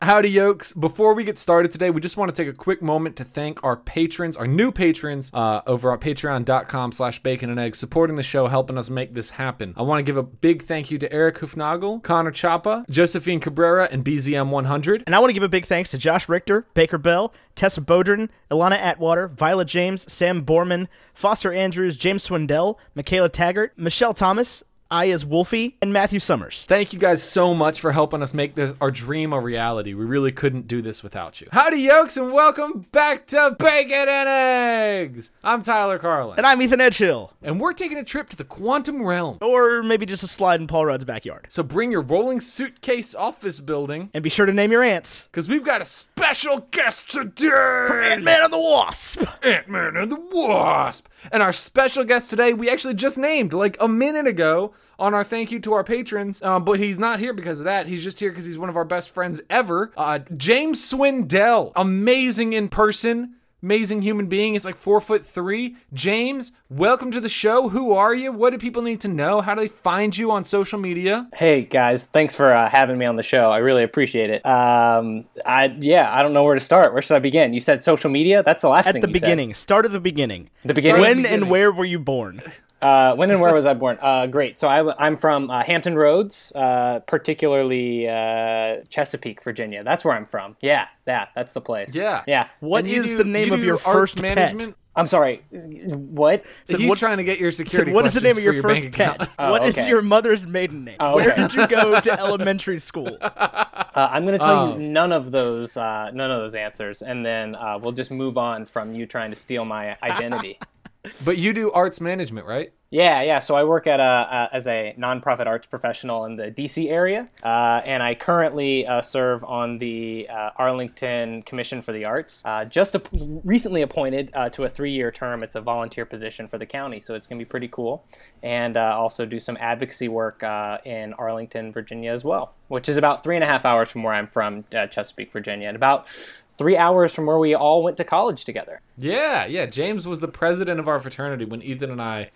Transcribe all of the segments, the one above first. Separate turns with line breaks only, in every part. Howdy, yokes. Before we get started today, we just want to take a quick moment to thank our patrons, our new patrons, uh, over at patreon.com slash bacon and eggs, supporting the show, helping us make this happen. I want to give a big thank you to Eric Hufnagel, Connor Chapa, Josephine Cabrera, and BZM100.
And I want to give a big thanks to Josh Richter, Baker Bell, Tessa Bodrin, Ilana Atwater, Violet James, Sam Borman, Foster Andrews, James Swindell, Michaela Taggart, Michelle Thomas, I as Wolfie, and Matthew Summers.
Thank you guys so much for helping us make this our dream a reality. We really couldn't do this without you. Howdy, yokes, and welcome back to Bacon and Eggs. I'm Tyler Carlin,
And I'm Ethan Edgehill.
and we're taking a trip to the quantum realm.
Or maybe just a slide in Paul Rudd's backyard.
So bring your rolling suitcase office building
And be sure to name your ants.
because we've got a special guest today
Ant-Man and the Wasp!
Ant Man and the Wasp. And our special guest today, we actually just named like a minute ago on our thank you to our patrons, uh, but he's not here because of that. He's just here because he's one of our best friends ever. Uh, James Swindell, amazing in person. Amazing human being. He's like four foot three. James, welcome to the show. Who are you? What do people need to know? How do they find you on social media?
Hey guys, thanks for uh, having me on the show. I really appreciate it. Um, I yeah, I don't know where to start. Where should I begin? You said social media. That's the last
At
thing
the
you said.
beginning. Start at the beginning.
The beginning.
when
beginning.
and where were you born?
Uh, when and where was I born? Uh, great. So I, am from uh, Hampton Roads, uh, particularly uh, Chesapeake, Virginia. That's where I'm from. Yeah, that that's the place.
Yeah.
yeah.
What
And you
is
do-
the name
you
of
do
your
arts
first pet?
management?
I'm sorry. What?
So He's trying to get your security.
Said, what is the name
questions
of
for
your, first
bank
pet?
account.
What is
Oh, okay.
your mother's maiden name?
Oh,
Where
okay.
did you go to elementary school?
Uh, I'm going to tell
Oh.
you none of those uh, none of those answers, and then uh, we'll just move on from you trying to steal my identity.
But you do arts management, right?
Yeah, yeah. So I work at a, uh as a nonprofit arts professional in the D.C. area, uh, and I currently uh, serve on the uh, Arlington Commission for the Arts. Uh, just ap- recently appointed uh, to a three-year term. It's a volunteer position for the county, so it's going to be pretty cool. And uh, also do some advocacy work uh, in Arlington, Virginia, as well, which is about three and a half hours from where I'm from, uh, Chesapeake, Virginia, and about three hours from where we all went to college together.
Yeah, yeah. James was the president of our fraternity when Ethan and I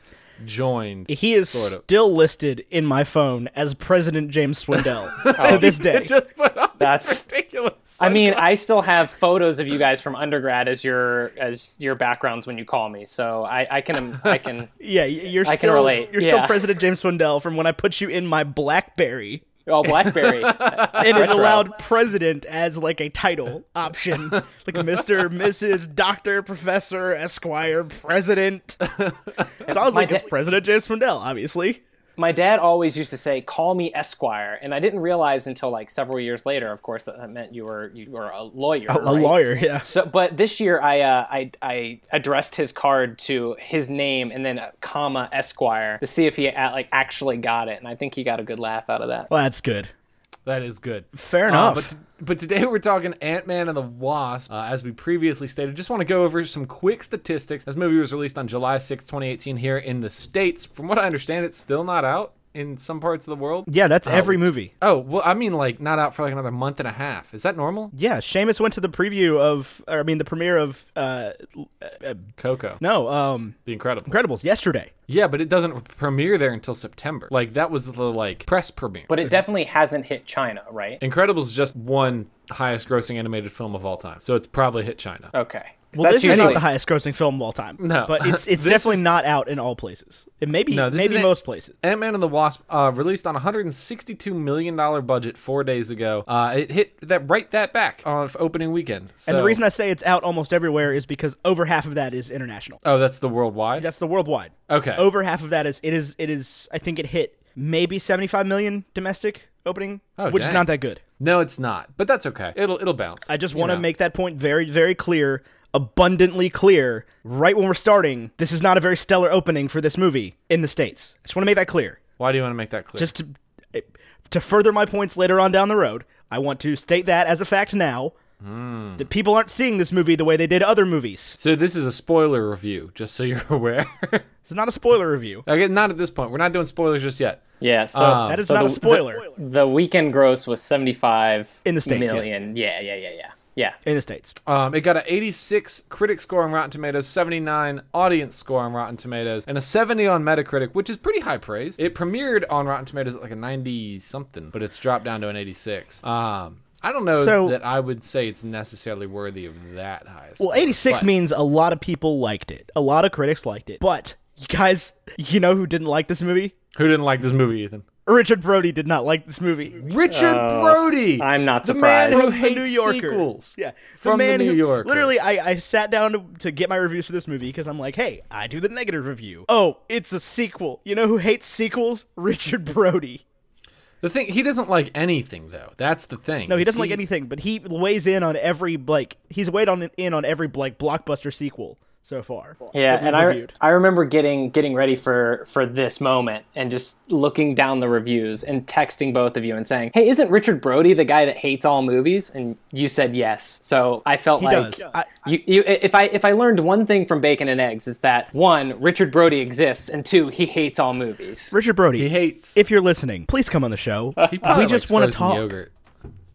joined.
He is
Sort of.
still listed in my phone as President James Swindell to this day.
It Oh. just put up
That's
ridiculous.
I
uh,
mean, I still have photos of you guys from undergrad as your as your backgrounds when you call me, so I, I can I can.
yeah, y- you're
I can
still
relate,
you're still
yeah.
President James Swindell from when I put you in my BlackBerry.
Oh, BlackBerry. I
And it
Retro.
allowed president as like a title option, like Mr., Mrs., Doctor, Professor, Esquire, President. So I was
My
like, it's
da-
President James Swindell, obviously.
My dad always used to say, "Call me Esquire," and I didn't realize until like several years later, of course, that that meant you were you were a lawyer.
A
Oh, right?
lawyer, yeah.
So, but this year I, uh, I I addressed his card to his name and then a comma Esquire to see if he uh, like actually got it, and I think he got a good laugh out of that.
Well, that's good.
that is good.
Fair
Uh,
enough.
but t- but today we're talking Ant Man and the Wasp. Uh, as we previously stated, just want to go over some quick statistics. This movie was released on July sixth, 2018, here in the states. From what I understand, it's still not out in some parts of the world.
yeah, that's every movie.
Oh well, I mean, like not out for like another month and a half. Is that normal?
Yeah, Seamus went to the preview of, or I mean, the premiere of, uh,
Coco,
no, um,
The Incredible.
Incredibles yesterday.
Yeah, but it doesn't premiere there until September. Like that was the like press premiere.
But it definitely hasn't hit China, right?
Incredibles just one highest grossing animated film of all time. So it's probably hit China.
Uh,
Okay. 'Cause
Well,
that's
this is not
usually-
the highest grossing film of all time.
No.
but it's it's
This
definitely
is-
not out in all places. It may be
No, this
maybe
isn't-
most places.
Ant-Man and the Wasp uh, released on a 162 million dollar budget 4 days ago. Uh, it hit that right that back on f- opening weekend.
And the
So-
reason I say it's out almost everywhere is because over half of that is international.
Oh, that's the worldwide.
That's the worldwide.
Okay.
Over half of that is it is it is I think it hit maybe 75 million domestic opening,
Oh,
which is
dang.
not that good.
No, it's not. But that's okay. It'll it'll bounce.
I just want
to
to make that point very, very clear, abundantly clear, right when we're starting. This is not a very stellar opening for this movie in the States. I just want to make that clear.
Why do you want to make that clear?
Just to, to further my points later on down the road, I want to state that as a fact now
Hmm.
that people aren't seeing this movie the way they did other movies.
so this is a spoiler review, just so you're aware.
It's not a spoiler review.
okay, not at this point. We're not doing spoilers just yet.
Yeah, so
Um,
That is
so
not
the-
a spoiler
The, the weekend gross was seventy-five
In the States, yeah.
million. Yeah, yeah, yeah, yeah, yeah.
in the States.
Um, it got an 86 critic score on Rotten Tomatoes, 79 audience score on Rotten Tomatoes, and a 70 on Metacritic, which is pretty high praise. It premiered on Rotten Tomatoes at like a 90 something, but it's dropped down to an 86. Um, I don't know
So-
that I would say it's necessarily worthy of that highest.
Well, 86 means a lot of people liked it. A lot of critics liked it. But you guys, you know who didn't like this movie?
Who didn't like this movie, Ethan?
Richard Brody did not like this movie.
Richard
Oh,
Brody.
I'm not
the man
surprised.
who
The
hates
New Yorker.
sequels.
Yeah,
from
man
the New
who-
Yorker.
Literally, I, I sat down to, to get my reviews for this movie because I'm like, hey, I do the negative review. Oh, it's a sequel. You know who hates sequels? Richard Brody.
the thing he doesn't like anything though. That's the thing.
No, Oh, he doesn't like anything, but he weighs in on every like he's weighed on in on every like blockbuster sequel so far.
Yeah,
that we've
and I,
reviewed.
I remember getting getting ready for for this moment and just looking down the reviews and texting both of you and saying, "Hey, isn't Richard Brody the guy that hates all movies?" And you said yes. So I felt
He
like
does. I-
you, you if I if I learned one thing from Bacon and Eggs is that one, Richard Brody exists, and two, he hates all movies.
Richard Brody,
He hates. Uh,
if you're listening, please come on the show.
he probably
we just
likes
wanna
frozen
talk.
Yogurt.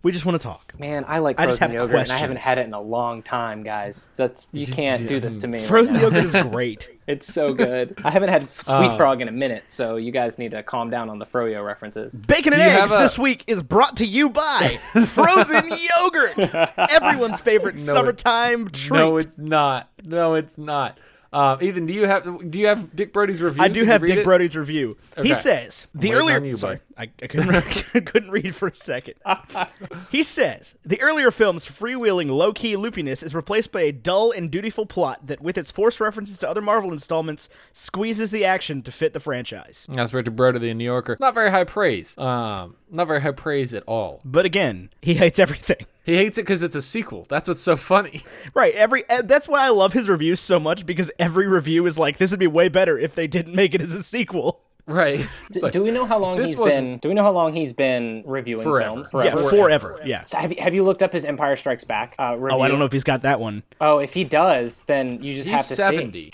We just want to talk.
Man, I like
I just
frozen
have
yogurt, and I haven't
questions.
had it in a long time, guys. That's you can't do this to me. right
Frozen
now.
yogurt is great.
It's so good. I haven't had sweet frog in a minute, so you guys need to calm down on the froyo references.
Bacon and
Do you have
eggs
a-
this week is brought to you by frozen yogurt, everyone's favorite
No,
summertime treat.
No, it's not. No, it's not. Um, Ethan, do you have do you have Dick Brody's review?
I do
Did you
have
read
Dick
it?
Brody's review.
Okay.
He says the
waiting
earlier.
on you,
sorry,
bud.
I, I couldn't, I couldn't read for a second. he says the earlier film's freewheeling, low-key loopiness is replaced by a dull and dutiful plot that, with its forced references to other Marvel installments, squeezes the action to fit the franchise.
That's Richard Brody, the New Yorker. Not very high praise. Um, not very high praise at all.
But again, he hates everything.
He hates it because it's a sequel. That's what's so funny.
Right, every eh, that's why I love his reviews so much because every review is like this would be way better if they didn't make it as a sequel.
right. It's
Do,
like,
do we know how long
this
he's
wasn't-
been? Do we know how long he's been reviewing
Forever.
films?
Yeah.
Yeah,
Forever.
forever. Yeah.
So have you, have you looked up his Empire Strikes Back uh, review?
Oh, I don't know if he's got that one.
Oh, if he does, then you just have
he's
to see.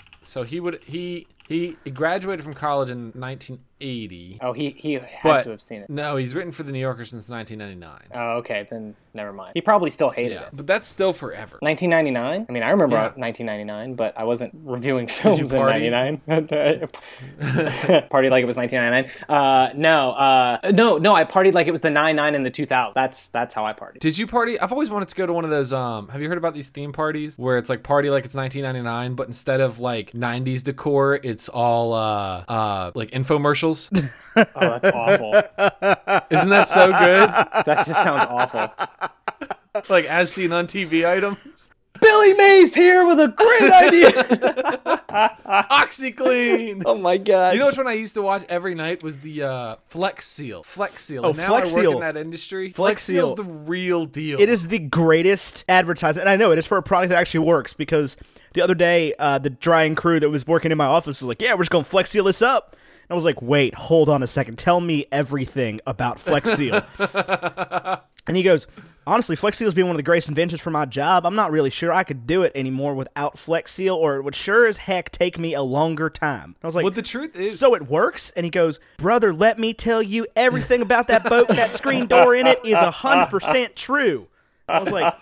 70. So he would he he graduated from college in 1980.
Oh, he he had
but
to have seen it.
No, he's written for the New Yorker since 1999.
Oh, okay, then never mind. He probably still hated
yeah,
it.
but that's still forever.
1999. I mean, I remember
Yeah.
1999, but I wasn't reviewing films in
party?
99. party like it was 1999. Uh, no, uh, no, no. I partied like it was the 99 and the 2000. That's that's how I partied.
Did you party? I've always wanted to go to one of those. Um, have you heard about these theme parties where it's like party like it's 1999, but instead of like 90s decor, it's all uh uh like infomercials.
Oh, that's awful. that
Isn't that so good?
just sounds awful.
Like as seen on TV items.
Billy Mays here with a great idea.
OxyClean.
oh my god.
You know which one I used to watch every night was the uh, Flex Seal. Flex Seal. Oh, and now
Flex
I work
Seal.
in that industry.
Flex
Seal's
Seal.
the real deal.
It is the greatest advertisement, and I know it is for a product that actually works because the other day uh, the drying crew that was working in my office was like, "Yeah, we're just gonna flex seal this up." And I was like, "Wait, hold on a second. Tell me everything about Flex Seal." and he goes, "Honestly, Flex Seal has been one of the greatest inventions for my job. I'm not really sure I could do it anymore without Flex Seal, or it would sure as heck take me a longer time." I was like,
Well, the truth is-
so it works?" And he goes, "Brother, let me tell you everything about that boat. That screen door in it is hundred percent true." I was like,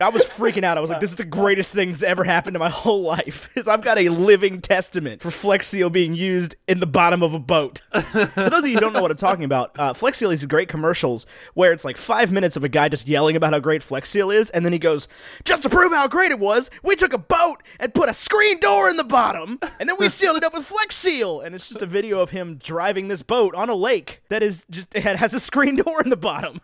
I was freaking out. I was like, this is the greatest thing that's ever happened to my whole life. Is I've got a living testament for Flex Seal being used in the bottom of a boat. for those of you who don't know what I'm talking about, uh, Flex Seal is these great commercials where it's like five minutes of a guy just yelling about how great Flex Seal is, and then he goes, just to prove how great it was, we took a boat and put a screen door in the bottom, and then we sealed it up with Flex Seal. And it's just a video of him driving this boat on a lake that is just it has a screen door in the bottom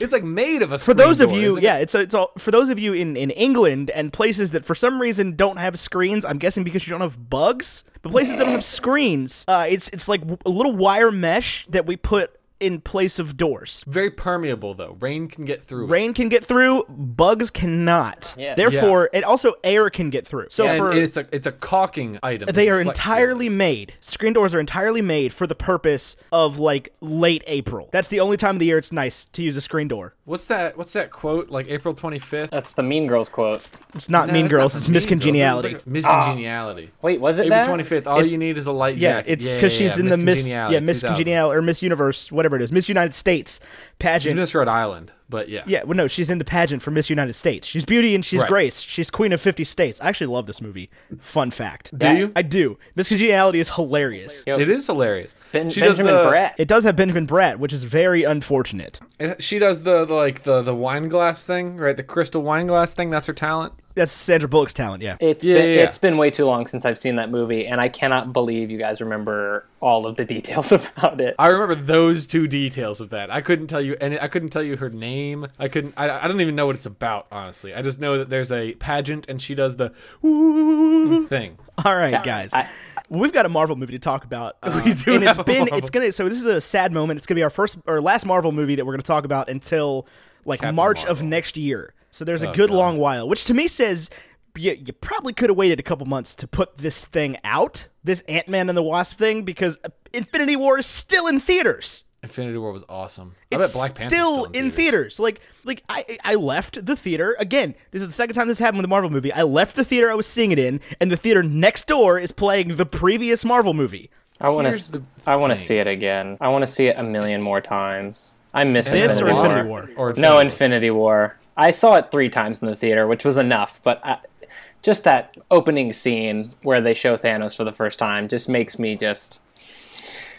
It's like made of a.
for those of you, yeah, it's it's all for those of you in in England and places that for some reason don't have screens. I'm guessing because you don't have bugs, but places that don't have screens, uh, it's it's like a little wire mesh that we put in place of doors.
Very permeable though. Rain can get through.
Rain can get through, bugs cannot.
Yeah.
Therefore, and also air can get through. So
it. And
for
it's a it's a caulking item.
they
It's
are
a Flex Seal
entirely
is.
made. Screen doors are entirely made for the purpose of like late April. That's the only time of the year it's nice to use a screen door.
What's that? What's that quote? Like April twenty fifth.
That's the Mean Girls quote.
It's not Mean Girls. It's miscongeniality.
Miscongeniality.
Ah. Wait, was it
April
that?
twenty fifth. All you need is a light
Yeah,
jacket.
it's because she's in the Miss yeah Miss Congenial or Miss Universe whatever it is Miss United States
She's
pageant.
Miss Rhode Island, but yeah.
Yeah, well, no, she's in the pageant for Miss United States. She's Beauty and she's
Right.
Grace. She's Queen of 50 States. I actually love this movie. Fun fact.
Do you?
I do. Miss Congeniality is hilarious.
Yep.
It is hilarious.
Ben-
she
Benjamin
does the,
Bratt.
It does have Benjamin Bratt, which is very unfortunate.
eh, She does the, the like the the wine glass thing, right? The crystal wine glass thing. That's her talent.
That's Sandra Bullock's talent, yeah.
It's
Yeah,
been,
yeah, yeah.
it's been way too long since I've seen that movie, and I cannot believe you guys remember all of the details about it.
I remember those two details of that. I couldn't tell you any. I couldn't tell you her name. I couldn't. I, I don't even know what it's about, honestly. I just know that there's a pageant and she does the woo thing.
All right, guys.
I-
We've got a Marvel movie to talk about. uh,
We do
and it's
have a
been
Marvel-
it's gonna so this is a sad moment. It's gonna be our first or last Marvel movie that we're gonna talk about until like March of
Marvel.
next year. So there's a good long while, which to me says you, you probably could have waited a couple months to put this thing out, this Ant Man and the Wasp thing, because Infinity War is still in theaters.
Infinity War was awesome. I bet
It's
Black Panther
still,
still
in theaters. Like, like I, I left the theater again. This is the second time this happened with a Marvel movie. I left the theater I was seeing it in, and the theater next door is playing the previous Marvel movie.
I want
Here's the
to. I want to
thing.
see it again. I want to see it a million more times. I miss
This or
Infinity War.
Infinity War?
Or
No, Infinity War. I saw it three times in the theater, which was enough. But I, just that opening scene where they show Thanos for the first time just makes me just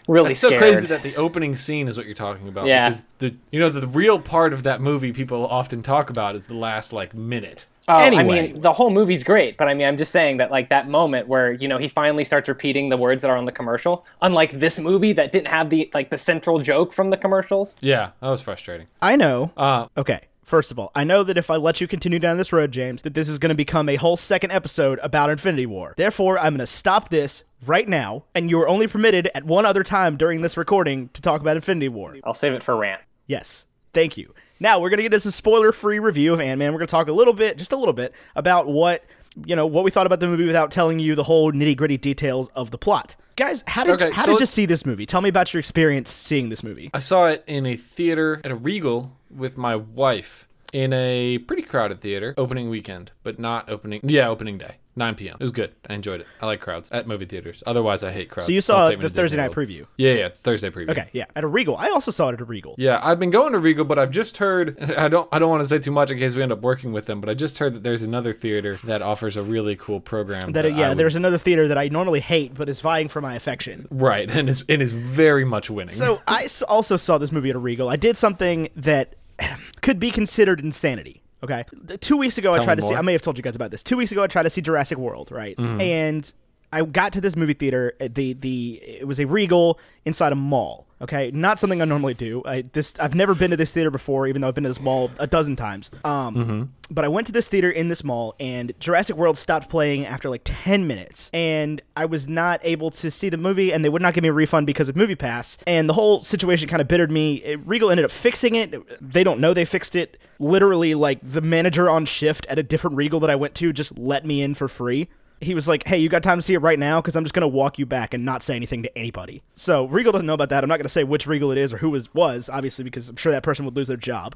really
It's so
scared.
crazy that the opening scene is what you're talking about.
Yeah.
Because the you know the real part of that movie people often talk about is the last like minute.
Oh, I
Anyway.
mean, the whole movie's great, but I mean, I'm just saying that, like, that moment where, you know, he finally starts repeating the words that are on the commercial, unlike this movie that didn't have the, like, the central joke from the commercials.
Yeah, that was frustrating.
I know.
Uh,
okay. First of all, I know that if I let you continue down this road, James, that this is going to become a whole second episode about Infinity War. Therefore, I'm going to stop this right now, and you are only permitted at one other time during this recording to talk about Infinity War.
I'll save it for rant.
Yes. Thank you. Now we're gonna get into some spoiler-free review of Ant Man. We're gonna talk a little bit, just a little bit, about what you know, what we thought about the movie without telling you the whole nitty-gritty details of the plot. Guys, how did
Okay,
how
so
did you
let's-
see this movie? Tell me about your experience seeing this movie.
I saw it in a theater at a Regal with my wife in a pretty crowded theater opening weekend, but not opening. Yeah, opening day, 9 p.m. It was good. I enjoyed it. I like crowds at movie theaters. Otherwise, I hate crowds.
So you
Don't
saw
take me
the
to Disney
Thursday night
World.
preview.
Yeah, yeah, Thursday preview.
Okay, yeah, at a Regal. I also saw it at a Regal.
Yeah, I've been going to Regal, but I've just heard I don't I don't want to say too much in case we end up working with them, but I just heard that there's another theater that offers a really cool program.
That,
I
yeah,
would-
there's another theater that I normally hate, but is vying for my affection.
right, and is and is very much winning.
So I s- also saw this movie at a Regal. I did something that could be considered insanity. Okay, Th- two weeks ago I
Tell
tried
me
to see.
more. Mm-hmm.
I may have told you guys about this. Two weeks ago I tried to see Jurassic World, right? And I got to this movie theater. uh, The the it was a Regal inside a mall. Okay, not something I normally do. I this I've never been to this theater before, even though I've been to this mall a dozen times. Um,
Mm-hmm.
but I went to this theater in this mall, and Jurassic World stopped playing after like ten minutes, and I was not able to see the movie, and they would not give me a refund because of Movie Pass, and the whole situation kind of bittered me. It- Regal ended up fixing it. They don't know they fixed it. Literally, like the manager on shift at a different Regal that I went to just let me in for free he was like, "Hey, you got time to see it right now? Because I'm just gonna walk you back and not say anything to anybody." So Regal doesn't know about that. I'm not gonna say which Regal it is or who was was, obviously, because I'm sure that person would lose their job.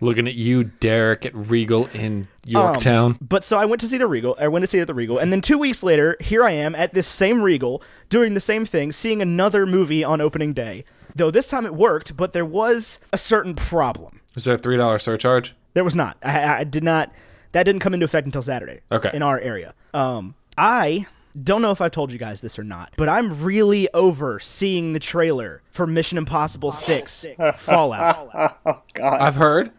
Looking at you, Derek, at Regal in Yorktown.
But so I went to see the Regal. I went to see it at the Regal, and then two weeks later, here I am at this same Regal doing the same thing, seeing another movie on opening day. Though this time it worked, but there was a certain problem.
Is there a three dollar surcharge?
There was not. I, I did not. That didn't come into effect until Saturday.
Okay.
In our area. Um, I don't know if I've told you guys this or not, but I'm really over seeing the trailer for Mission Impossible Six Fallout. Uh,
I've heard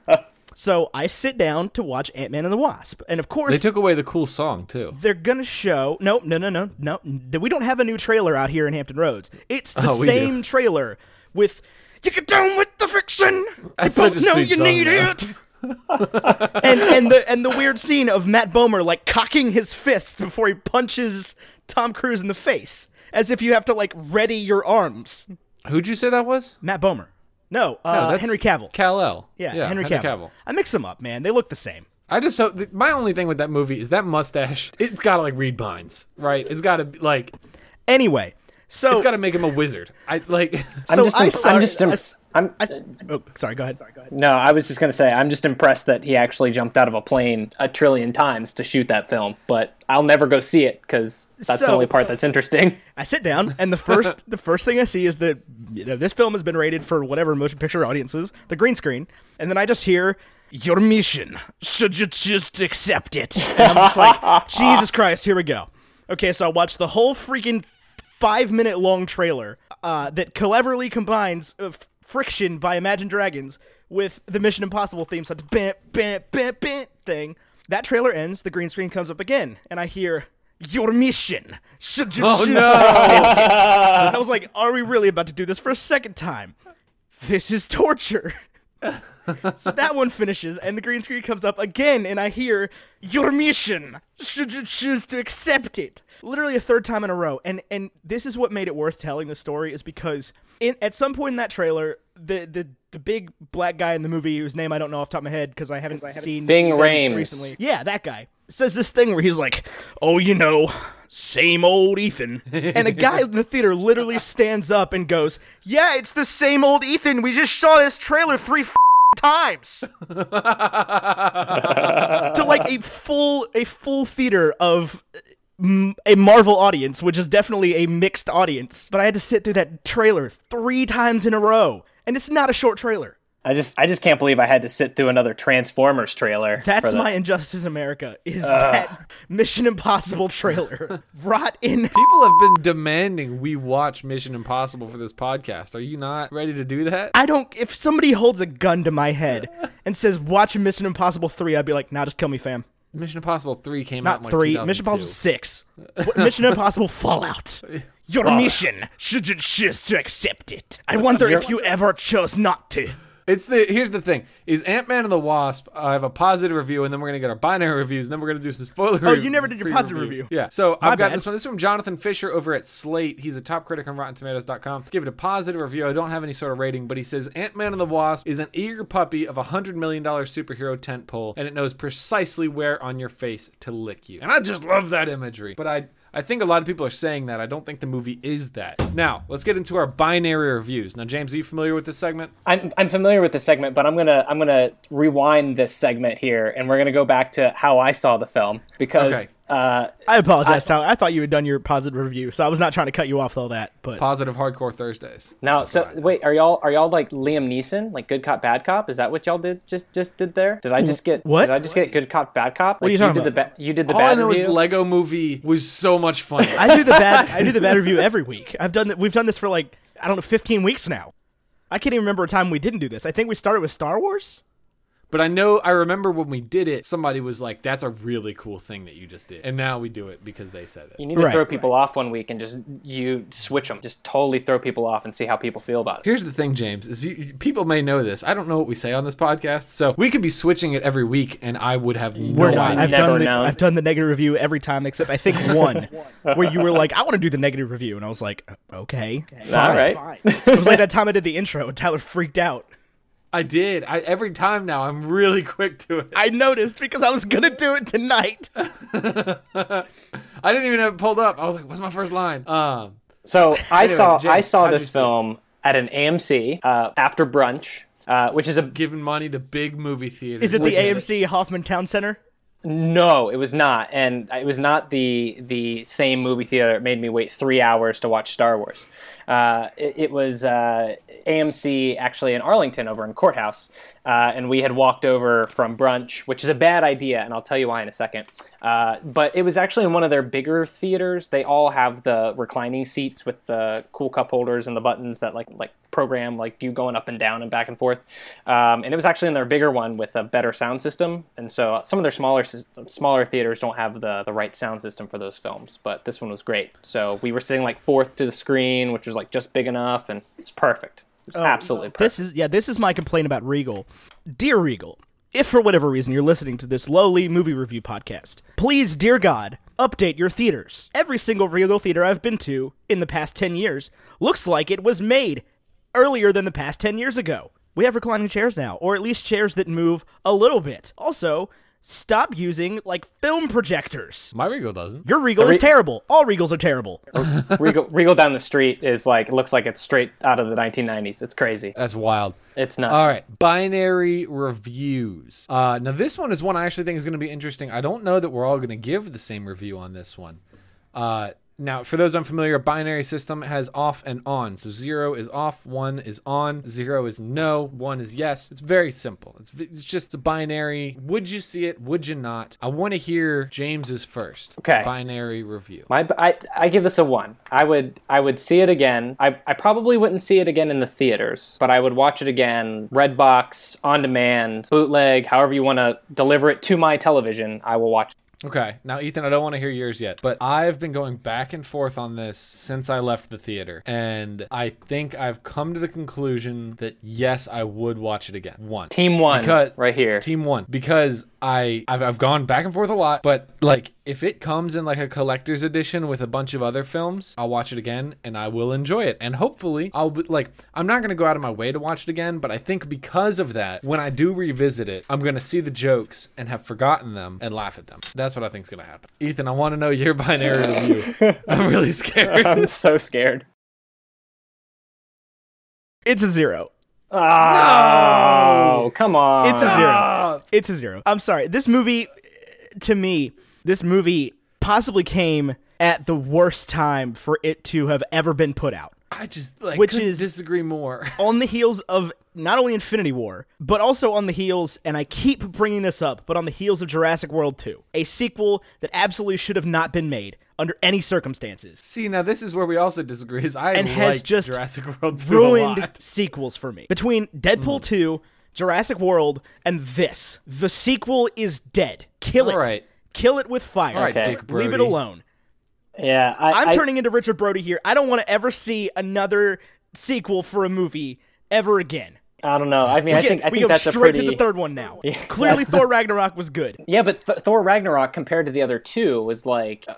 So I sit down to watch Ant Man and the Wasp, and of course
they took away the cool song too.
they're gonna show no no no no no n- we don't have a new trailer out here in hampton roads it's the
Oh, we do.
same trailer with you get down with the fiction
That's
you
such
don't
a
know
sweet
you
song,
need
though.
it and and the and the weird scene of matt bomer like cocking his fists before he punches tom cruise in the face as if you have to like ready your arms
Who'd you say that was?
matt bomer no,
No,
uh,
that's
henry cavill
Kal El.
yeah, henry, cavill. i mix them up man they look the same
I just hope th- my only thing with that movie is that mustache. It's gotta like read minds, right? It's gotta be like
anyway so
it's gotta make him a wizard. I like.
So
I'm just,
I
I'm
saw-
just
I s-
I'm
I, oh, sorry. Go ahead. Sorry, go ahead.
no, I was just gonna say I'm just impressed that he actually jumped out of a plane a trillion times to shoot that film, but I'll never go see it because that's the
So-
only part that's interesting.
I sit down, and the first the first thing I see is that you know this film has been rated for whatever motion picture audiences, the green screen, and then I just hear your mission. Should you just accept it? And I'm just like, Jesus Christ, here we go. Okay, so I watched the whole freaking five minute long trailer uh, that cleverly combines uh, f- friction by Imagine Dragons with the Mission Impossible theme, such bam bam bam bam thing. That trailer ends. The green screen comes up again, and I hear. Your mission. Should you
Oh,
choose
no.
to accept it?" And I was like, are we really about to do this for a second time? This is torture. so that one finishes, and the green screen comes up again, and I hear, Your mission, should you choose to accept it. Literally a third time in a row. And and this is what made it worth telling the story, is because in, at some point in that trailer, the, the, the big black guy in the movie, whose name I don't know off the top of my head because I haven't seen
Ving
them
Rhames.
recently. Yeah, that guy says this thing where he's like, "Oh, you know, same old Ethan," and a guy in the theater literally stands up and goes, "Yeah, it's the same old Ethan. We just saw this trailer three f- times." to like a full a full theater of m- a Marvel audience, which is definitely a mixed audience. But I had to sit through that trailer three times in a row, and it's not a short trailer.
I just I just can't believe I had to sit through another Transformers trailer.
That's
for the-
my injustice, America. Is that Mission Impossible trailer rot in?
People have been demanding we watch Mission Impossible for this podcast. Are you not ready to do that?
I don't. If somebody holds a gun to my head and says, "Watch Mission Impossible 3, I'd be like, "Nah, just kill me, fam."
Mission Impossible 3 came out in
Not
like
three. Mission
2002.
Impossible Six. What- Mission Impossible Fallout. Your mission should you choose to accept it. I wonder if you ever chose not to.
It's the here's the thing is Ant Man and the Wasp. I have a positive review, and then we're gonna get our binary reviews, and then we're gonna do some spoiler. Oh,
you never did your positive review.
Yeah. So I've got
bad.
this one. This is from Jonathan Fisher over at Slate. He's a top critic on RottenTomatoes.com. Give it a positive review. I don't have any sort of rating, but he says Ant Man and the Wasp is an eager puppy of a hundred million dollar superhero tentpole, and it knows precisely where on your face to lick you. And I just love that imagery. But I. I think a lot of people are saying that. I don't think the movie is that. Now, let's get into our binary reviews. Now, James, are you familiar with this segment?
I'm I'm familiar with this segment, but I'm gonna I'm gonna rewind this segment here, and we're gonna go back to how I saw the film because
Okay.
uh,
I apologize, Tyler. I thought you had done your positive review, so I was not trying to cut you off with all that. But
Positive Hardcore Thursdays.
now so wait are y'all are y'all like Liam Neeson like good cop bad cop is that what y'all did just just did there did I just get
What?
did I just get good cop bad cop what
are you talking
did the ba- you did the
All I
bad
know is
review?
the Lego Movie was so much fun.
I do the bad. I do the bad review every week. I've done. th- We've done this for like I don't know, fifteen weeks now. I can't even remember a time we didn't do this. I think we started with Star Wars.
but I know I remember when we did it, somebody was like, "That's a really cool thing that you just did," and now we do it because they said it.
you need to
Right,
throw people off one week and just you switch them just totally throw people off and see how people feel about it
Here's the thing, James: is you, people may know this. I don't know what we say on this podcast, so we could be switching it every week, and I would have no
We're
idea.
not. I've
never
done. The,
known.
I've done the negative review every time except I think one, where you were like, "I want to do the negative review," and I was like, "Okay, fine."
all right
It was like that time I did the intro, and Tyler freaked out.
I did. I every time now, I'm really quick to it.
I noticed because I was gonna do it tonight.
I didn't even have it pulled up. I was like, "What's my first line?" Um,
So I saw
James,
I saw
how'd you
this
see it?
film at an AMC uh, after brunch, uh, which is a
giving money to big movie theaters.
Is it the
Look at
AMC Hoffman Town Center?
no, it was not, and it was not the the same movie theater. It made me wait three hours to watch Star Wars. Uh, it, it was uh, AMC actually in Arlington over in Courthouse, uh, and we had walked over from brunch, which is a bad idea, and I'll tell you why in a second. Uh, but it was actually in one of their bigger theaters. They all have the reclining seats with the cool cup holders and the buttons that like like program like you going up and down and back and forth. Um, and it was actually in their bigger one with a better sound system. And so uh, some of their smaller sys- smaller theaters don't have the the right sound system for those films, but this one was great. So we were sitting like fourth to the screen, which was like just big enough and it's perfect. It's absolutely perfect.
This is yeah, this is my complaint about Regal. Dear Regal, if for whatever reason you're listening to this lowly movie review podcast, please, dear God, update your theaters. Every single Regal theater I've been to in the past 10 years looks like it was made earlier than the past 10 years ago. We have reclining chairs now, or at least chairs that move a little bit. Also, stop using like film projectors.
My Regal doesn't.
Your Regal
Re-
is terrible. All Regals are terrible.
Regal, Regal down the street is like it looks like it's straight out of the 1990s. It's crazy.
That's wild.
It's nuts.
All right, binary reviews. Uh, now this one is one I actually think is going to be interesting. I don't know that we're all going to give the same review on this one. Uh, now, for those unfamiliar, a binary system has off and on. So zero is off, one is on, zero is no, one is yes. It's very simple. It's it's just a binary. Would you see it? Would you not? I want to hear James's first.
Okay.
Binary review.
My, I, I give this a one. I would I would see it again. I, I probably wouldn't see it again in the theaters, but I would watch it again, Redbox, on demand, bootleg, however you want to deliver it to my television. I will watch.
Okay. Now, Ethan, I don't want to hear yours yet, but I've been going back and forth on this since I left the theater. And I think I've come to the conclusion that yes, I would watch it again. One.
Team one,
Because-
right here.
Team one. Because I I've, I've gone back and forth a lot, but like if it comes in like a collector's edition with a bunch of other films, I'll watch it again and I will enjoy it. And hopefully I'll be like I'm not gonna go out of my way to watch it again, but I think because of that, when I do revisit it, I'm gonna see the jokes and have forgotten them and laugh at them. That's what I think's gonna happen. Ethan, I wanna know your binary review. I'm really scared.
Um,
I'm so scared.
It's a zero.
Oh, come on.
It's a zero. It's a zero. I'm sorry. This movie, to me, this movie possibly came at the worst time for it to have ever been put out.
I just like
Which
couldn't
is-
disagree more.
On the heels of not only Infinity War, but also on the heels, and I keep bringing this up, but on the heels of Jurassic World 2, a sequel that absolutely should have not been made under any circumstances.
See, now this is where we also disagree. Is I
And has
like
just
Jurassic World 2 a
ruined
lot. Mm.
sequels for me. Between Deadpool 2, Jurassic World, and this, the sequel is dead. Kill it.
All right.
Kill it with fire.
All right,
Okay.
Dick Brody.
Leave it alone.
Yeah, I,
I'm
I-
turning into Richard Brody here. I don't want to ever see another sequel for a movie ever again.
I don't know. I mean, I
Again,
think I
we go
think that's a
straight
pretty
to the third one now. Clearly, Thor Ragnarok was good.
Yeah, but Th- Thor Ragnarok compared to the other two was like uh,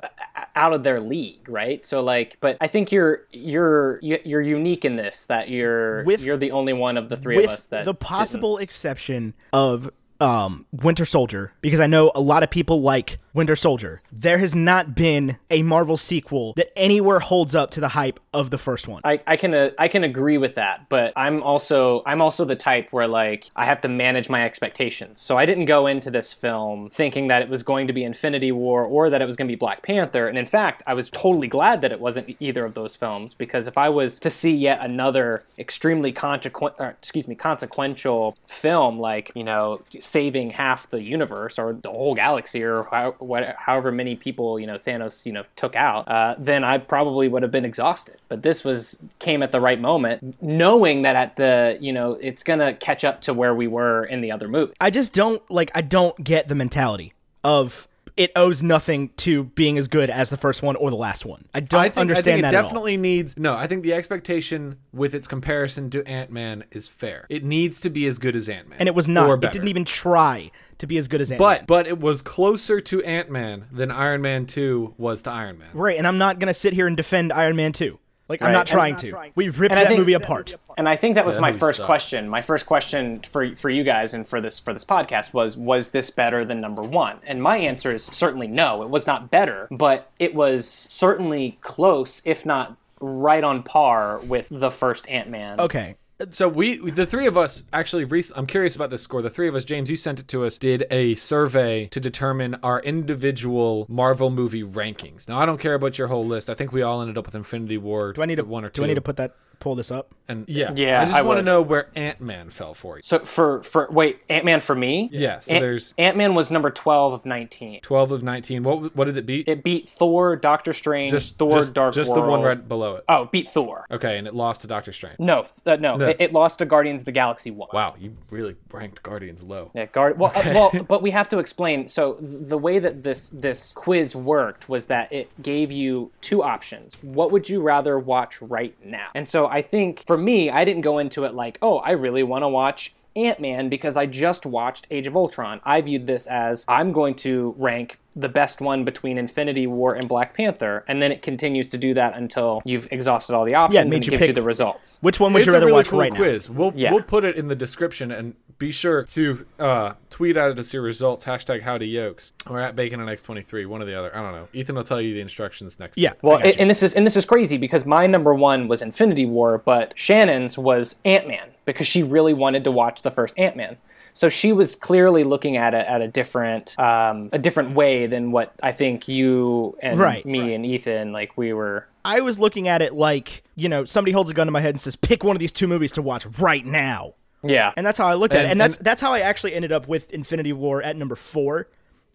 out of their league, right? So like, but I think you're you're you- you're unique in this that you're
With-
you're the only one of the three
with
of us that
the
didn't.
possible exception of um, Winter Soldier, because I know a lot of people like Winter Soldier. There has not been a Marvel sequel that anywhere holds up to the hype of the first one.
I, I can uh, I can agree with that, but I'm also I'm also the type where like I have to manage my expectations. So I didn't go into this film thinking that it was going to be Infinity War or that it was going to be Black Panther, and in fact, I was totally glad that it wasn't e-, either of those films because if I was to see yet another extremely consequent or, excuse me consequential film like you know saving half the universe or the whole galaxy or how, what, however many people you know Thanos you know took out, uh, then I probably would have been exhausted. But this was came at the right moment, knowing that at the you know it's gonna catch up to where we were in the other movie.
I just don't like. I don't get the mentality of it owes nothing to being as good as the first one or the last one. I don't
I think, I
understand
think it
that at all.
definitely needs no. I think the expectation with its comparison to Ant Man is fair. It needs to be as good as Ant Man,
and it was
Or
not. It
better.
didn't even try to be as good as Ant-Man.
But but it was closer to Ant Man than Iron Man Two was to Iron Man.
right, and I'm not gonna sit here and defend Iron Man two. Like I'm
Right.
not
And-
trying to. We ripped
And I
that
think-
movie apart.
And I think that was my
movie
first
sucked.
question. My first question for for you guys and for this for this podcast was was this better than number 1? And my answer is certainly no. It was not better, but it was certainly close if not right on par with the first Ant-Man.
Okay.
So we the three of us actually. Rec- I'm curious about this score. The three of us, James, you sent it to us. Did a survey to determine our individual Marvel movie rankings. Now I don't care about your whole list. I think we all ended up with Infinity War.
Do I need to
one or two?
Do I need to put that pull this up?
And yeah,
Yeah,
I just
I
want to
would.
know where Ant Man fell for you.
So for for wait, Ant-Man for me?
Yeah, so there's-
Ant-Man was number 12 of 19.
12 of 19. What what did it beat?
It beat Thor, Doctor Strange, Thor Dark
just
World.
the one right below it.
Oh, beat Thor.
Okay, and it lost to Doctor Strange.
No, th- uh, no, It, it lost to Guardians of the Galaxy 1.
Wow, you really ranked Guardians low.
Yeah, guard. Well, uh, well, but we have to explain. So th- the way that this this quiz worked was that it gave you two options. What would you rather watch right now? And so I think for me, I didn't go into it like, oh, I really want to watch. Ant Man, because I just watched Age of Ultron. I viewed this as I'm going to rank the best one between Infinity War and Black Panther, and then it continues to do that until you've exhausted all the options
made
and it
you
gives
pick-
you the results.
Which one would
it's
you
a
rather
really
watch
cool
right now?
quiz. We'll
Yeah.
we'll put it in the description and be sure to uh, tweet at us your results, hashtag howdy yokes, or at bacon and x23, one or the other. I don't know. Ethan will tell you the instructions next
Yeah.
time.
Well, and, and this is and this is crazy because my number one was Infinity War, but Shannon's was Ant Man because she really wanted to watch the first Ant Man. So she was clearly looking at it at a different um, a different way than what I think you and
Right.
me and Ethan like we were.
I was looking at it like, you know, somebody holds a gun to my head and says, pick one of these two movies to watch right now.
Yeah,
And that's how I looked at it.
And-
And that's
and-
that's how I actually ended up with Infinity War at number four,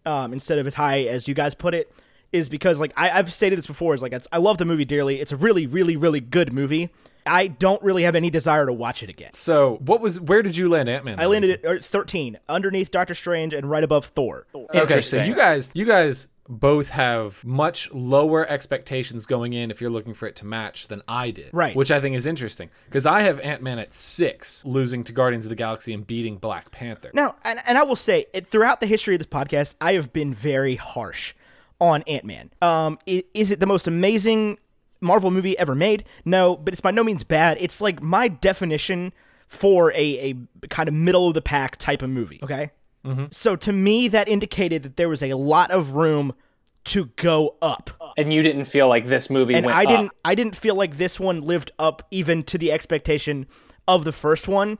um, instead of as high as you guys put it, is because like I, I've stated this before, is like it's, I love the movie dearly. It's a really, really, really good movie. I don't really have any desire to watch it again.
So, what was where did you land Ant Man?
I landed at or 13, underneath Doctor Strange and right above Thor.
Okay, so
Interesting.
you guys, you guys both have much lower expectations going in if you're looking for it to match than I did.
Right.
Which I think is interesting because I have Ant Man at six, losing to Guardians of the Galaxy and beating Black Panther.
Now, and, and I will say, it, throughout the history of this podcast, I have been very harsh on Ant Man. Um, i- is it the most amazing Marvel movie ever made? No, but it's by no means bad. It's like my definition for a, a kind of middle of the pack type of movie. Okay. So to me, that indicated that there was a lot of room to go up
and you didn't feel like this movie
and
went
I
up.
didn't I didn't feel like this one lived up even to the expectation of the first one,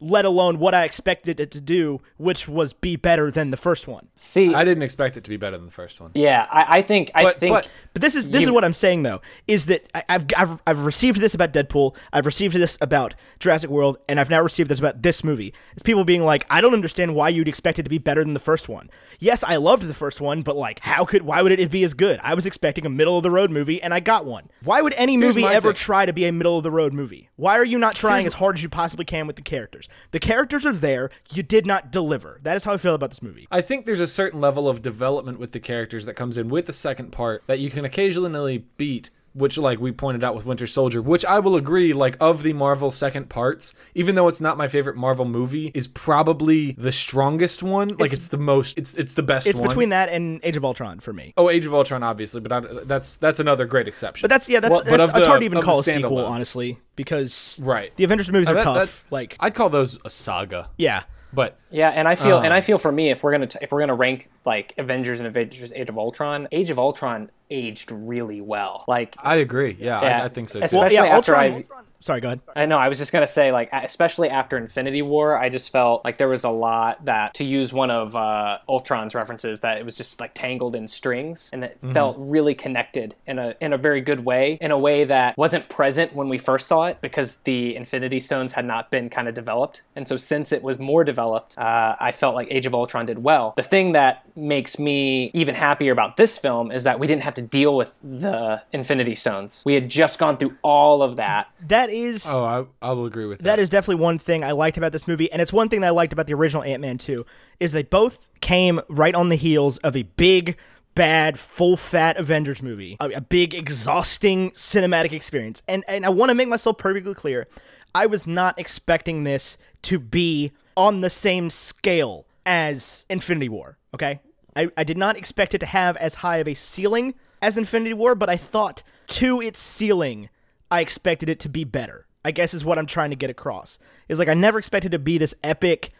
let alone what I expected it to do, which was be better than the first one.
see.
I didn't expect it to be better than the first one.
yeah, I, I think I
But-
think
but-
But this is this is what I'm saying though is that I, I've, I've I've received this about Deadpool, I've received this about Jurassic World, and I've now received this about this movie. It's people being like, I don't understand why you'd expect it to be better than the first one. Yes, I loved the first one, but like, how could why would it be as good? I was expecting a middle of the road movie, and I got one. Why would any movie
my
ever
thing.
try to be a middle of the road movie? Why are you not trying as hard as you possibly can with the characters? The characters are there. You did not deliver. That is how I feel about this movie.
I think there's a certain level of development with the characters that comes in with the second part that you can occasionally beat, which, like we pointed out with Winter Soldier, which I will agree, like, of the Marvel second parts, even though it's not my favorite Marvel movie, is probably the strongest one. Like, it's, the most, it's it's the best
It's
one.
between that and Age of Ultron for me.
Oh, Age of Ultron, obviously, but I, that's that's another great exception.
But that's yeah, that's,
Well, but
that's,
of
that's
the-
hard to even
of the
call a sequel,
standalone.
honestly, because
Right.
the Avengers movies
Uh,
are
that-
tough.
that-
like,
I'd call those a saga.
yeah,
But
Yeah, and I feel and I feel for me if we're gonna t- if we're gonna rank like Avengers and Avengers Age of Ultron, Age of Ultron aged really well. Like
I agree. Yeah,
yeah,
I, I think so. Too.
Especially
yeah,
after
Ultron.
I
Sorry, go ahead.
I know. I was just gonna say, like, especially after Infinity War, I just felt like there was a lot that, to use one of uh, Ultron's references, that it was just like tangled in strings, and it felt really connected in a in a very good way, in a way that wasn't present when we first saw it because the Infinity Stones had not been kind of developed, and so since it was more developed, uh, I felt like Age of Ultron did well. The thing that makes me even happier about this film is that we didn't have to deal with the Infinity Stones. We had just gone through all of that.
That is
oh, I, I will agree with that.
that is definitely one thing I liked about this movie, and it's one thing that I liked about the original Ant Man too, is they both came right on the heels of a big, bad, full fat Avengers movie, a, a big, exhausting cinematic experience. And and I want to make myself perfectly clear, I was not expecting this to be on the same scale as Infinity War. Okay, I, I did not expect it to have as high of a ceiling as Infinity War, but I thought to its ceiling, I expected it to be better. I guess is what I'm trying to get across. Is like I never expected to be this epic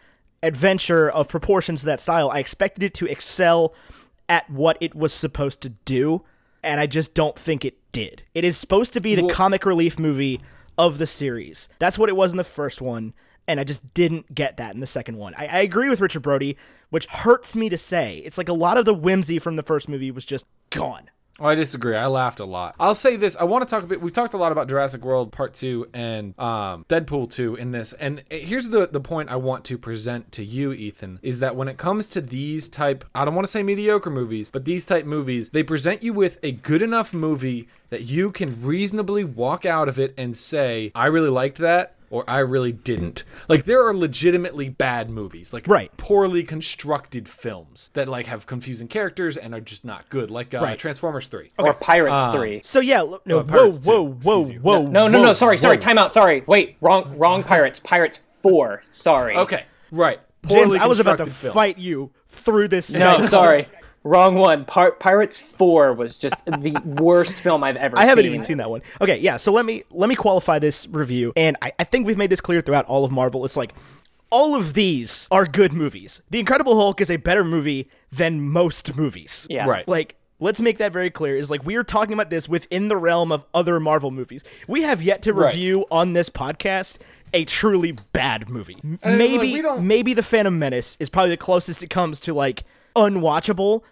adventure of proportions of that style. I expected it to excel at what it was supposed to do, and I just don't think it did. It is supposed to be the comic relief movie of the series. That's what it was in the first one, and I just didn't get that in the second one. I, I agree with Richard Brody, which hurts me to say. It's like a lot of the whimsy from the first movie was just gone.
Oh, I disagree. I laughed a lot. I'll say this. I want to talk a bit. We've talked a lot about Jurassic World Part 2 and um, Deadpool 2 in this. And here's the, the point I want to present to you, Ethan, is that when it comes to these type, I don't want to say mediocre movies, but these type movies, they present you with a good enough movie that you can reasonably walk out of it and say, I really liked that. Or I really didn't. Like there are legitimately bad movies, like
Right.
poorly constructed films that like have confusing characters and are just not good, like uh, Transformers Three.
or Pirates
Uh,
Three.
So yeah, l- no, whoa,
Pirates
whoa,
too,
whoa,
excuse you.
whoa,
No, no,
whoa,
no. Sorry, sorry.
whoa.
Time out. Sorry. Wait. Wrong. Wrong. Pirates. Pirates Four. Sorry.
Okay. Right.
James, I was about to
constructed film.
fight you through this.
No,
segment.
sorry. Wrong one. Par- Pirates Four was just the worst film I've ever.
I haven't
seen.
even seen that one. Okay, yeah. So let me let me qualify this review, and I, I think we've made this clear throughout all of Marvel. It's like all of these are good movies. The Incredible Hulk is a better movie than most movies.
Yeah.
Right.
Like, let's make that very clear is like we are talking about this within the realm of other Marvel movies. We have yet to
Right.
review on this podcast a truly bad movie. M-
And, like,
maybe
we don't-
maybe The Phantom Menace is probably the closest it comes to like unwatchable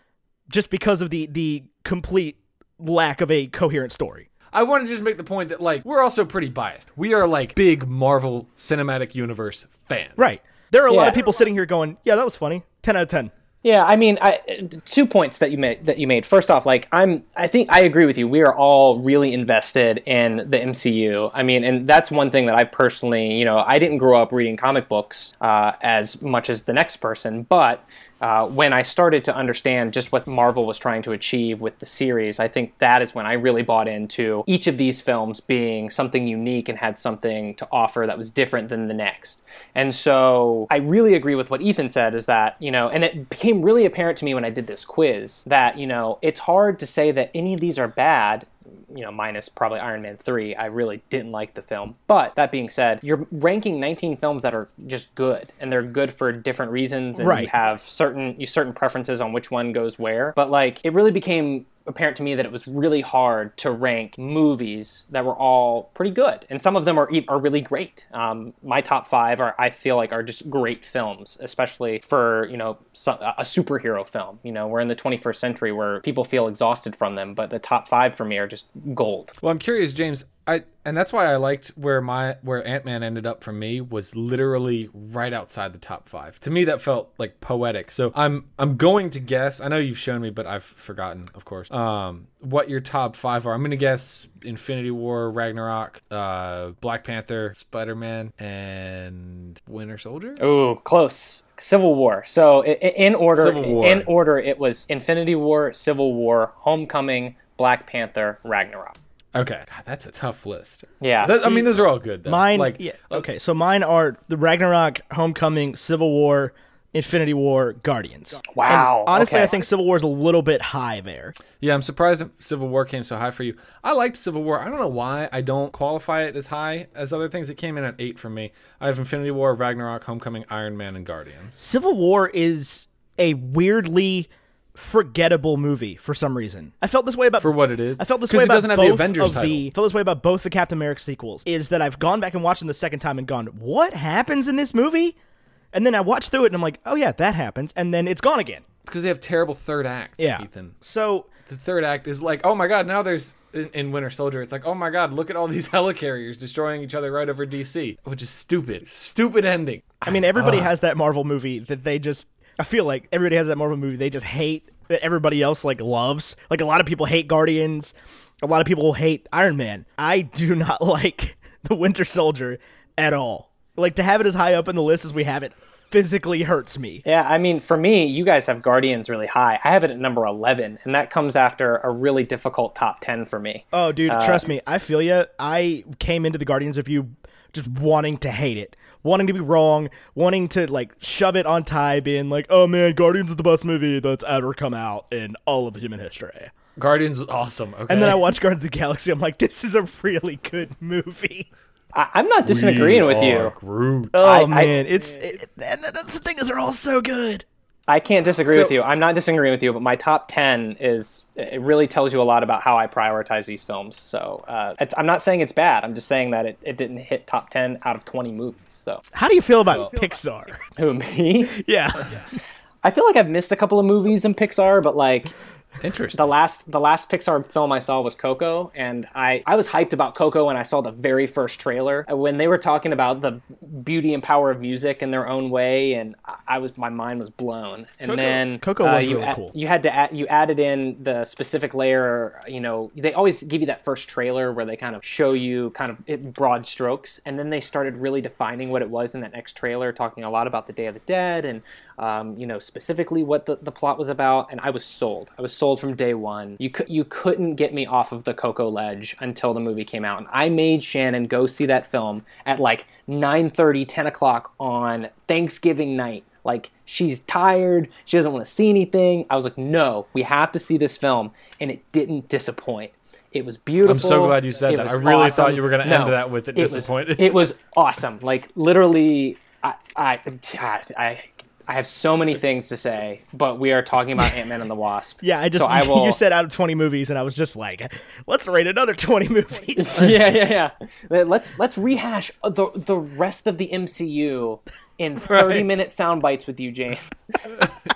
just because of the the complete lack of a coherent story.
I want to just make the point that like we're also pretty biased. We are like big Marvel Cinematic Universe fans.
Right. There are a lot
Yeah.
of people sitting here going, "Yeah, that was funny. 10 out of 10."
Yeah, I mean, I, two points that you made. That you made. First off, like I'm, I think I agree with you. We are all really invested in the MCU. I mean, and that's one thing that I personally, you know, I didn't grow up reading comic books uh, as much as the next person, but uh, when I started to understand just what Marvel was trying to achieve with the series, I think that is when I really bought into each of these films being something unique and had something to offer that was different than the next. And so I really agree with what Ethan said is that, you know, and it became really apparent to me when I did this quiz that, you know, it's hard to say that any of these are bad you know, minus probably Iron Man 3. I really didn't like the film. But that being said, you're ranking 19 films that are just good and they're good for different reasons and
Right.
you have certain you certain preferences on which one goes where. But like it really became apparent to me that it was really hard to rank movies that were all pretty good and some of them are e- are really great um, my top five are i feel like are just great films especially for you know so- a superhero film you know we're in the 21st century where people feel exhausted from them but the top five for me are just gold
Well, I'm curious, James. I and that's why I liked where my where Ant Man ended up for me was literally right outside the top five. To me, that felt like poetic. So I'm I'm going to guess. I know you've shown me, but I've forgotten, of course. Um, what your top five are? I'm gonna guess Infinity War, Ragnarok, uh, Black Panther, Spider Man, and Winter Soldier.
Ooh, close. Civil War. So i- i- in order,
Civil War.
in order, it was Infinity War, Civil War, Homecoming, Black Panther, Ragnarok.
Okay, God, that's a tough list.
Yeah.
That- I mean those are all good. Though.
Mine,
like
yeah, okay. So mine are the Ragnarok, Homecoming, Civil War, Infinity War, Guardians.
Wow.
Honestly,
okay.
I think Civil War is a little bit high there.
Yeah, I'm surprised Civil War came so high for you. I liked Civil War. I don't know why I don't qualify it as high as other things. It came in at eight for me. I have Infinity War, Ragnarok, Homecoming, Iron Man, and Guardians.
Civil War is a weirdly forgettable movie for some reason. I felt this way about
For what it is,
I felt this
'Cause
way
it
about
doesn't have
both
the Avengers
of
title.
the felt this way about both the Captain America sequels. Is that I've gone back and watched them the second time and gone, what happens in this movie? And then I watched through it and I'm like, oh yeah, that happens, and then it's gone again.
because they have terrible third acts.
Yeah.
Ethan.
So
The third act is like, oh my god, now there's in, in Winter Soldier. It's like, oh my god, look at all these helicarriers destroying each other right over DC, which is stupid, stupid ending.
I mean, everybody has that Marvel movie that they just. I feel like everybody has that Marvel movie they just hate that everybody else like loves. Like a lot of people hate Guardians. A lot of people hate Iron Man. I do not like the Winter Soldier at all. Like to have it as high up in the list as we have it physically hurts me.
Yeah, I mean, for me, you guys have Guardians really high. I have it at number 11, and that comes after a really difficult top 10 for me.
Oh, dude, trust me. I feel you. I came into the Guardians review just wanting to hate it, wanting to be wrong, wanting to like shove it on Ty, being like, "Oh man, Guardians is the best movie that's ever come out in all of human history."
Guardians was awesome. Okay.
And then I watched Guardians of the Galaxy. I'm like, "This is a really good movie."
I- I'm not disagreeing with you.
Groot.
Oh
I-
man, it's it, it- and that's the thing is they're all so good.
I can't disagree with
So-
you. I'm not disagreeing with you, but my top 10 is, it really tells you a lot about how I prioritize these films. So uh, it's, I'm not saying it's bad. I'm just saying that it, it didn't hit top 10 out of 20 movies. So,
How do you feel about Pixar?
who, me?
yeah,
I feel like I've missed a couple of movies in Pixar, but like
Interesting.
the last the last Pixar film I saw was Coco, and I I was hyped about Coco when I saw the very first trailer when they were talking about the beauty and power of music in their own way, and I- I was my mind was blown. And then uh,
Coco was
you
really
a-
cool.
You had to add, you added in the specific layer. You know they always give you that first trailer where they kind of show you kind of it, broad strokes, and then they started really defining what it was in that next trailer, talking a lot about the Day of the Dead and um, you know specifically what the, the plot was about. And I was sold. I was sold from day one. You could you couldn't get me off of the Coco ledge until the movie came out, and I made Shannon go see that film at like 9:30, 10 o'clock on Thanksgiving night like she's tired she doesn't want to see anything i was like no we have to see this film and it didn't disappoint it was beautiful
I'm so glad you said
It
that.
was
I really thought
awesome.
you were gonna end that with it
was-
disappointed.
it was awesome like literally I, I, God, I, I have so many things to say, but we are talking about Ant Man and the Wasp.
Yeah, I just
so I will.
you said out of twenty movies, and I was just like, let's rate another twenty movies.
yeah, yeah, yeah. Let's let's rehash the the rest of the MCU in thirty minute sound bites with you, James,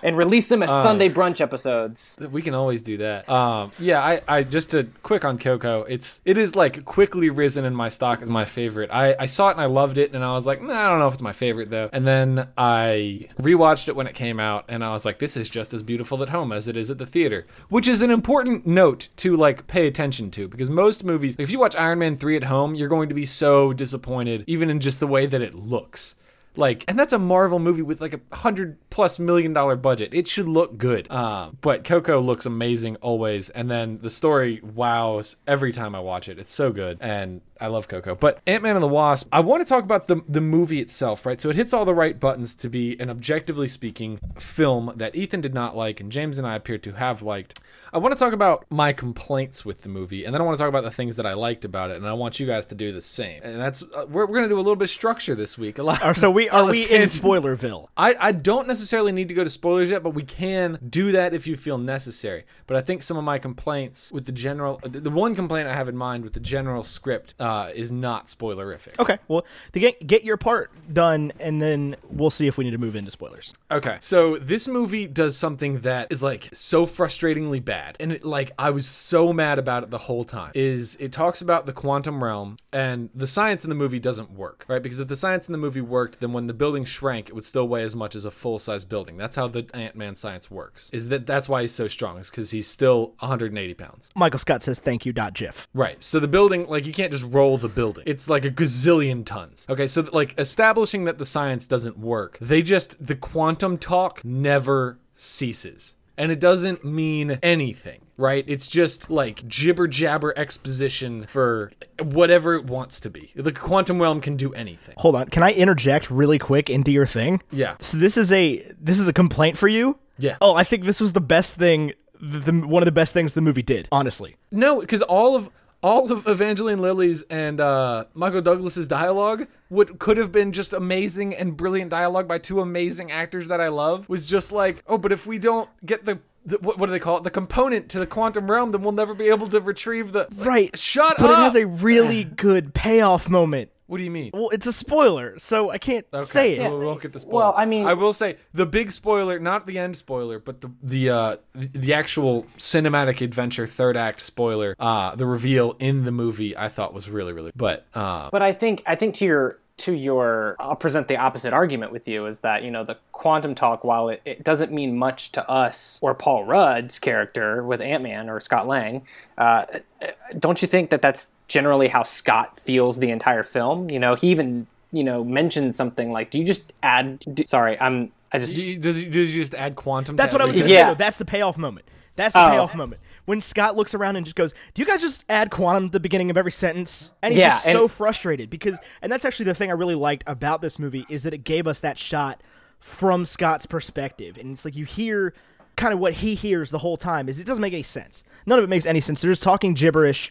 and release them as Sunday brunch episodes.
We can always do that. Um, yeah, I, I just to quick on Coco, it's it is like quickly risen in my stock as my favorite. I, I saw it and I loved it, and I was like, nah, I don't know if it's my favorite though. And then I rewatched it when it came out, and I was like, this is just as beautiful at home as it is at the theater, which is an important note to like pay attention to because most movies, if you watch Iron Man three at home, you're going to be so disappointed, even in just the way that it looks. Like, and that's a Marvel movie with like a hundred plus million dollar budget. It should look good. Uh, but Coco looks amazing always, and then the story wows every time I watch it. It's so good, and I love Coco. But Ant Man and the Wasp. I want to talk about the the movie itself, right? So it hits all the right buttons to be an objectively speaking film that Ethan did not like, and James and I appear to have liked. I want to talk about my complaints with the movie, and then I want to talk about the things that I liked about it, and I want you guys to do the same. And that's uh, we're, we're gonna do a little bit of structure this week. A lot.
Or so we
a
are
lot
we
of
in
tangents.
Spoilerville?
I, I don't necessarily need to go to spoilers yet, but we can do that if you feel necessary. But I think some of my complaints with the general, the, the one complaint I have in mind with the general script uh, is not spoilerific.
Okay, well, to get get your part done, and then we'll see if we need to move into spoilers.
Okay. So this movie does something that is like so frustratingly bad. And it, like I was so mad about it the whole time. Is it talks about the quantum realm and the science in the movie doesn't work, right? Because if the science in the movie worked, then when the building shrank, it would still weigh as much as a full-size building. That's how the Ant-Man science works. Is that that's why he's so strong is cuz he's still 180 pounds.
Michael Scott says thank you. Dot GIF.
Right. So the building, like, you can't just roll the building. It's like a gazillion tons. Okay. So, like, establishing that the science doesn't work, they just, the quantum talk never ceases. And it doesn't mean anything, right? It's just like jibber jabber exposition for whatever it wants to be. The quantum realm can do anything.
Hold on, can I interject really quick into your thing?
Yeah.
So this is a this is a complaint for you.
Yeah.
Oh, I think this was the best thing. The, the one of the best things the movie did. Honestly,
No, because all of all of Evangeline Lilly's and uh, Michael Douglas's dialogue would could have been just amazing and brilliant dialogue by two amazing actors that I love was just like, oh, but if we don't get the, the what, what do they call it, the component to the quantum realm, then we'll never be able to retrieve the
right?
Shut
But it
up.
has a really good payoff moment.
what do you mean?
Well, it's a spoiler, so I can't say it.
Okay, We'll, we'll get the spoiler.
Well, I mean-
I will say the big spoiler, not the end spoiler, but the the uh, the the actual cinematic adventure third act spoiler, uh, the reveal in the movie, I thought was really really. But uh,
But I think I think to your to your I'll present the opposite argument with you is that you know the quantum talk while it, it doesn't mean much to us or Paul Rudd's character with Ant Man or Scott Lang, uh, don't you think that that's generally how Scott feels the entire film? You know, he even you know mentioned something like, "Do you just add?" d sorry, I'm I just
You- Does you, does you just add quantum?
That's
to
what I was
everything?
gonna
Yeah. Oh.
say. Though. That's the payoff moment. That's the payoff moment. When Scott looks around and just goes, "Do you guys just add quantum at the beginning of every sentence?" And he's
Yeah,
just
and-
so frustrated because, and that's actually the thing I really liked about this movie is that it gave us that shot from Scott's perspective, and it's like you hear kind of what he hears the whole time. Is it doesn't make any sense. None of it makes any sense. They're just talking gibberish,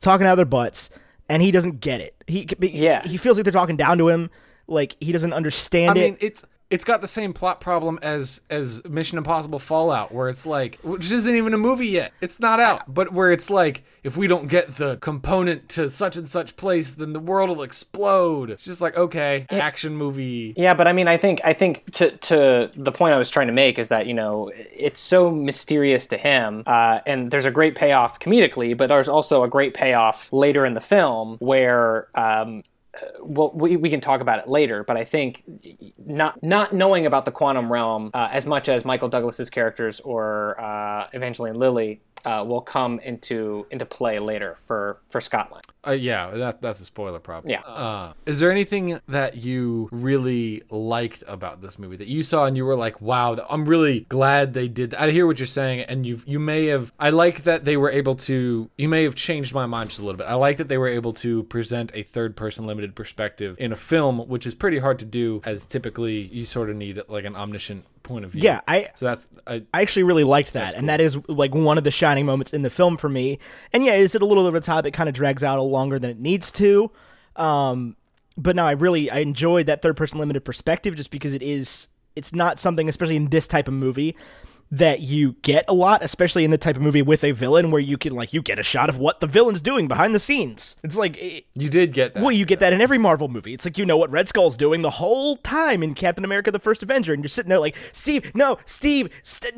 talking out of their butts, and he doesn't get it. He
Yeah.
he feels like they're talking down to him, like he doesn't understand
I
it.
mean, it's it's got the same plot problem as as Mission Impossible Fallout, where it's like, which isn't even a movie yet. It's not out, but where it's like, if we don't get the component to such and such place, then the world will explode. It's just like, okay, action movie.
Yeah, but I mean, I think I think to to the point I was trying to make is that you know it's so mysterious to him, uh, and there's a great payoff comedically, but there's also a great payoff later in the film where. Um, uh, well, we, we can talk about it later, but I think not not knowing about the quantum realm uh, as much as Michael Douglas's characters or uh, Evangeline Lilly uh, will come into into play later for for Scotland.
Uh, yeah, that that's a spoiler problem.
Yeah.
Uh, is there anything that you really liked about this movie that you saw and you were like, "Wow, th- I'm really glad they did." That. I hear what you're saying, and you you may have. I like that they were able to. You may have changed my mind just a little bit. I like that they were able to present a third person limited perspective in a film, which is pretty hard to do, as typically you sort of need like an omniscient point of view.
Yeah, I-
So that's I,
I actually really liked that, and that is like one of the shining moments in the film for me. And yeah, is it a little over the top? It kind of drags out a longer than it needs to. Um, but no, I really I enjoyed that third person limited perspective just because it is it's not something especially in this type of movie that you get a lot, especially in the type of movie with a villain where you can like you get a shot of what the villain's doing behind the scenes. It's like it,
You did get that.
well, you get that in every Marvel movie. It's like you know what Red Skull's doing the whole time in Captain America: The First Avenger, and you're sitting there like, Steve, no, Steve, st-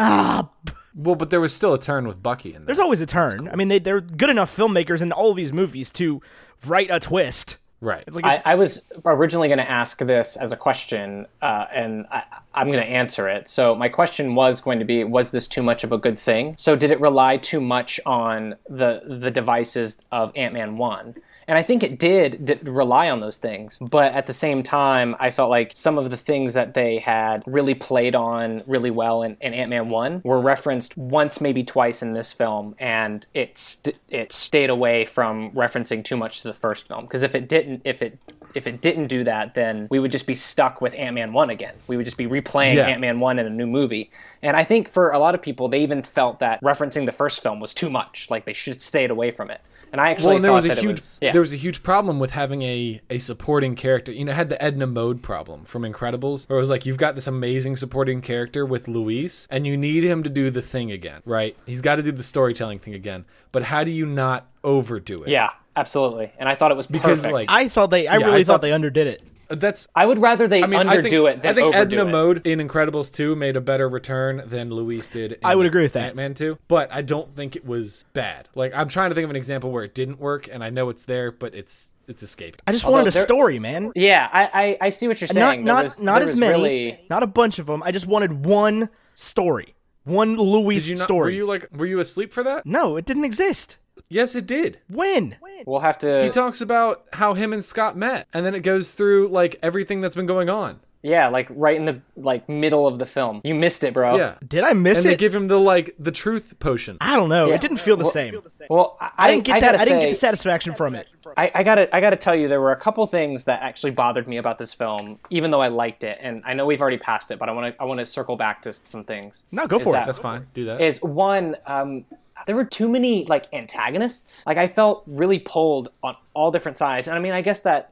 stop.
Well, but there was still a turn with Bucky in there.
There's always a turn. I mean, they they're good enough filmmakers in all these movies to write a twist.
right.
It's like it's,
I, I was originally going to ask this as a question, uh, and I, I'm going to answer it. So my question was going to be: Was this too much of a good thing? So did it rely too much on the the devices of Ant Man One? And I think it did, did rely on those things, but at the same time, I felt like some of the things that they had really played on really well in, in Ant Man One were referenced once, maybe twice in this film, and it st- it stayed away from referencing too much to the first film. Because if it didn't, if it if it didn't do that, then we would just be stuck with Ant Man One again. We would just be replaying
Yeah.
Ant Man One in a new movie. And I think for a lot of people, they even felt that referencing the first film was too much. Like they should have stayed away from it. And I actually
well, and there
thought
was a
that
huge
it was yeah.
there was a huge problem with having a a supporting character. You know, it had the Edna Mode problem from Incredibles, where it was like you've got this amazing supporting character with Luis, and you need him to do the thing again, right? He's got to do the storytelling thing again. But how do you not overdo it?
yeah, absolutely. And I thought it was
because
perfect.
like
I thought they I
Yeah,
really
I
thought,
thought-
they underdid it.
that's.
I would rather they
I mean, I think,
underdo it than
I think
overdo
Edna
it.
Mode in Incredibles 2 made a better return than Luis did. In
I would agree with that.
Ant-Man 2, but I don't think it was bad. Like I'm trying to think of an example where it didn't work, and I know it's there, but it's it's escaping.
I just
Although
wanted a
there-
story, man.
yeah, I, I, I see what you're saying.
Not
There
not
was-
not
there
as
was
many,
really-
not a bunch of them. I just wanted one story, one Luis
Did you not,
story.
Were you like, were you asleep for that?
No, it didn't exist.
Yes, it did.
When?
We'll have to.
He talks about how him and Scott met, and then it goes through like everything that's been going on.
yeah, like right in the like middle of the film. You missed it, bro.
Yeah,
Did I miss
and they
it?
give him the like the truth potion.
Ah.
I don't know.
Yeah.
It didn't feel the same.
Well, I,
I didn't get that.
gotta
I didn't get the
say-
satisfaction from it.
I, I gotta I gotta tell you there were a couple things that actually bothered me about this film, even though I liked it, and I know we've already passed it, but I wanna I wanna circle back to some things.
No, go
Is
for
that-
it.
That's fine. Do that.
Is one, um, there were too many like antagonists. Like I felt really pulled on all different sides, and I mean I guess that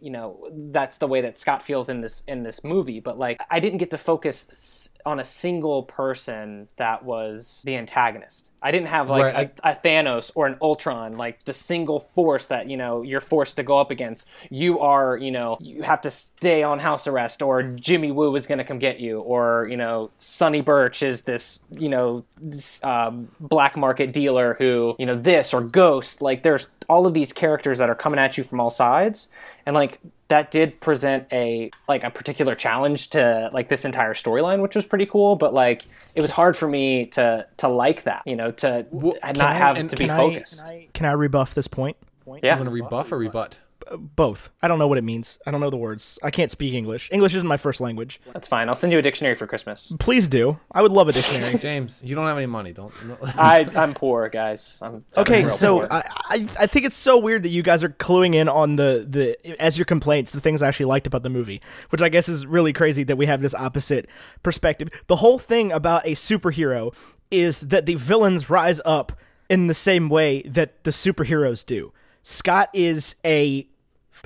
you know that's the way that Scott feels in this in this movie, but like I didn't get to focus. s- On a single person that was the antagonist. I didn't have like
Right,
a, a Thanos or an Ultron, like the single force that you know you're forced to go up against. You are, you know, you have to stay on house arrest, or Jimmy Woo is going to come get you, or you know, Sonny Birch is this, you know, this, um, black market dealer who, you know, this or Ghost. Like, there's all of these characters that are coming at you from all sides, and like that did present a like a particular challenge to like this entire storyline which was pretty cool but like it was hard for me to to like that you know to and not
I-
have
and
to be
can I-
focused
Can I rebuff this point?
yeah
I'm gonna rebuff or rebut.
Both. I don't know what it means. I don't know the words. I can't speak English. English isn't my first language.
that's fine i'll send you a dictionary for christmas
Please do. I would love a dictionary.
James, you don't have any money. Don't.
i i'm poor guys i'm I'm
okay,
real
so uh,
poor.
I, I I think it's so weird that you guys are cluing in on the the as your complaints the things I actually liked about the movie, which I guess is really crazy that we have this opposite perspective. The whole thing about a superhero is that the villains rise up in the same way that the superheroes do. Scott is a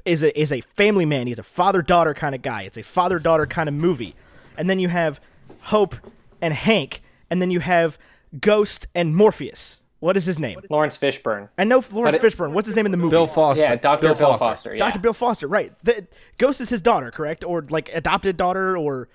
is a is a family man. He's a father daughter kind of guy. It's a father daughter kind of movie. And then you have Hope and Hank, and then you have Ghost and Morpheus. What is his name?
lawrence fishburne
I know Lawrence
But it-
Fishburne. What's his name in the movie?
Bill Foster.
yeah dr bill, foster, yeah.
Dr. Bill Foster. Right. The, Ghost is his daughter, correct? Or like adopted daughter or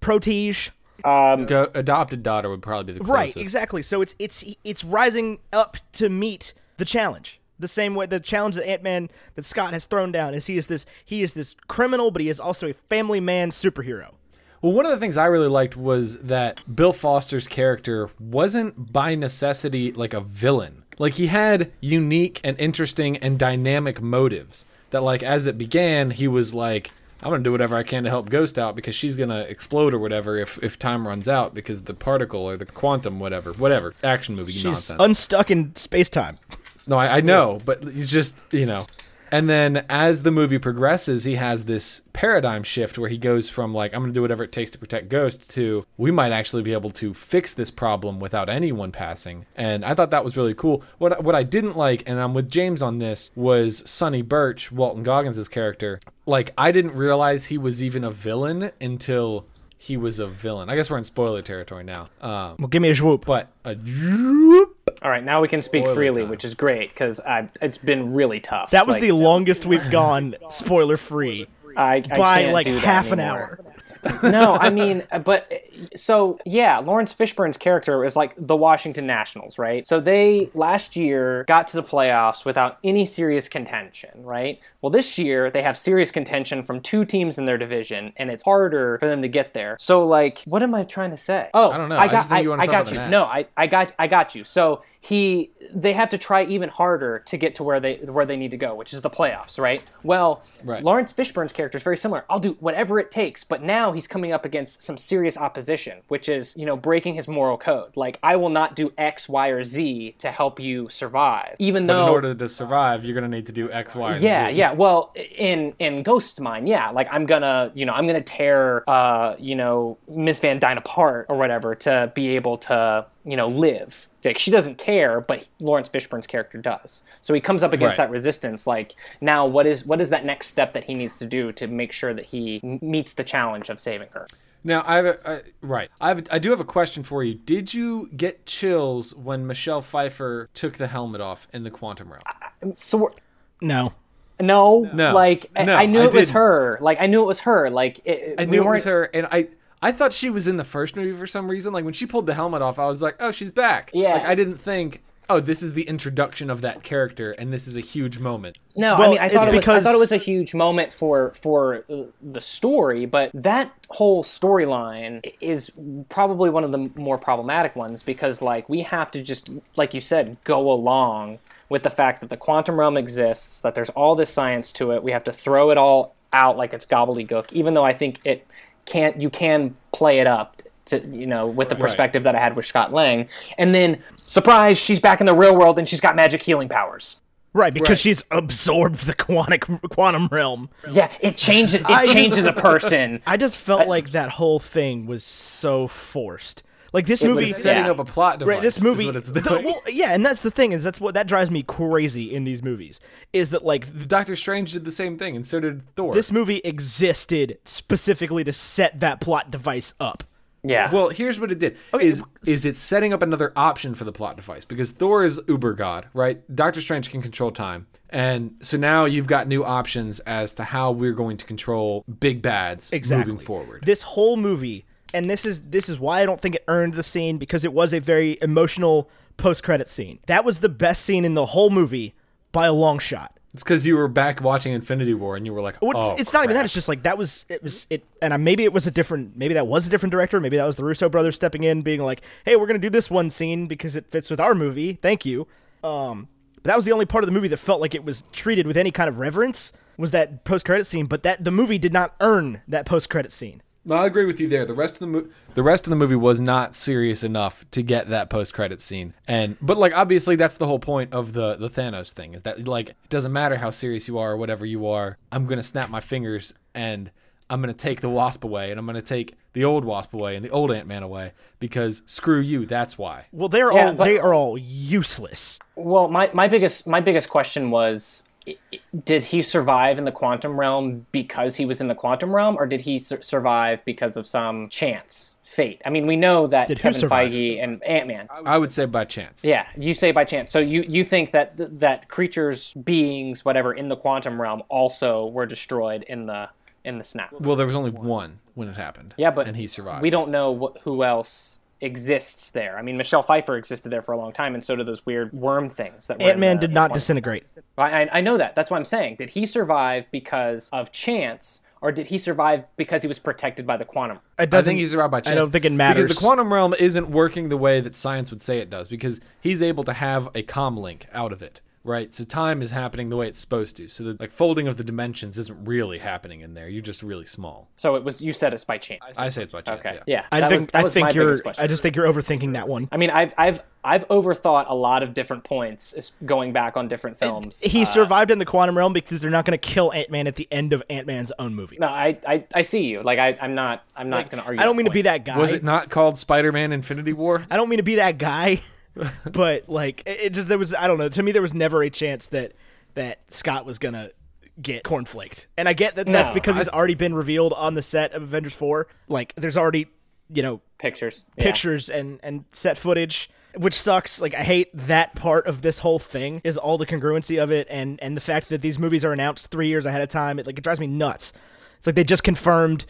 protege.
Go, adopted daughter would probably be the
Right.
closest.
Exactly. So it's it's it's rising up to meet the challenge. The same way the challenge that Ant Man that Scott has thrown down is he is this he is this criminal, but he is also a family man superhero.
Well, one of the things I really liked was that Bill Foster's character wasn't by necessity like a villain. Like he had unique and interesting and dynamic motives that like as it began, he was like I'm going to do whatever I can to help Ghost out because she's going to explode or whatever if if time runs out because the particle or the quantum whatever, whatever. Action movie
He's
nonsense.
unstuck in space time.
no, I, I know, but it's just, you know, And then as the movie progresses, he has this paradigm shift where he goes from like, I'm going to do whatever it takes to protect Ghost to we might actually be able to fix this problem without anyone passing. And I thought that was really cool. What what I didn't like, and I'm with James on this, was Sonny Birch, Walton Goggins' character. Like I didn't realize he was even a villain until he was a villain. I guess we're in spoiler territory now. Um,
Well, give me a swoop.
but uh, a droop
All right, now we can speak
Spoiler
freely,
time.
which is great because it's been really tough.
That was
Like,
the longest we've gone spoiler free
I, I
by
can't
like
do that
half an
anymore.
hour.
no, I mean, uh, but so yeah, Lawrence Fishburne's character is like the Washington Nationals, right? So they last year got to the playoffs without any serious contention, right? Well, this year they have serious contention from two teams in their division, and it's harder for them to get there. So, like, what am I trying to say? Oh,
I don't know. I
I got,
just think
I,
you wanna
I
talk
got
about
you.
the
No,
Nats.
I, I got, I got you. So he, they have to try even harder to get to where they where they need to go, which is the playoffs, right? Well,
Right.
Lawrence Fishburne's character is very similar. I'll do whatever it takes, but now he's coming up against some serious opposition, which is, you know, breaking his moral code. Like, I will not do X, Y, or Z to help you survive, even
But
though.
in order to survive, you're going to need to do X, Y, and
Oh. yeah,
Z.
yeah. Well, in in Ghost's mind, yeah. Like I'm gonna, you know, I'm gonna tear, uh, you know, Miss Van Dyne apart or whatever to be able to, you know, live. Like she doesn't care, but Lawrence Fishburne's character does. So he comes up against
Right.
that resistance. Like now, what is what is that next step that he needs to do to make sure that he m- meets the challenge of saving her?
Now I have a, I, right. I have I do have a question for you. Did you get chills when Michelle Pfeiffer took the helmet off in the quantum realm?
So we're,
No.
no,
No.
like I-
No,
I, knew
I
it was
didn't.
her. Like I knew it was her. Like it,
I
we
knew it was
weren't-
her, and I I thought she was in the first movie for some reason. Like when she pulled the helmet off, I was like, oh, she's back.
Yeah.
Like I didn't think, oh, this is the introduction of that character, and this is a huge moment.
No,
Well,
I mean, I
it's
thought, it was, I
because-
thought it was a huge moment for for uh, the story, but that whole storyline is probably one of the more problematic ones because, like, we have to just, like you said, go along with the fact that the quantum realm exists, that there's all this science to it. We have to throw it all out like it's gobbledygook, even though I think it can't. You can play it up. To, you know, with the perspective that I had with Scott Lang, and then surprise, she's back in the real world and she's got magic healing powers.
Right, because
Right.
she's absorbed the quantic, quantum realm.
Yeah, it changes. It
just-
changes a person.
I just felt like that whole thing was so forced. Like this
would've
movie
been
Setting
Yeah.
up a plot device.
Right, this movie.
Is what it's
the-
doing.
well, yeah, and that's the thing is that's what that drives me crazy in these movies is that like th-
Doctor Strange did the same thing, and so did Thor.
this movie existed specifically to set that plot device up.
Yeah.
Well, here's what it did: is is it setting up another option for the plot device? Because Thor is Uber God, right? Doctor Strange can control time, and so now you've got new options as to how we're going to control big bads
exactly
moving forward.
This whole movie, and this is this is why I don't think it earned the scene because it was a very emotional post credit scene. That was the best scene in the whole movie by a long shot.
It's because you were back watching Infinity War, and you were like,
Well, it's,
"Oh,
it's not even that. It's just like that was it was it, and I, maybe it was a different. Maybe that was a different director. Maybe that was the Russo brothers stepping in, being like, "Hey, we're gonna do this one scene because it fits with our movie. Thank you." Um, but that was the only part of the movie that felt like it was treated with any kind of reverence was that post credit scene. But that the movie did not earn that post credit scene.
No, I agree with you there. The rest of the mo- the rest of the movie was not serious enough to get that post credit scene. And but like obviously that's the whole point of the the Thanos thing is that like it doesn't matter how serious you are or whatever you are. I'm gonna snap my fingers and I'm gonna take the Wasp away and I'm gonna take the old Wasp away and the old Ant Man away because screw you. That's why.
Well, they're
Yeah,
all
but-
they are all useless.
Well, my, my biggest my biggest question was, i- i- did he survive in the quantum realm because he was in the quantum realm, or did he sur- survive because of some chance, fate? I mean, we know that
Did who
Kevin
survive?
Feige and Ant Man.
I would say by chance.
Yeah, you say by chance. So you you think that that creatures, beings, whatever in the quantum realm also were destroyed in the in the snap.
Well, there was only one when it happened.
Yeah, but
and he survived.
We don't know wh- who else exists there. I mean, Michelle Pfeiffer existed there for a long time, and so do those weird worm things that were in
Ant Man
the-
did
the
not
corner.
disintegrate.
I, I- I know that. That's what I'm saying. Did he survive because of chance, or did he survive because he was protected by the quantum?
It
I
doesn't.
think he's survived by chance.
I don't think it
Because
matters.
the quantum realm isn't working the way that science would say it does, because he's able to have a comm link out of it. right? So time is happening the way it's supposed to. So the like folding of the dimensions isn't really happening in there. You're just really small.
So it was you said it's by chance.
I say it's by chance.
Okay.
Yeah.
Yeah.
I
that
think
was- that
I
was my
think you're
biggest question.
I just think you're overthinking that one.
I mean, I've I've I've overthought a lot of different points is- going back on different films.
He
Uh,
survived in the quantum realm because they're not going to kill Ant Man at the end of Ant Man's own movie.
no, I, I I see you. Like I I'm not I'm not going to argue.
I don't mean to be that guy.
Was it not called Spider-Man: Infinity War?
I don't mean to be that guy, but like it, it just there was I don't know. To me, there was never a chance that that Scott was gonna get cornflaked, and I get that that's
No,
because he's already been revealed on the set of Avengers Four. Like, there's already you know
pictures. Yeah.
pictures and and set footage. Which sucks. Like I hate that part of this whole thing is all the congruency of it and and the fact that these movies are announced three years ahead of time. It like it drives me nuts. It's like they just confirmed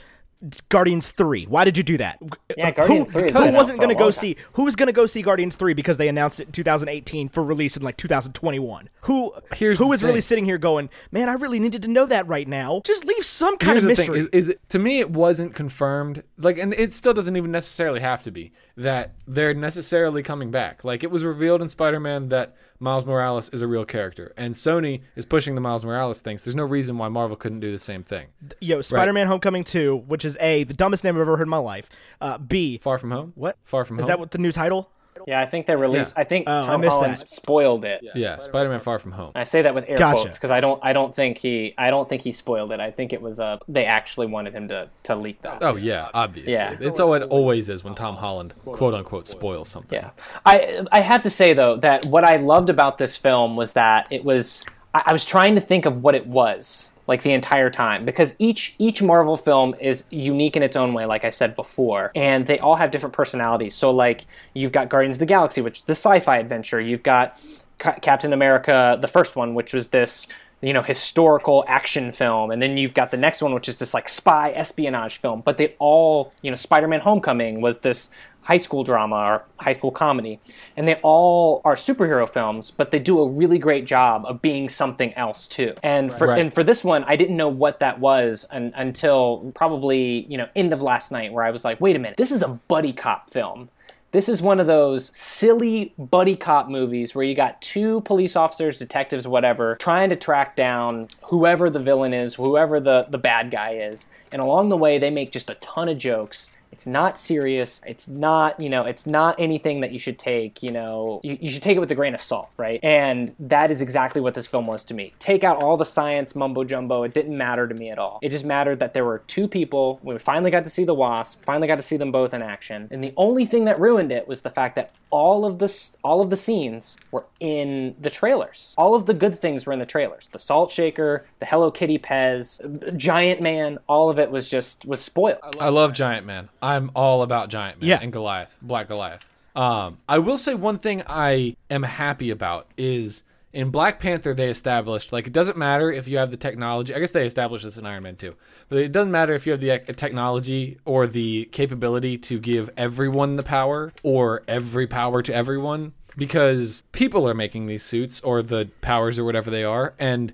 Guardians three. Why did you do that? uh,
Yeah, Guardians
who,
3 has
Who
been out
wasn't
for a
gonna go
long time.
see? Who was gonna go see Guardians three because they announced it in 2018 for release in like 2021? Who
Here's
who
the
is really
thing.
sitting here going, man? I really needed to know that right now. Just leave some kind
Here's
of
the
mystery.
thing: is, is it, to me it wasn't confirmed. Like, and it still doesn't even necessarily have to be that they're necessarily coming back. Like, it was revealed in Spider-Man that Miles Morales is a real character, and Sony is pushing the Miles Morales things. There's no reason why Marvel couldn't do the same thing.
Yo, Spider-Man: Homecoming Two, which is a the dumbest name I've ever heard in my life. Uh, B.
Far from home.
What?
Far from
Is
home.
that what the new title?
Yeah, I think they released. I think
Oh, I
Tom
missed
Holland
that.
spoiled it.
Yeah, Spider-Man: Far from Home.
I say that with air
Gotcha.
quotes because I don't I don't think he I don't think he spoiled it. I think it was uh they actually wanted him to to leak that.
Oh yeah, obviously.
Yeah.
It's all it always is when Tom Holland quote unquote spoils something.
Yeah, I I have to say though that what I loved about this film was that it was I, I was trying to think of what it was like the entire time because each each Marvel film is unique in its own way, like I said before, and they all have different personalities. So like you've got Guardians of the Galaxy, which is the sci-fi adventure. You've got Ca- Captain America, the first one, which was this you know historical action film and then you've got the next one which is this like spy espionage film but they all you know spider-man homecoming was this high school drama or high school comedy and they all are superhero films but they do a really great job of being something else too and for
Right.
and for this one i didn't know what that was un- until probably you know end of last night where i was like wait a minute this is a buddy cop film this is one of those silly buddy cop movies where you got two police officers, detectives, whatever, trying to track down whoever the villain is, whoever the, the bad guy is. And along the way, they make just a ton of jokes. It's not serious. It's not, you know, it's not anything that you should take, you know, you, you should take it with a grain of salt, right? And that is exactly what this film was to me. Take out all the science mumbo jumbo. It didn't matter to me at all. It just mattered that there were two people. We finally got to see the Wasp, finally got to see them both in action. And the only thing that ruined it was the fact that all of this all of the scenes were in the trailers. All of the good things were in the trailers. The salt shaker, the Hello Kitty Pez, Giant Man, all of it was just was spoiled.
I love Giant Man. I'm all about Giant Man
Yeah.
and Goliath, Black Goliath. Um, I will say one thing I am happy about is in Black Panther they established like it doesn't matter if you have the technology. I guess they established this in Iron Man too, but it doesn't matter if you have the ec- technology or the capability to give everyone the power or every power to everyone because people are making these suits or the powers or whatever they are and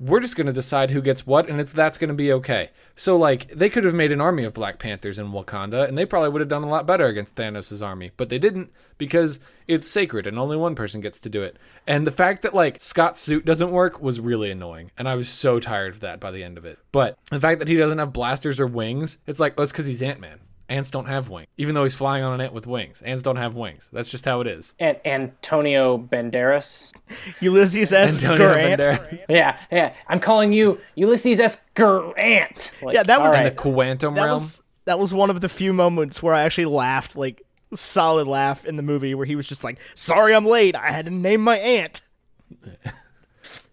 we're just going to decide who gets what and it's that's going to be okay so like they could have made an army of black panthers in wakanda and they probably would have done a lot better against thanos' army but they didn't because it's sacred and only one person gets to do it and the fact that like scott's suit doesn't work was really annoying and i was so tired of that by the end of it but the fact that he doesn't have blasters or wings it's like oh it's because he's ant-man ants don't have wings even though he's flying on an ant with wings ants don't have wings that's just how it is
And Antonio Banderas.
Ulysses S.
Antonio
Grant.
Banderas.
Yeah, yeah. I'm calling you Ulysses S. Grant. Like,
Yeah, that was-
all
and the
right.
quantum
That
realm
was that was one of the few moments where I actually laughed, like solid laugh in the movie, where he was just like, "Sorry, I'm late. I had to name my aunt."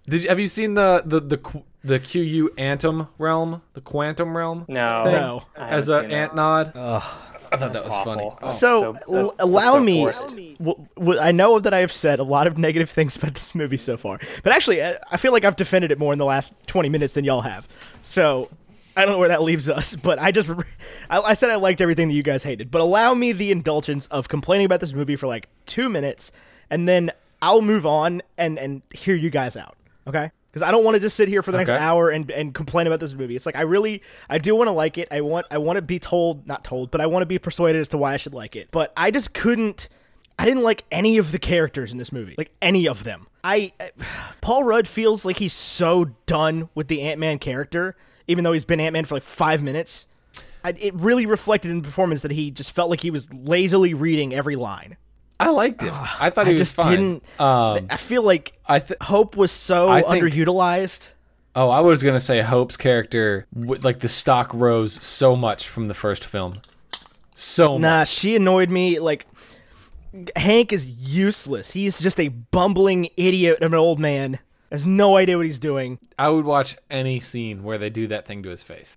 Did you, have you seen the the the qu- the QU Antum realm, the Quantum realm?
No.
thing?
No.
I haven't
As a
seen that.
ant nod. I thought that was funny.
awful. Oh,
so,
so-
l-
so-
allow
so
me.
forced.
W- w- I know that I have said a lot of negative things about this movie so far, but actually, I, I feel like I've defended it more in the last twenty minutes than y'all have. So. I don't know where that leaves us, but I just, re- I, I said I liked everything that you guys hated, but allow me the indulgence of complaining about this movie for like two minutes, and then I'll move on and and hear you guys out, okay? Because I don't want to just sit here for the
Okay.
next hour and and complain about this movie. It's like I really, I do want to like it. I want, I want to be told, not told, but I want to be persuaded as to why I should like it. But I just couldn't. I didn't like any of the characters in this movie, like any of them. I, I Paul Rudd feels like he's so done with the Ant Man character, even though he's been Ant Man for like five minutes. I, it really reflected in the performance that he just felt like he was lazily reading every line.
I liked him. I thought he
I
was
just
fine.
didn't.
Um,
I feel like
I th-
Hope was so
I think-
underutilized.
oh, I was gonna say Hope's character, w- like the stock rose so much from the first film, so much.
Nah, she annoyed me. Like Hank is useless. He's just a bumbling idiot of an old man. Has no idea what he's doing.
I would watch any scene where they do that thing to his face.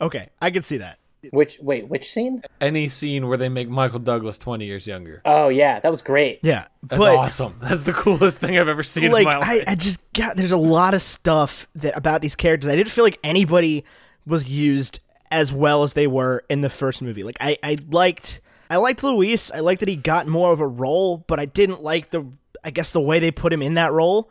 Okay, I can see that.
Which wait, which scene?
any scene where they make Michael Douglas twenty years younger.
Oh yeah, that was great.
Yeah,
That's
but
awesome. That's the coolest thing I've ever seen in
like
my life.
I, I just got there's a lot of stuff that about these characters. I didn't feel like anybody was used as well as they were in the first movie. Like I, I liked I liked Luis. I liked that he got more of a role, but I didn't like the I guess the way they put him in that role.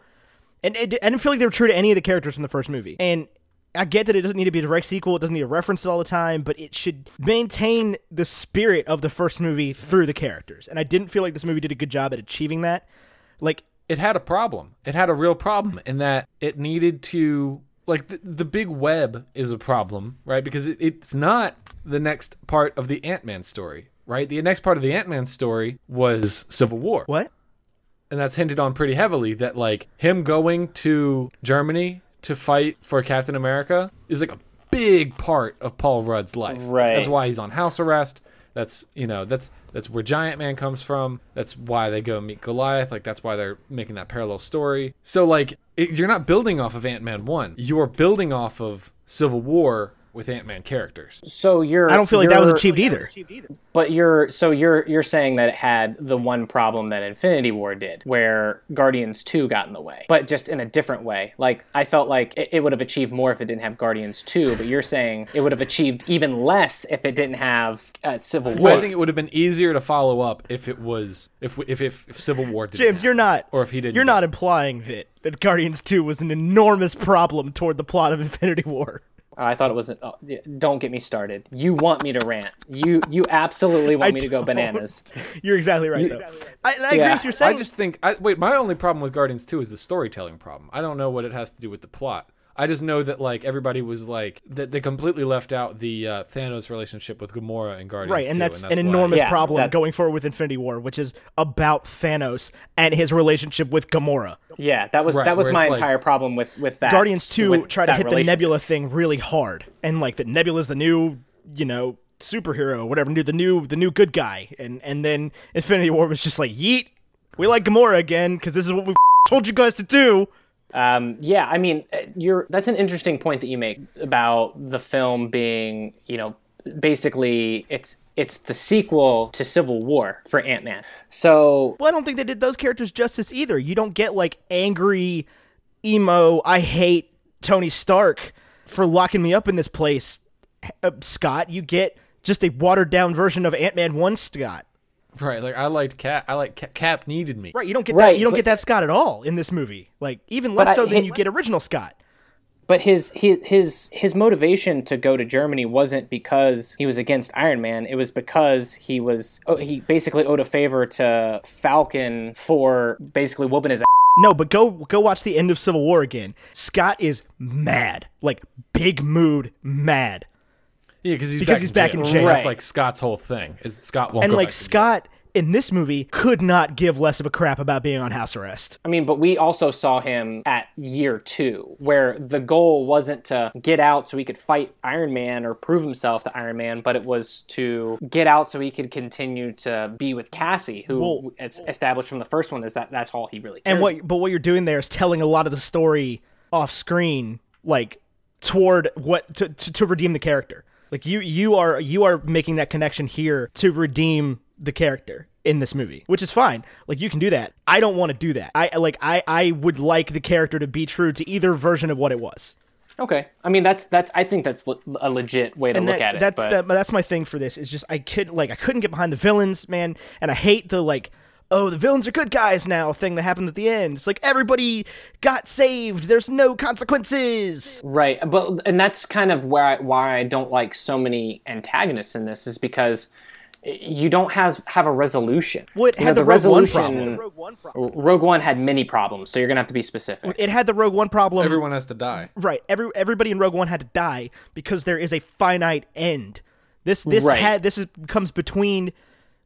And it, I didn't feel like they were true to any of the characters from the first movie. And I get that it doesn't need to be a direct sequel. It doesn't need to reference it all the time, but it should maintain the spirit of the first movie through the characters. And I didn't feel like this movie did a good job at achieving that. Like
it had a problem. It had a real problem in that it needed to like the, the big web is a problem, right? Because it, it's not the next part of the Ant Man story, right? The next part of the Ant Man story was Civil War,
what?
and that's hinted on pretty heavily. That like him going to Germany to fight for Captain America is like a big part of Paul Rudd's life.
Right.
That's why he's on house arrest. That's you know that's that's where Giant Man comes from. That's why they go meet Goliath. Like that's why they're making that parallel story. So like it, you're not building off of Ant Man one. You are building off of Civil War with Ant Man characters.
So you're
I don't feel like that was
you're-
achieved either.
But you're so you're you're saying that it had the one problem that Infinity War did, where Guardians Two got in the way, but just in a different way. Like I felt like it, it would have achieved more if it didn't have Guardians Two, but you're saying it would have achieved even less if it didn't have uh, Civil War.
I think it would have been easier to follow up if it was if if if, if Civil War did
James, you're not.
Or if he didn't
You're
do
not implying that, that Guardians 2 was an enormous problem toward the plot of Infinity War.
Uh, I thought it was. not Oh, yeah, don't get me started. You want me to rant. You you absolutely want
I
me to go
don't.
bananas.
You're exactly right, though. I, and I agree
Yeah.
with what you're saying.
I just think I wait, my only problem with Guardians 2 is the storytelling problem. I don't know what it has to do with the plot. I just know that like everybody was like that they completely left out the uh, Thanos relationship with Gamora and Guardians
right,
2,
and that's, an
why-
enormous
Yeah,
problem
that-
going forward with Infinity War, which is about Thanos and his relationship with Gamora.
Yeah, that was
Right,
that was
where
my
it's like-
entire problem with with that.
Guardians 2
with
tried to
that
hit the
relationship.
Nebula thing really hard, and like that Nebula's the new, you know, superhero, whatever, new the new the new good guy, and and then Infinity War was just like, yeet, we like Gamora again because this is what we told you guys to do.
Um, yeah, I mean, uh, you're that's an interesting point that you make about the film being, you know, basically it's it's the sequel to Civil War for Ant Man. So
Well, I don't think they did those characters justice either. You don't get like angry, emo, I hate Tony Stark for locking me up in this place, uh, Scott. You get just a watered down version of Ant Man One Scott.
Right, like I liked Cap. I like Cap, Cap needed me.
Right, you don't get
Right,
that. You don't
but-
get that Scott at all in this movie. Like even less
I-
so than
it-
you get original Scott.
but his, his his his motivation to go to Germany wasn't because he was against Iron Man. It was because he was oh, he basically owed a favor to Falcon for basically whooping his. ass.
No, but go go watch the end of Civil War again. Scott is mad, like big mood mad,
Yeah, because he's
Because
back
he's
in
back
jail.
in jail.
That's
Right.
like Scott's whole thing. Is Scott won't
and
go
like
back to
Scott in this movie could not give less of a crap about being on house arrest.
I mean, but we also saw him at year two, where the goal wasn't to get out so he could fight Iron Man or prove himself to Iron Man, but it was to get out so he could continue to be with Cassie, who
Well-
it's established from the first one is that that's all he really cares.
And
about.
what but what you're doing there is telling a lot of the story off screen, like toward what to, to, to redeem the character. Like you you are you are making that connection here to redeem the character in this movie, which is fine. Like you can do that. I don't want to do that. I like I I would like the character to be true to either version of what it was.
Okay, I mean that's that's I think that's le- a legit way to
And
look
that-
at it.
That's
but-
that, that's my thing for this. Is just I could like I couldn't get behind the villains, man, and I hate the like. Oh, the villains are good guys now. Thing that happened at the end. It's like everybody got saved. There's no consequences.
Right, but and that's kind of where I, why I don't like so many antagonists in this is because you don't have have a resolution.
Well, it
You
had the Rogue One problem.
Rogue One, had many problems, so you're gonna have to be specific.
It had the Rogue One problem.
Everyone has to die.
Right. Every everybody in Rogue One had to die because there is a finite end. This this
Right.
had this is, comes between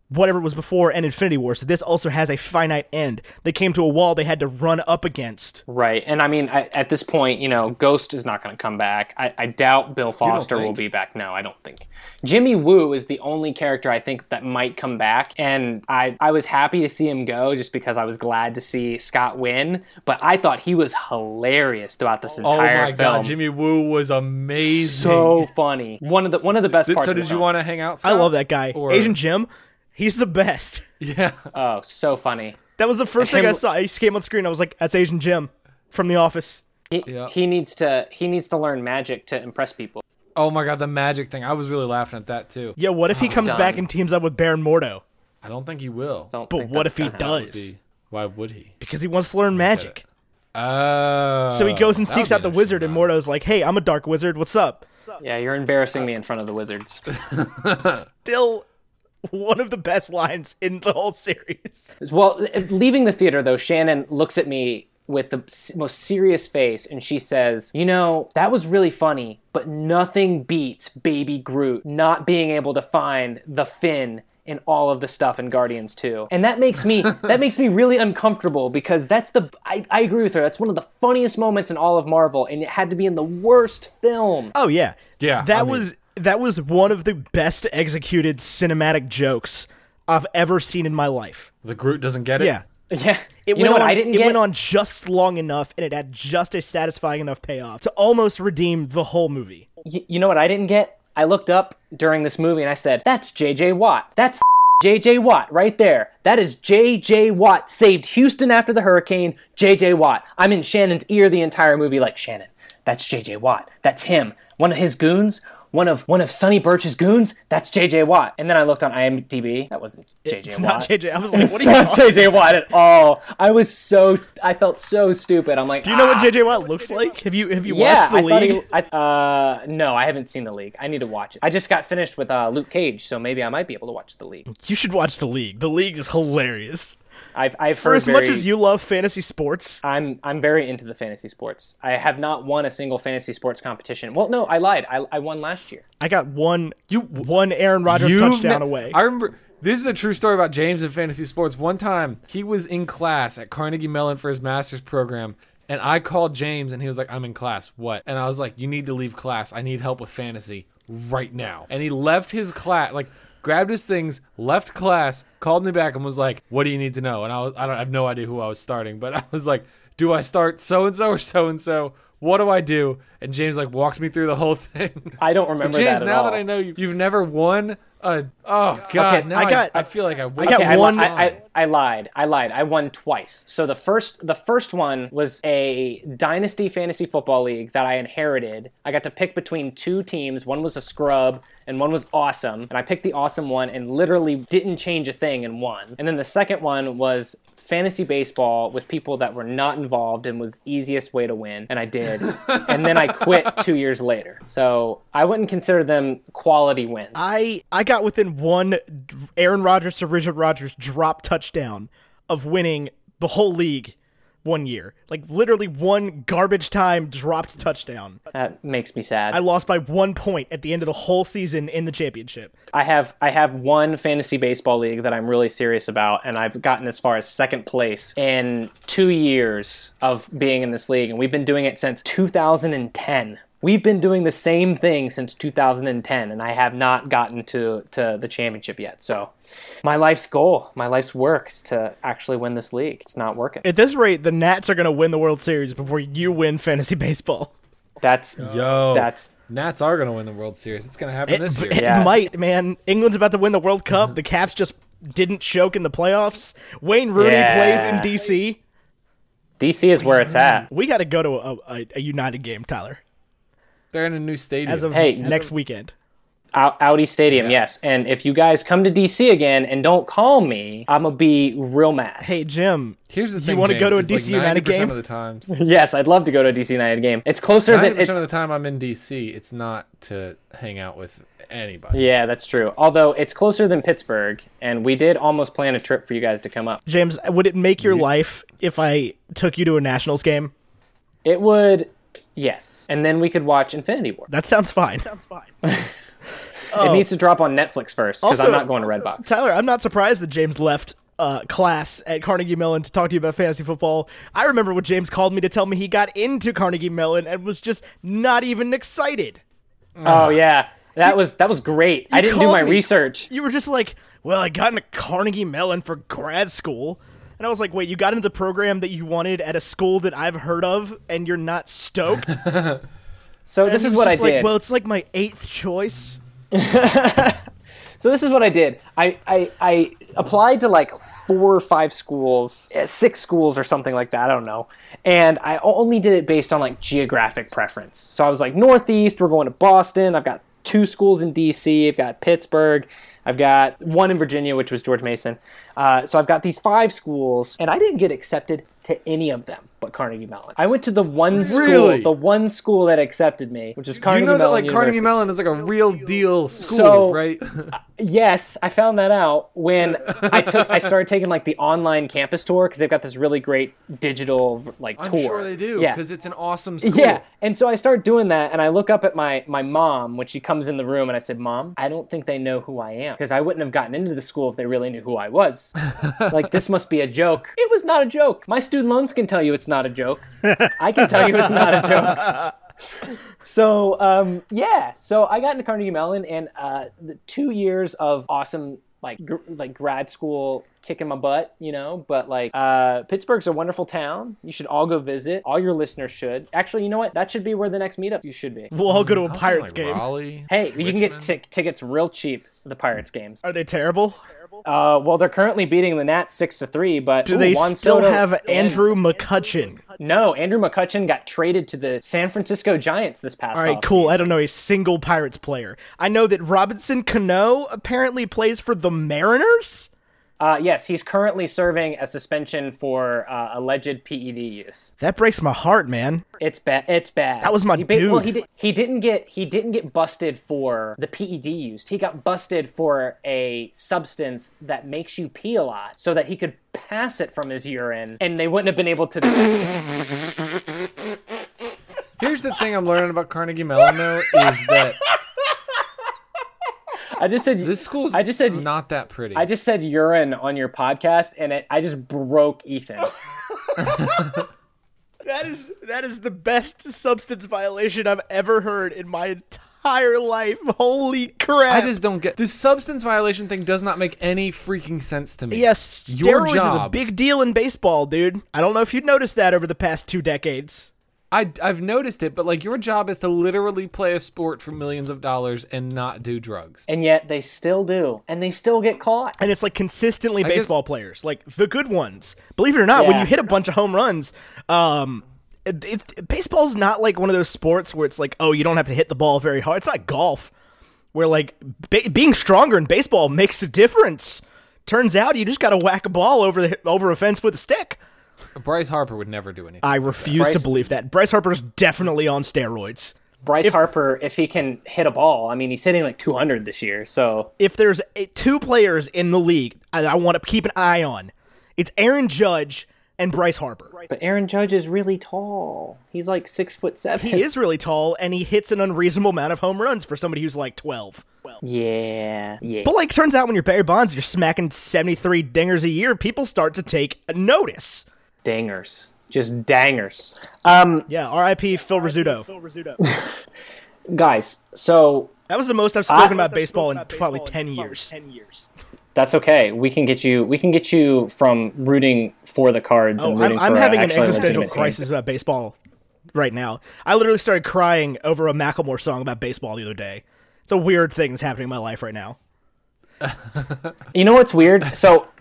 whatever was before and Infinity War. So this also has a finite end. They came to a wall they had to run up against.
Right, and I mean, I, at this point, you know, Ghost is not going to come back. I, I doubt Bill Foster will
think?
be back. No, I don't think. Jimmy Woo is the only character I think that might come back, and I I was happy to see him go just because I was glad to see Scott win. But I thought he was hilarious throughout this
Oh
entire
my
film.
god, Jimmy Woo was amazing.
so funny. One of the one of the best
Did-
parts.
so
of the
did you
film.
want to hang out?
I
Scott?
love that guy.
Or-
Asian Jim, he's the best.
Yeah.
Oh, so funny.
That was the first thing I
Him-
saw. He came on screen. I was like, "That's Asian Jim from The Office."
He,
Yeah.
he needs to he needs to learn magic to impress people.
Oh my god, the magic thing. I was really laughing at that too.
Yeah. What if he comes
done.
back and teams up with Baron Mordo?
I don't think he will.
Don't
But
think
what
that's
if he
gonna happen.
does?
Why would he?
Because he wants to learn magic.
Oh.
So he goes and
that
seeks
would be
out the
interesting.
wizard, and Mordo's like, "Hey, I'm a dark wizard. What's up?"
Yeah, you're embarrassing me in front of the wizards.
Still, one of the best lines in the whole series.
Well, leaving the theater though, Shannon looks at me with the s- most serious face and she says, "You know, that was really funny, but nothing beats Baby Groot not being able to find the fin in all of the stuff in Guardians 2." And that makes me that makes me really uncomfortable because that's the I, I agree with her. That's one of the funniest moments in all of Marvel and it had to be in the worst film.
Oh yeah,
Yeah,
That
I mean-
was that was one of the best executed cinematic jokes I've ever seen in my life.
The Groot doesn't get it.
Yeah,
Yeah.
it
you
went
know what
on.
I didn't
it
get?
went on just long enough, and it had just a satisfying enough payoff to almost redeem the whole movie.
Y- you know what I didn't get? I looked up during this movie and I said, "That's J.J. Watt. That's J.J. Watt right there. That is J.J. Watt saved Houston after the hurricane. J.J. Watt. I'm in Shannon's ear the entire movie, like Shannon. That's J.J. Watt. That's him. One of his goons." One of one of Sonny Birch's goons. That's J.J. Watt. And then I looked on IMDb. That wasn't J.J.
It's
Watt.
not JJ. I was like, "What
It's
are you?"
not
Talking?
J.J. Watt at all. I was so st- I felt so stupid. I'm like,
Do you know what JJ Watt looks like? Have you have you
Ah. yeah,
watched the
I thought
league?
he- I, uh, no, I haven't seen the league. I need to watch it. I just got finished with uh, Luke Cage, so maybe I might be able to watch the league.
You should watch the league. The league is hilarious.
I've, I've
For
heard
as much
very-
as you love fantasy sports,
I'm I'm very into the fantasy sports. I have not won a single fantasy sports competition. Well, no, I lied. I, I won last year.
I got one you one Aaron Rodgers
You've
touchdown
ne-
away.
I remember this is a true story about James in fantasy sports. One time he was in class at Carnegie Mellon for his master's program. And I called James and he was like, I'm in class. What? And I was like, You need to leave class. I need help with fantasy right now. And he left his class, like, grabbed his things, left class, called me back and was like, What do you need to know? And I, was, I, don't, I have no idea who I was starting, but I was like, Do I start so and so or so and so? What do I do? And James, like, walked me through the whole thing.
I don't remember
James,
that at
now
all.
that I know you, you've never won a. Oh God,
Okay,
now
I
I
got-
I, feel like I.
got
Okay, I, li-
one- Oh.
I, I, I lied. I lied. I won twice. So the first the first one was a dynasty fantasy football league that I inherited. I got to pick between two teams. One was a scrub and one was awesome. And I picked the awesome one and literally didn't change a thing and won. And then the second one was fantasy baseball with people that were not involved and was the easiest way to win and I did. and then I quit 2 years later. So I wouldn't consider them quality wins.
I I got within one Aaron Rodgers to Richard Rodgers drop touchdown of winning the whole league one year. Like literally one garbage time dropped touchdown.
That makes me sad.
I lost by one point at the end of the whole season in the championship.
I have I have one fantasy baseball league that I'm really serious about, and I've gotten as far as second place in two years of being in this league, and we've been doing it since 2010. We've been doing the same thing since 2010, and I have not gotten to to the championship yet. So, my life's goal, my life's work, is to actually win this league. It's not working.
At this rate, the Nats are going to win the World Series before you win fantasy baseball.
That's
Yo,
that's
Nats are gonna win the World Series. It's gonna happen
It,
this year.
it
Yeah.
might, man. England's about to win the World Cup. The Caps just didn't choke in the playoffs. Wayne Rooney
Yeah.
plays in DC.
DC is where it's at.
We got to go to a, a, a United game, Tyler,
They're in a new stadium.
as of
Hey,
next weekend.
Out- Audi Stadium, yes. And if you guys come to DC again and don't call me, I'm gonna be real mad.
Hey Jim,
Here's the
you
thing.
wanna go
James,
to a
is, like,
DC United
90%
game?
of the times.
Yes, I'd love to go to a DC United game. It's closer
Ninety
than it's
percent of the time I'm in DC, it's not to hang out with anybody.
yeah, that's true. Although it's closer than Pittsburgh, and we did almost plan a trip for you guys to come up.
James, would it make your life if I took you to a Nationals game?
It would, yes. And then we could watch Infinity War.
That sounds fine. Sounds fine.
It needs to drop on Netflix first because
Oh. Also-
I'm not going to Redbox.
Tyler, I'm not surprised that James left uh, class at Carnegie Mellon to talk to you about fantasy football. I remember when James called me to tell me he got into Carnegie Mellon and was just not even excited.
Oh yeah, that was that was great. I didn't do
called
my
me.
research.
You were just like, well, I got into Carnegie Mellon for grad school. And I was like, wait, you got into the program that you wanted at a school that I've heard of and you're not stoked?
So this
He was
is what I
just like,
did.
well, it's like my eighth choice.
So this is what I did. I, I I applied to like four or five schools, eh, six schools or something like that. I don't know. And I only did it based on like geographic preference. So I was like Northeast. We're going to Boston. I've got two schools in D.C. I've got Pittsburgh. I've got one in Virginia, which was George Mason. Uh, so I've got these five schools, and I didn't get accepted to any of them but Carnegie Mellon. I went to the one school,
Really?
the one school that accepted me, which was Carnegie
you know that
Mellon
like Carnegie
University.
Mellon is like a real deal school,
So-
right?
Yes, I found that out when I took I started taking like the online campus tour because they've got this really great digital like
I'm
tour.
sure they do
Yeah.
because it's an awesome school.
Yeah, and so I start doing that, and I look up at my my mom when she comes in the room, and I said, "Mom, I don't think they know who I am because I wouldn't have gotten into the school if they really knew who I was. like this must be a joke. It was not a joke. My student loans can tell you it's not a joke. I can tell you it's not a joke." So um, yeah, so I got into Carnegie Mellon, and uh, the two years of awesome like gr- like grad school kicking my butt, you know. But like uh, Pittsburgh's a wonderful town. You should all go visit. All your listeners should. Actually, you know what? That should be where the next meetup you should be.
We'll all go to a
Also,
Pirates
like,
game.
Raleigh,
Hey, you can get
Richmond.
tic- tickets real cheap. to The Pirates games.
Are they terrible?
Uh, well, they're currently beating the Nats six to three, but
Do
Ooh,
they
Juan
still
Soto-
have Andrew McCutcheon?
No, Andrew McCutcheon got traded to the San Francisco Giants this past.
All right, cool. I don't know a single Pirates player. I know that Robinson Cano apparently plays for the Mariners.
Uh, yes, he's currently serving a suspension for uh, alleged PED use.
That breaks my heart, man.
It's bad. It's bad.
That was my
he ba- Well,
dude.
he, di- he didn't get he didn't get busted for the PED used. He got busted for a substance that makes you pee a lot, so that he could pass it from his urine, and they wouldn't have been able to.
Here's the thing I'm learning about Carnegie Mellon though is that
I just said
this school's
I just said-
not that pretty.
I just said urine on your podcast, and it, I just broke Ethan.
That is that is the best substance violation I've ever heard in my entire life. Holy crap!
I just don't get this substance violation thing does not make any freaking sense to me.
yes,
your
steroids is a
job.
big deal in baseball, dude. I don't know if you'd noticed that over the past two decades.
I I've noticed it, but like your job is to literally play a sport for millions of dollars and not do drugs.
and yet they still do, and they still get caught.
And it's like consistently
guess-
baseball players, like the good ones. Believe it or not, when
Yeah.
you hit a bunch of home runs, um, it, it, baseball's not like one of those sports where it's like, oh, you don't have to hit the ball very hard. It's not golf, where like ba- being stronger in baseball makes a difference. Turns out you just got to whack a ball over the over a fence with a stick.
Bryce Harper would never do anything.
I refuse to
Bryce-
believe that. Bryce Harper's definitely on steroids.
Bryce Harper, if he can hit a ball, I mean, he's hitting like 200 this year, so
if there's a, two players in the league I, I want to keep an eye on, it's Aaron Judge and Bryce Harper.
But Aaron Judge is really tall. He's like six foot seven.
He is really tall, and he hits an unreasonable amount of home runs for somebody who's like 12.
Yeah. Yeah.
But like, turns out when you're Barry Bonds, you're smacking 73 dingers a year. People start to take notice.
Dangers. Just dangers.
Yeah, R.I.P. Phil Rizzuto.
Guys, so
That was the most I've spoken about baseball in probably 10 years.
that's okay. We can get you we can get you from rooting for the cards and
Oh,
rooting
I'm, I'm
for
having an
actually
existential
legitimate team.
crisis about baseball right now. I literally started crying over a Macklemore song about baseball the other day. It's a weird thing that's happening in my life right now.
You know what's weird? So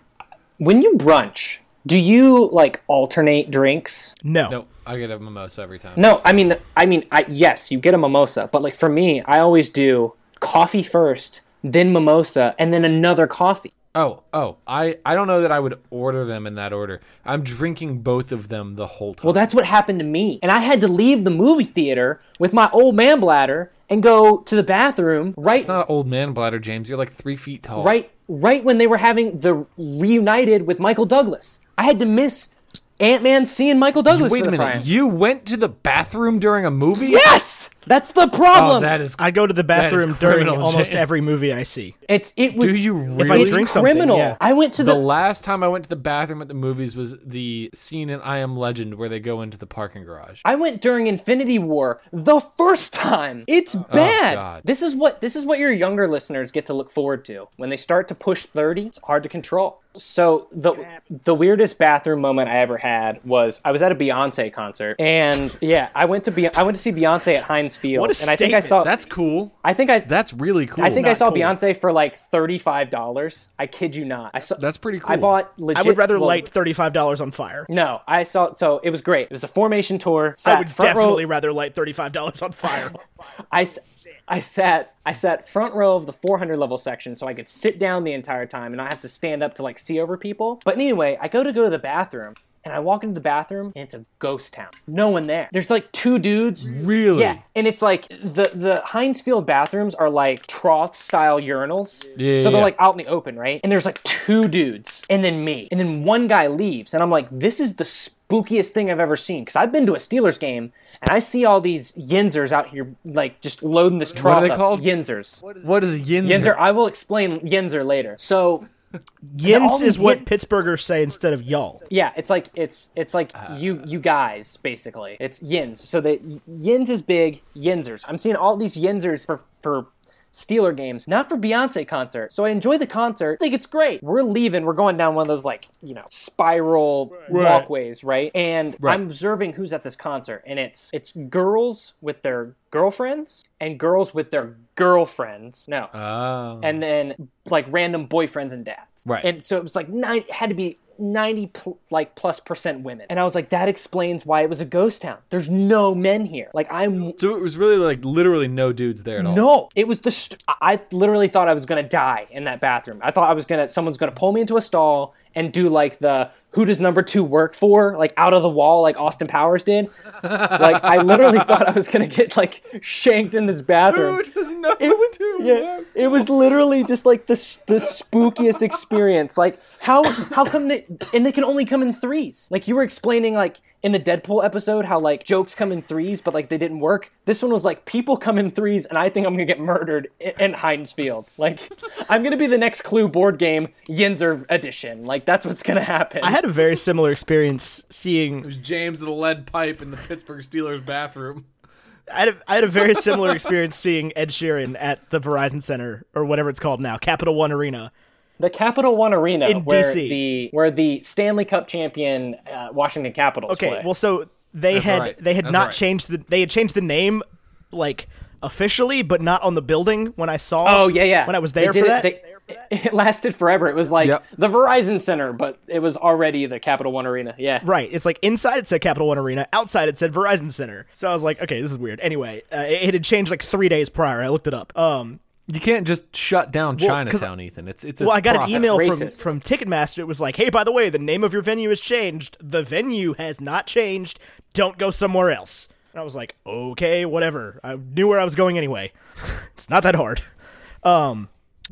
when you brunch, do you like alternate drinks?
No.
no, I get a mimosa every time.
No, I mean I mean I yes, you get a mimosa, but like for me, I always do coffee first, then mimosa, and then another coffee.
Oh, oh, I, I don't know that I would order them in that order. I'm drinking both of them the whole time.
Well, that's what happened to me. And I had to leave the movie theater with my old man bladder and go to the bathroom right
it's not an old man bladder, James. You're like three feet tall.
right right when they were having the reunited with Michael Douglas. I had to miss Ant-Man seeing Michael Douglas
Wait
for
a
the
minute.
first time.
You went to the bathroom during a movie?
Yes! That's the problem.
Oh, that is.
I go to the
That is
bathroom during
criminal,
almost
James.
every movie I see.
it's it was
Do you
If I
really?
it's
drink something,
criminal.
yeah.
I went to
the
the,
last time I went to the bathroom at the movies was the scene in I Am Legend where they go into the parking garage.
I went during Infinity War the first time. It's
Oh,
bad.
God.
this is what this is what your younger listeners get to look forward to when they start to push 30. It's hard to control. So the the weirdest bathroom moment I ever had was I was at a Beyonce concert and yeah, I went to be I went to see Beyonce at Heinz Field
What a
and I think I
statement.
saw
That's cool.
I think I
That's really cool.
I think I
not
saw
cool.
Beyonce for like thirty-five dollars. I kid you not. I saw
That's pretty
I
cool.
bought legit.
I would rather
well,
light thirty-five dollars on fire.
No, I saw. So it was great. It was a formation tour. Sat
I would
front row-
definitely rather light thirty-five dollars on fire.
I, s- I sat I sat front row of the 400 level section so I could sit down the entire time and not have to stand up to like see over people. But anyway, I go to go to the bathroom and I walk into the bathroom and it's a ghost town. No one there. There's like two dudes.
Really?
Yeah, and it's like the the Heinz Field bathrooms are like trough style urinals,
Yeah, yeah,
so they're
yeah.
like out in the open, right? And there's like two dudes, and then me, and then one guy leaves, and I'm like, this is the spookiest thing I've ever seen because I've been to a Steelers game and I see all these Yinzers out here like just loading this trough.
they
up.
called?
Yinzers.
What is a yinzer?
Yinzer. I will explain Yinzer later. So all
Yins
these
is what
yin-
Pittsburghers say instead of y'all.
Yeah, it's like it's it's like you you guys basically. It's yins. So the yins is big yinzers. I'm seeing all these yinzers for for Steeler games, not for Beyonce concert. So I enjoy the concert. I think it's great. We're leaving. We're going down one of those like you know spiral walkways, right? And I'm observing who's at this concert, and it's it's girls with their girlfriends and girls with their girlfriends. No,
Oh.
and then like random boyfriends and dads.
Right.
And so it was like nine had to be ninety pl- like plus percent women. And I was like, that explains why it was a ghost town. There's no men here. Like I'm
so it was really like literally no dudes there at all.
no. It was the st- I I literally thought I was gonna die in that bathroom. I thought I was gonna someone's gonna pull me into a stall and do like the who does number two work for like out of the wall like Austin Powers did. like I literally thought I was gonna get like shanked in this bathroom.
it was who?
Yeah, it was literally just like the s- the spookiest experience. Like how how come they and they can only come in threes? Like you were explaining like in the Deadpool episode how like jokes come in threes, but like they didn't work. This one was like people come in threes, and I think I'm gonna get murdered in, in Heinz Field. Like I'm gonna be the next Clue board game Yinzer edition. Like that's what's gonna happen.
I had a very similar experience seeing.
was James with a lead pipe in the Pittsburgh Steelers bathroom.
I had a, I had a very similar experience seeing Ed Sheeran at the Verizon Center or whatever it's called now, Capital One Arena.
the Capital One Arena,
In
where
DC.
the where the Stanley Cup champion uh, Washington Capitals.
Okay,
play.
well, so they had
right.
they had
That's
not
right.
changed the they had changed the name like officially, but not on the building when I saw.
Oh yeah, yeah.
When I was
They
there for
did it-
that.
they- it lasted forever. It was like
Yep.
the Verizon Center, but it was already the Capital One Arena. Yeah,
Right. It's like inside it said Capital One Arena, outside it said Verizon Center. So I was like, okay, this is weird. Anyway, uh, it, it had changed like three days prior. I looked it up. Um,
You can't just shut down
'cause-
Chinatown, Ethan. It's it's. A
well, I got an
process.
email from,
Racist.
from Ticketmaster. It was like, hey, by the way, the name of your venue has changed. The venue has not changed. Don't go somewhere else. And I was like, okay, whatever. I knew where I was going anyway. it's not that hard.
You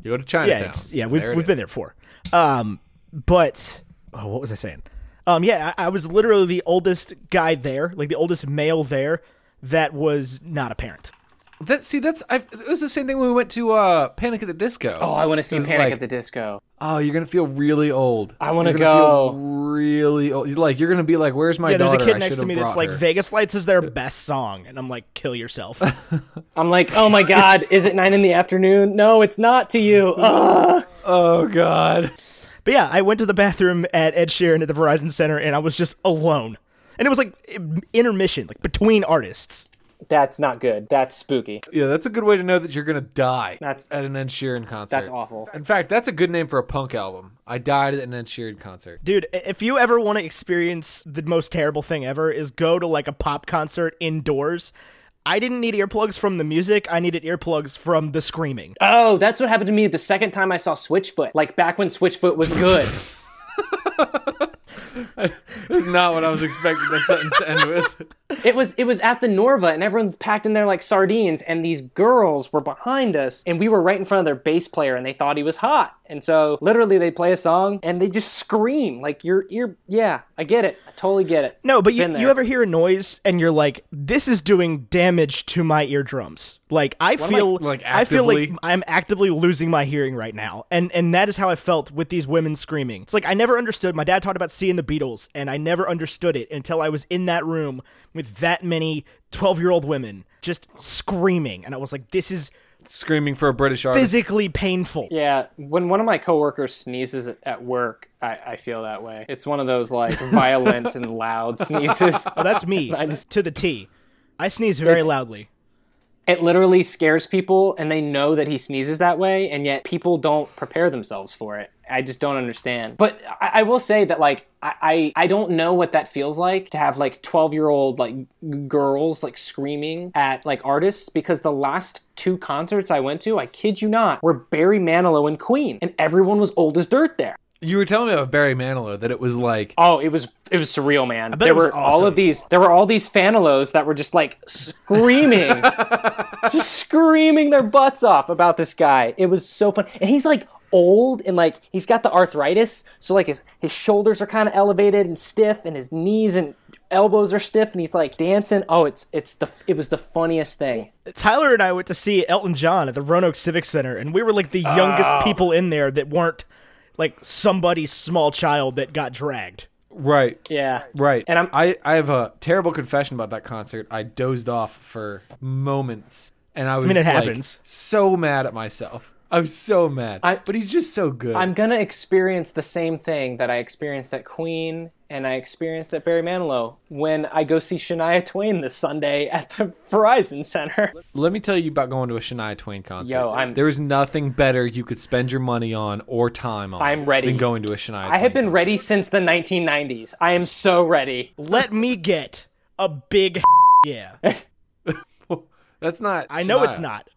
go to
yeah,
Chinatown.
it's, yeah, we've,
There it
we've been
is.
there before. Um, but oh, what was I saying? Um, yeah, I, I was literally the oldest guy there, like the oldest male there that was not a parent.
That see, that's I. It was the same thing when we went to uh, Panic at the Disco.
Oh, I want to see
It's
Panic
like-
at the Disco.
Oh, you're gonna feel really old. I
wanna go.
really old. You're like you're gonna be like, where's my
Yeah, there's
daughter?
a kid
I
next to
should've
me that's
brought
like
her.
Vegas Lights is their best song, and I'm like, kill yourself.
I'm like, oh my god, is it nine in the afternoon? No, it's not to you. Ugh.
oh god.
but yeah, I went to the bathroom at Ed Sheeran at the Verizon Center, and I was just alone. And it was like eh, intermission, like between artists.
That's not good. That's spooky.
Yeah, that's a good way to know that you're gonna die.
That's-
at an Ed Sheeran concert.
That's awful.
In fact, that's a good name for a punk album. I died at an Ed Sheeran concert.
Dude, i- if you ever want to experience the most terrible thing ever, is go to like a pop concert indoors. I didn't need earplugs from the music. I needed earplugs from the screaming.
Oh, that's what happened to me the second time I saw Switchfoot. Like back when Switchfoot was good.
Not what I was expecting that sentence to end with.
it was it was at the Norva and everyone's packed in there like sardines and these girls were behind us and we were right in front of their bass player and they thought he was hot. And so literally they play a song and they just scream like your ear yeah, I get it. I totally get it.
No, but you,
Been there.
you ever hear a noise and you're like, this is doing damage to my eardrums. Like I feel
like,
I feel like
actively?
I'm actively losing my hearing right now. And and that is how I felt with these women screaming. It's like I never understood my dad talked about seeing the Beatles and I never understood it until I was in that room with that many 12-year-old women just screaming and I was like this is
Screaming for a British artist.
physically painful.
Yeah, when one of my coworkers sneezes at- at work, I, I feel that way. It's one of those like violent and loud sneezes.
Oh, that's me
I just-
to the T. I sneeze very
It's-
loudly.
It literally scares people, and they know that he sneezes that way, and yet people don't prepare themselves for it. I just don't understand. But I, I will say that like I, I I don't know what that feels like to have like twelve year old like g- girls like screaming at like artists because the last two concerts I went to, I kid you not, were Barry Manilow and Queen, and everyone was old as dirt there.
You were telling me about Barry Manilow that it was like
Oh, it was it was surreal, man.
bet
there
it was
were all
awesome.
of these there were all these fanalos that were just like screaming, just screaming their butts off about this guy. It was so fun, and he's like old and like he's got the arthritis, so like his his shoulders are kind of elevated and stiff, and his knees and elbows are stiff, and he's like dancing. Oh, it's it's the it was the funniest thing.
Tyler and I went to see Elton John at the Roanoke Civic Center, and we were like the youngest
Ah.
people in there that weren't like somebody's small child that got dragged.
right,
Yeah,
right.
And I'm-
I I have a terrible confession about that concert. I dozed off for moments, and I was
mean, it
like,
happens.
so mad at myself. I was so mad.
I-
but he's just so good.
I'm gonna experience the same thing that I experienced at Queen and I experienced at Barry Manilow when I go see Shania Twain this Sunday at the Verizon Center.
Let me tell you about going to a Shania Twain concert.
Yo, I'm-
there is nothing better you could spend your money on or time on.
I'm ready.
Than going to a Shania.
I have
Twain
been ready since the 1990s. I am so ready.
Let me get a big yeah.
concert. That's not.
I know it's
Shania.
not,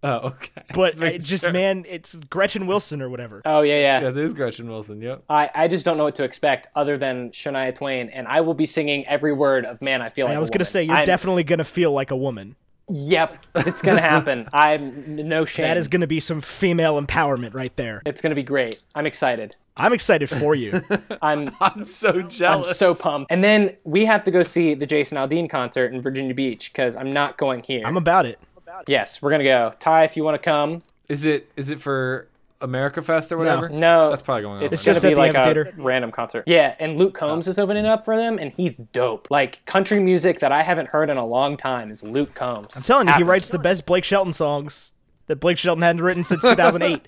Oh, okay.
but
Just making
it just
sure.
man, it's Gretchen Wilson or whatever.
Oh yeah, yeah.
Yeah, it is Gretchen Wilson. Yep.
I, I just don't know what to expect other than Shania Twain, and I will be singing every word of "Man, I Feel Like."
I
a
was gonna
Woman."
say you're
I'm-
definitely gonna feel like a woman.
Yep, it's gonna happen. I'm n- no shame.
That is gonna be some female empowerment right there.
It's gonna be great. I'm excited.
I'm excited for you.
I'm
I'm so
I'm
jealous.
so pumped. And then we have to go see the Jason Aldean concert in Virginia Beach because I'm not going here.
I'm about it.
yes, we're gonna go. Ty, if you want to come.
Is it is it for America Fest or whatever?
No,
That's probably going on.
It's
right
gonna
just at
be
the
like
amphitheater.
a random concert. Yeah, and Luke Combs is opening up for them, and he's dope. Like country music that I haven't heard in a long time is Luke Combs.
I'm telling you, he writes the best Blake Shelton songs that Blake Shelton hadn't written since 2008.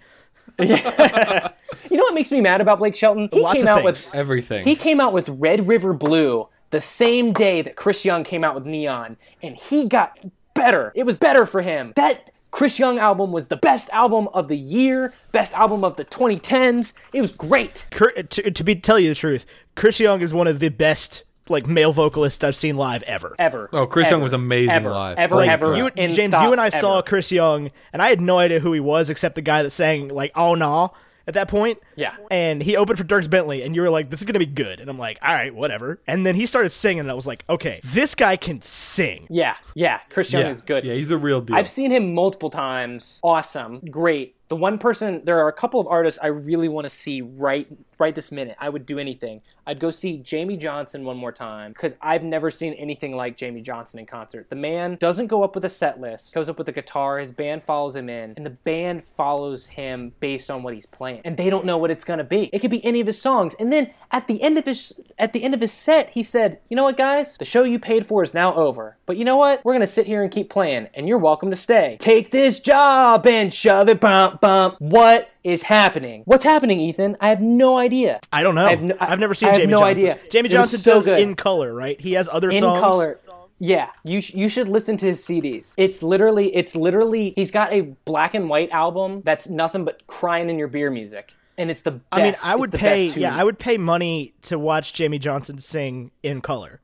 You know what makes me mad about Blake Shelton? He
Lots
came
of
out
things.
with
Everything.
he came out with Red River Blue the same day that Chris Young came out with Neon, and he got better. It was better for him. That Chris Young album was the best album of the year, best album of the 2010s. It was great.
Cur- to, to be tell you the truth, Chris Young is one of the best like male vocalists I've seen live ever.
Ever.
Oh, Chris Young
Ever.
was amazing
ever,
live.
Ever,
Holy
ever.
crap.
You,
and
James,
stop,
you and I
ever.
saw Chris Young, and I had no idea who he was except the guy that sang like "Oh No" at that point.
Yeah.
and he opened for Dirks Bentley, and you were like, "This is gonna be good," and I'm like, "All right, whatever." And then he started singing, and I was like, "Okay, this guy can sing."
Yeah, yeah. Chris Young
yeah.
is good.
Yeah, he's a real deal.
I've seen him multiple times. Awesome, great. The one person, there are a couple of artists I really want to see right, right this minute. I would do anything. I'd go see Jamie Johnson one more time because I've never seen anything like Jamie Johnson in concert. The man doesn't go up with a set list; goes up with a guitar. His band follows him in, and the band follows him based on what he's playing. And they don't know what it's gonna be. It could be any of his songs. And then at the end of his, at the end of his set, he said, "You know what, guys? The show you paid for is now over. But you know what? We're gonna sit here and keep playing, and you're welcome to stay. Take this job and shove it, bump, bump. What is happening? What's happening, Ethan? I have no idea.
I don't know.
I have no- I-
I've never seen
I have
Jamie
no
Johnson.
idea.
Jamie
It was
Johnson
so
does
good.
in color, right? He has other
in
songs.
color. Yeah, you sh- you should listen to his CDs. It's literally it's literally he's got a black and white album that's nothing but crying in your beer music, and it's the best.
I mean, I would pay. Yeah, I
would.
would pay money to watch Jamie Johnson sing in color.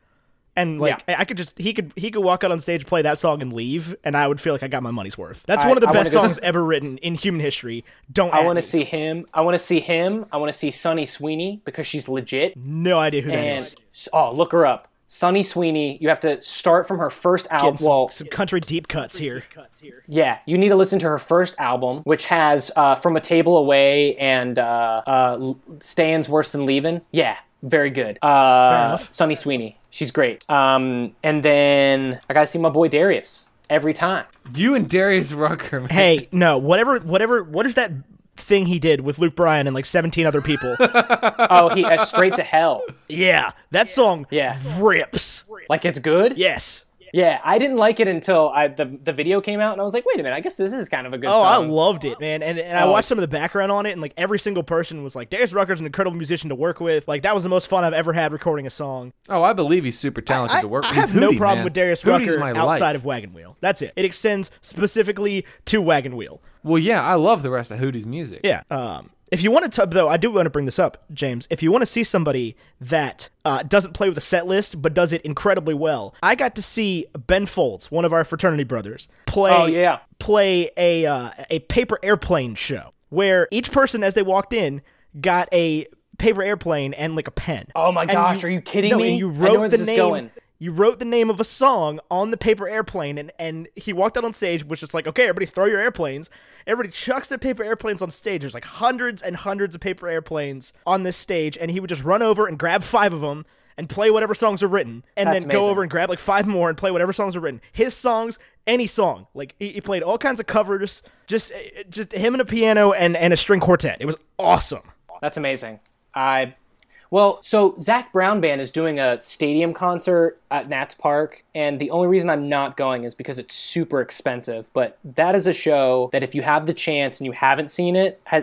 and like I I could just he could he could walk out on stage, play that song, and leave, and I would feel like I got my money's worth. That's
I-
one of the
I wanna
best
go
songs
s-
ever written in human history. Don't
I
at
want
me.
to see him. I want to see him. I want to see Sonny Sweeney because she's legit.
No idea who that
And
is.
oh, look her up. Sonny Sweeney. You have to start from her first album.
And some,
Well,
some country deep cuts here.
yeah, you need to listen to her first album, which has uh, "From a Table Away" and uh, uh, "Stayin's Worse Than Leavin'." Yeah, very good. Uh,
Fair enough.
Sonny Sweeney, she's great. Um, and then I gotta see my boy Darius every time.
You and Darius Rucker, man.
Hey, no, whatever, whatever, what is that thing he did with Luke Bryan and like 17 other people?
Oh, he uh, straight to hell.
yeah, that song
Yeah.
rips.
Like it's good.
Yes.
Yeah, I didn't like it until I the the video came out, and I was like, wait a minute, I guess this is kind of a good
Oh, I
song.
loved it, man. And, and I
Oh,
watched
it's-
some of the background on it, and like every single person was like, Darius Rucker's an incredible musician to work with. Like, that was the most fun I've ever had recording a song.
Oh, I believe he's super talented
I,
to work
I
with.
have
He's
no
Hootie,
problem
man.
with Darius
Hootie's
Rucker
my
outside
life.
of Wagon Wheel. That's it. It extends specifically to Wagon Wheel.
Well, yeah, I love the rest of Hootie's music.
Yeah. Um, if you want to, though, I do want to bring this up, James. If you want to see somebody that uh, doesn't play with a set list but does it incredibly well, I got to see Ben Folds, one of our fraternity brothers, play.
Oh, yeah.
Play a uh, a paper airplane show where each person, as they walked in, got a paper airplane and like a pen.
Oh my
And
gosh, are you kidding
no,
me?
And you
I know where
wrote the
this is
name.
going.
You wrote the name of a song on the paper airplane, and, and he walked out on stage, was just like, okay, everybody throw your airplanes. Everybody chucks their paper airplanes on stage. There's like hundreds and hundreds of paper airplanes on this stage, and he would just run over and grab five of them and play whatever songs are written, and
That's
then go
amazing.
over and grab like five more and play whatever songs are written. His songs, any song, like he, he played all kinds of covers, just eh, just him and a piano and and a string quartet. It was awesome.
That's amazing. I well, so Zach Brown Band is doing a stadium concert at Nats Park, and the only reason I'm not going is because it's super expensive. But that is a show that if you have the chance and you haven't seen it, has,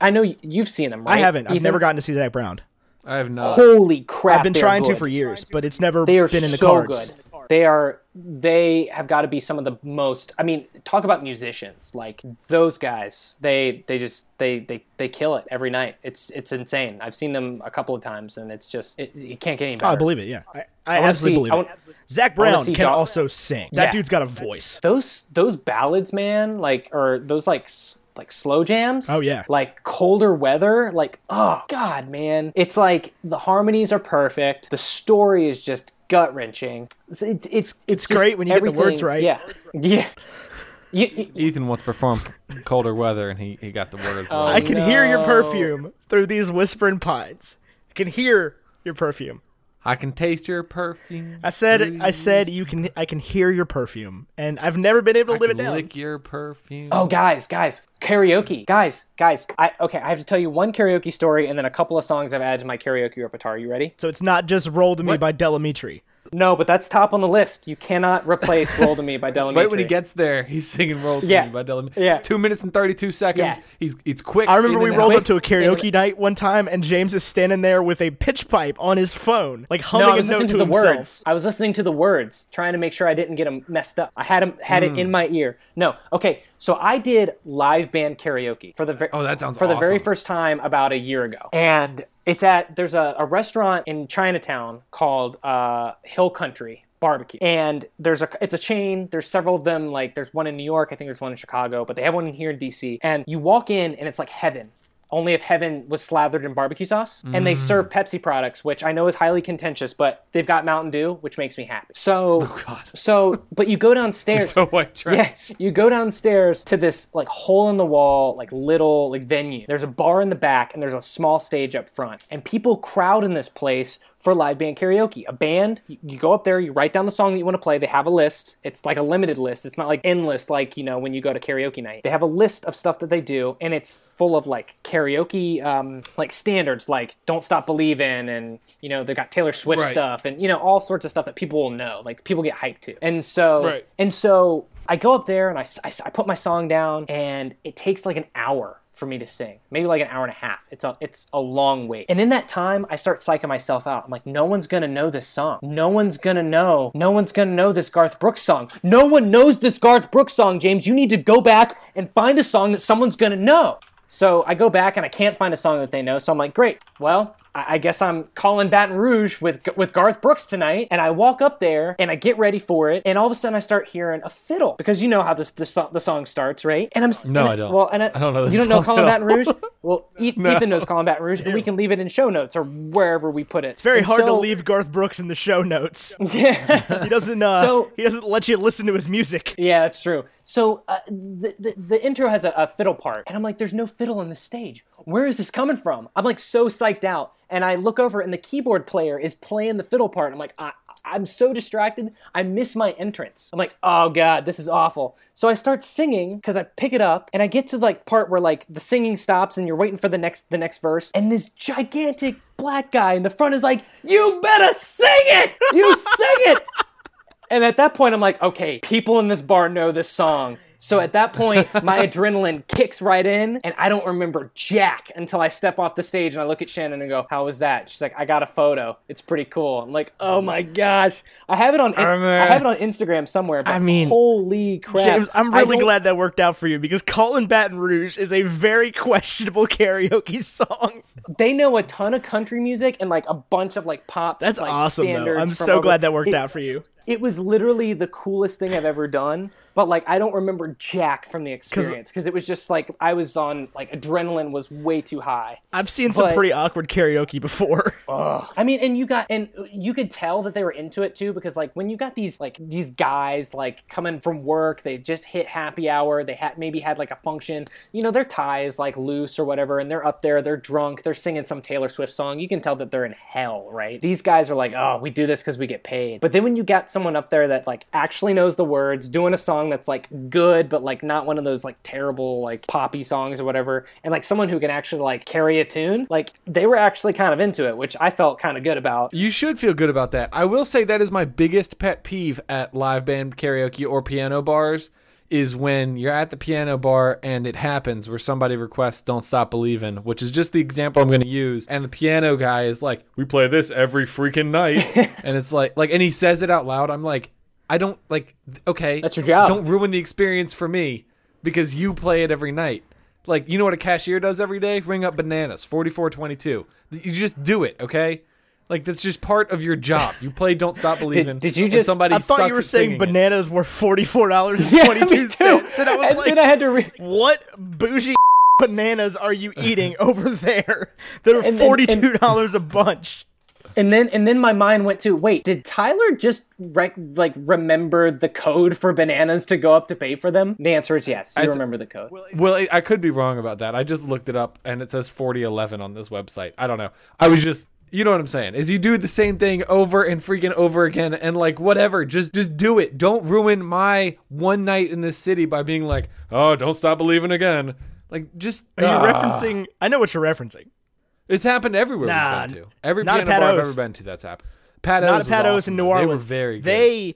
I know you've seen them, right?
I haven't. I've
Ethan?
never gotten to see Zach Brown.
I have not.
Holy crap!
I've been
they're
trying to
good.
for years, but it's never
They are
been in the
so
cards.
good. They are. They have got to be some of the most. I mean, talk about musicians. Like those guys. They they just they they they kill it every night. It's it's insane. I've seen them a couple of times, and it's just it, you can't get any better.
Oh, I believe it. Yeah, I, I,
wanna
absolutely
see-
believe
I
it.
wanna-
Zach Brown
see
can
Doc-
also sing. That
Yeah.
dude's got a voice.
those those ballads, man. Like or those like s- like slow jams.
Oh, yeah.
Like colder weather. Like oh god, man. It's like the harmonies are perfect. The story is just gut wrenching. It's it's it's,
It's
just
great when you get the words
everything-
right.
Yeah, yeah. You- you-
Ethan once performed colder weather, and he, he got the words wrong.
Oh, I can hear your
no.
perfume through these whispering pines. I can hear your perfume.
I can taste your perfume.
I said, I said, you can. I can hear your perfume, and I've never been able to live it
can
down.
lick your perfume.
Oh, guys, guys, karaoke, guys, guys. I okay. I have to tell you one karaoke story and then a couple of songs I've added to my karaoke repertoire. You ready?
So it's not just "Roll to Me"
What?
by Delamitri.
No, but that's top on the list. You cannot replace "Roll to Me" by Delamitri.
Right when he gets there, he's singing "Roll to
Yeah.
Me" by Delamitri.
Yeah.
It's two minutes and thirty-two seconds.
Yeah.
He's it's quick.
I remember
in
we
and out.
rolled up
Wait,
to a karaoke
and-
night one time, and James is standing there with a pitch pipe on his phone, like
No,
humming
I
a
was
note
listening
to,
to, the
himself.
words. I was listening to the words, trying to make sure I didn't get them messed up. I had 'em- had it
Hmm.
in my ear. No, okay. So I did live band karaoke for the ver-
Oh, that sounds
for the very
awesome.
first time about a year ago, and it's at there's a, a restaurant in Chinatown called uh, Hill Country barbecue and there's a it's a chain there's several of them like there's one in new york i think there's one in chicago but they have one in here in dc and you walk in and it's like heaven only if heaven was slathered in barbecue sauce and they
Mm.
serve pepsi products which i know is highly contentious but they've got mountain dew which makes me happy so
Oh, God.
so but you go downstairs
So white trash.
yeah, you go downstairs to this like hole in the wall, like little like venue. There's a bar in the back and there's a small stage up front. And people crowd in this place for live band karaoke. A band, you, you go up there, you write down the song that you want to play. They have a list. It's like a limited list. It's not like endless like, you know, when you go to karaoke night. They have a list of stuff that they do and it's full of like karaoke um like standards like Don't Stop Believin' and you know, they've got Taylor Swift
Right.
stuff and you know all sorts of stuff that people will know. Like people get hyped to. And so
Right.
and so I go up there and I, s- I s- I put my song down, and it takes like an hour for me to sing, maybe like an hour and a half. It's a it's a long wait. And in that time, I start psyching myself out. I'm like, no one's gonna know this song. No one's gonna know. No one's gonna know this Garth Brooks song. No one knows this Garth Brooks song, James. You need to go back and find a song that someone's gonna know. So I go back and I can't find a song that they know. So I'm like, great. Well, I I guess I'm calling Baton Rouge with with Garth Brooks tonight, and I walk up there and I get ready for it, and all of a sudden I start hearing a fiddle because you know how this, this so- the song starts, right? And I'm s-
No,
and
I don't.
Well, and I,
I don't know this
You don't know
song
Colin
at
Baton Rouge? Well, E- Ethan knows Colin Baton Rouge, and we can leave it in show notes or wherever we put it. It's
Very hard to leave Garth Brooks in the show notes.
Yeah.
He doesn't. Uh,
So-
he doesn't let you listen to his music.
Yeah, that's true. So uh, the, the the intro has a, a fiddle part, and I'm like, "There's no fiddle on the stage. Where is this coming from?" I'm like so psyched out, and I look over, and the keyboard player is playing the fiddle part. I'm like, I, "I'm so distracted. I miss my entrance." I'm like, "Oh god, this is awful." So I start singing because I pick it up, and I get to like part where like the singing stops, and you're waiting for the next the next verse, and this gigantic black guy in the front is like, "You better sing it. You sing it." And at that point, I'm like, okay, people in this bar know this song. So at that point, my adrenaline kicks right in, and I don't remember Jack until I step off the stage and I look at Shannon and go, "How was that?" She's like, "I got a photo. It's pretty cool." I'm like, "Oh my gosh!" I have it on I have it on Instagram somewhere. But I
uh, mean,
holy crap!
James, I'm
I
really
don't-
glad that worked out for you because Colin Baton Rouge is a very questionable karaoke song.
they know a ton of country music and like a bunch of like pop.
That's
like,
awesome, though.
standards
I'm
from
so
over-
glad that worked
It-
out for you.
it was literally the coolest thing I've ever done. But like, I don't remember jack from the experience because it was just like I was on like adrenaline was way too high.
I've seen some
But-
pretty awkward karaoke before.
I mean, and you got and you could tell that they were into it too because like when you got these like these guys like coming from work, they just hit happy hour. They had maybe had like a function. You know, their tie is like loose or whatever, and they're up there, they're drunk, they're singing some Taylor Swift song. You can tell that they're in hell, right? These guys are like, oh, we do this because we get paid. But then when you got someone up there that like actually knows the words, doing a song that's like good but like not one of those like terrible like poppy songs or whatever, and like someone who can actually like carry a tune, like they were actually kind of into it, which I felt kind of good about.
You should feel good about that. I will say that is my biggest pet peeve at live band karaoke or piano bars is when you're at the piano bar and it happens where somebody requests Don't Stop Believin', which is just the example I'm going to use and the piano guy is like, "We play this every freaking night." and it's like like and he says it out loud. I'm like, "I don't like th- okay.
That's your job.
Don't ruin the experience for me because you play it every night." Like, you know what a cashier does every day? Ring up bananas, 4422. You just do it, okay? Like that's just part of your job. You play Don't Stop Believing.
did you
when
just-
Somebody
I thought
sucks
you were
at
saying
singing it.
bananas were forty four dollars and
Yeah, me
twenty two cents,
too.
and I was
and
like,
then I had to re-
"What bougie bananas are you eating over there? They're
And- and-
forty two dollars a bunch."
And then and then my mind went to wait, did Tyler just rec- like remember the code for bananas to go up to pay for them? The answer is yes. You remember the code.
Well, I- I could be wrong about that. I just looked it up and it says 4011 on this website. I don't know. I was just you know what I'm saying? Is you do the same thing over and freaking over again and like whatever, just just do it. Don't ruin my one night in this city by being like, "Oh, don't stop believing again." Like just
Are you
Ah.
referencing? I know what you're referencing.
It's happened everywhere
Nah,
we've been to. Every
not
piano
at
bar I've
Pato's.
ever been to, that's happened. Pat
Not
O's
at Pato's in New Orleans.
They were very good.
They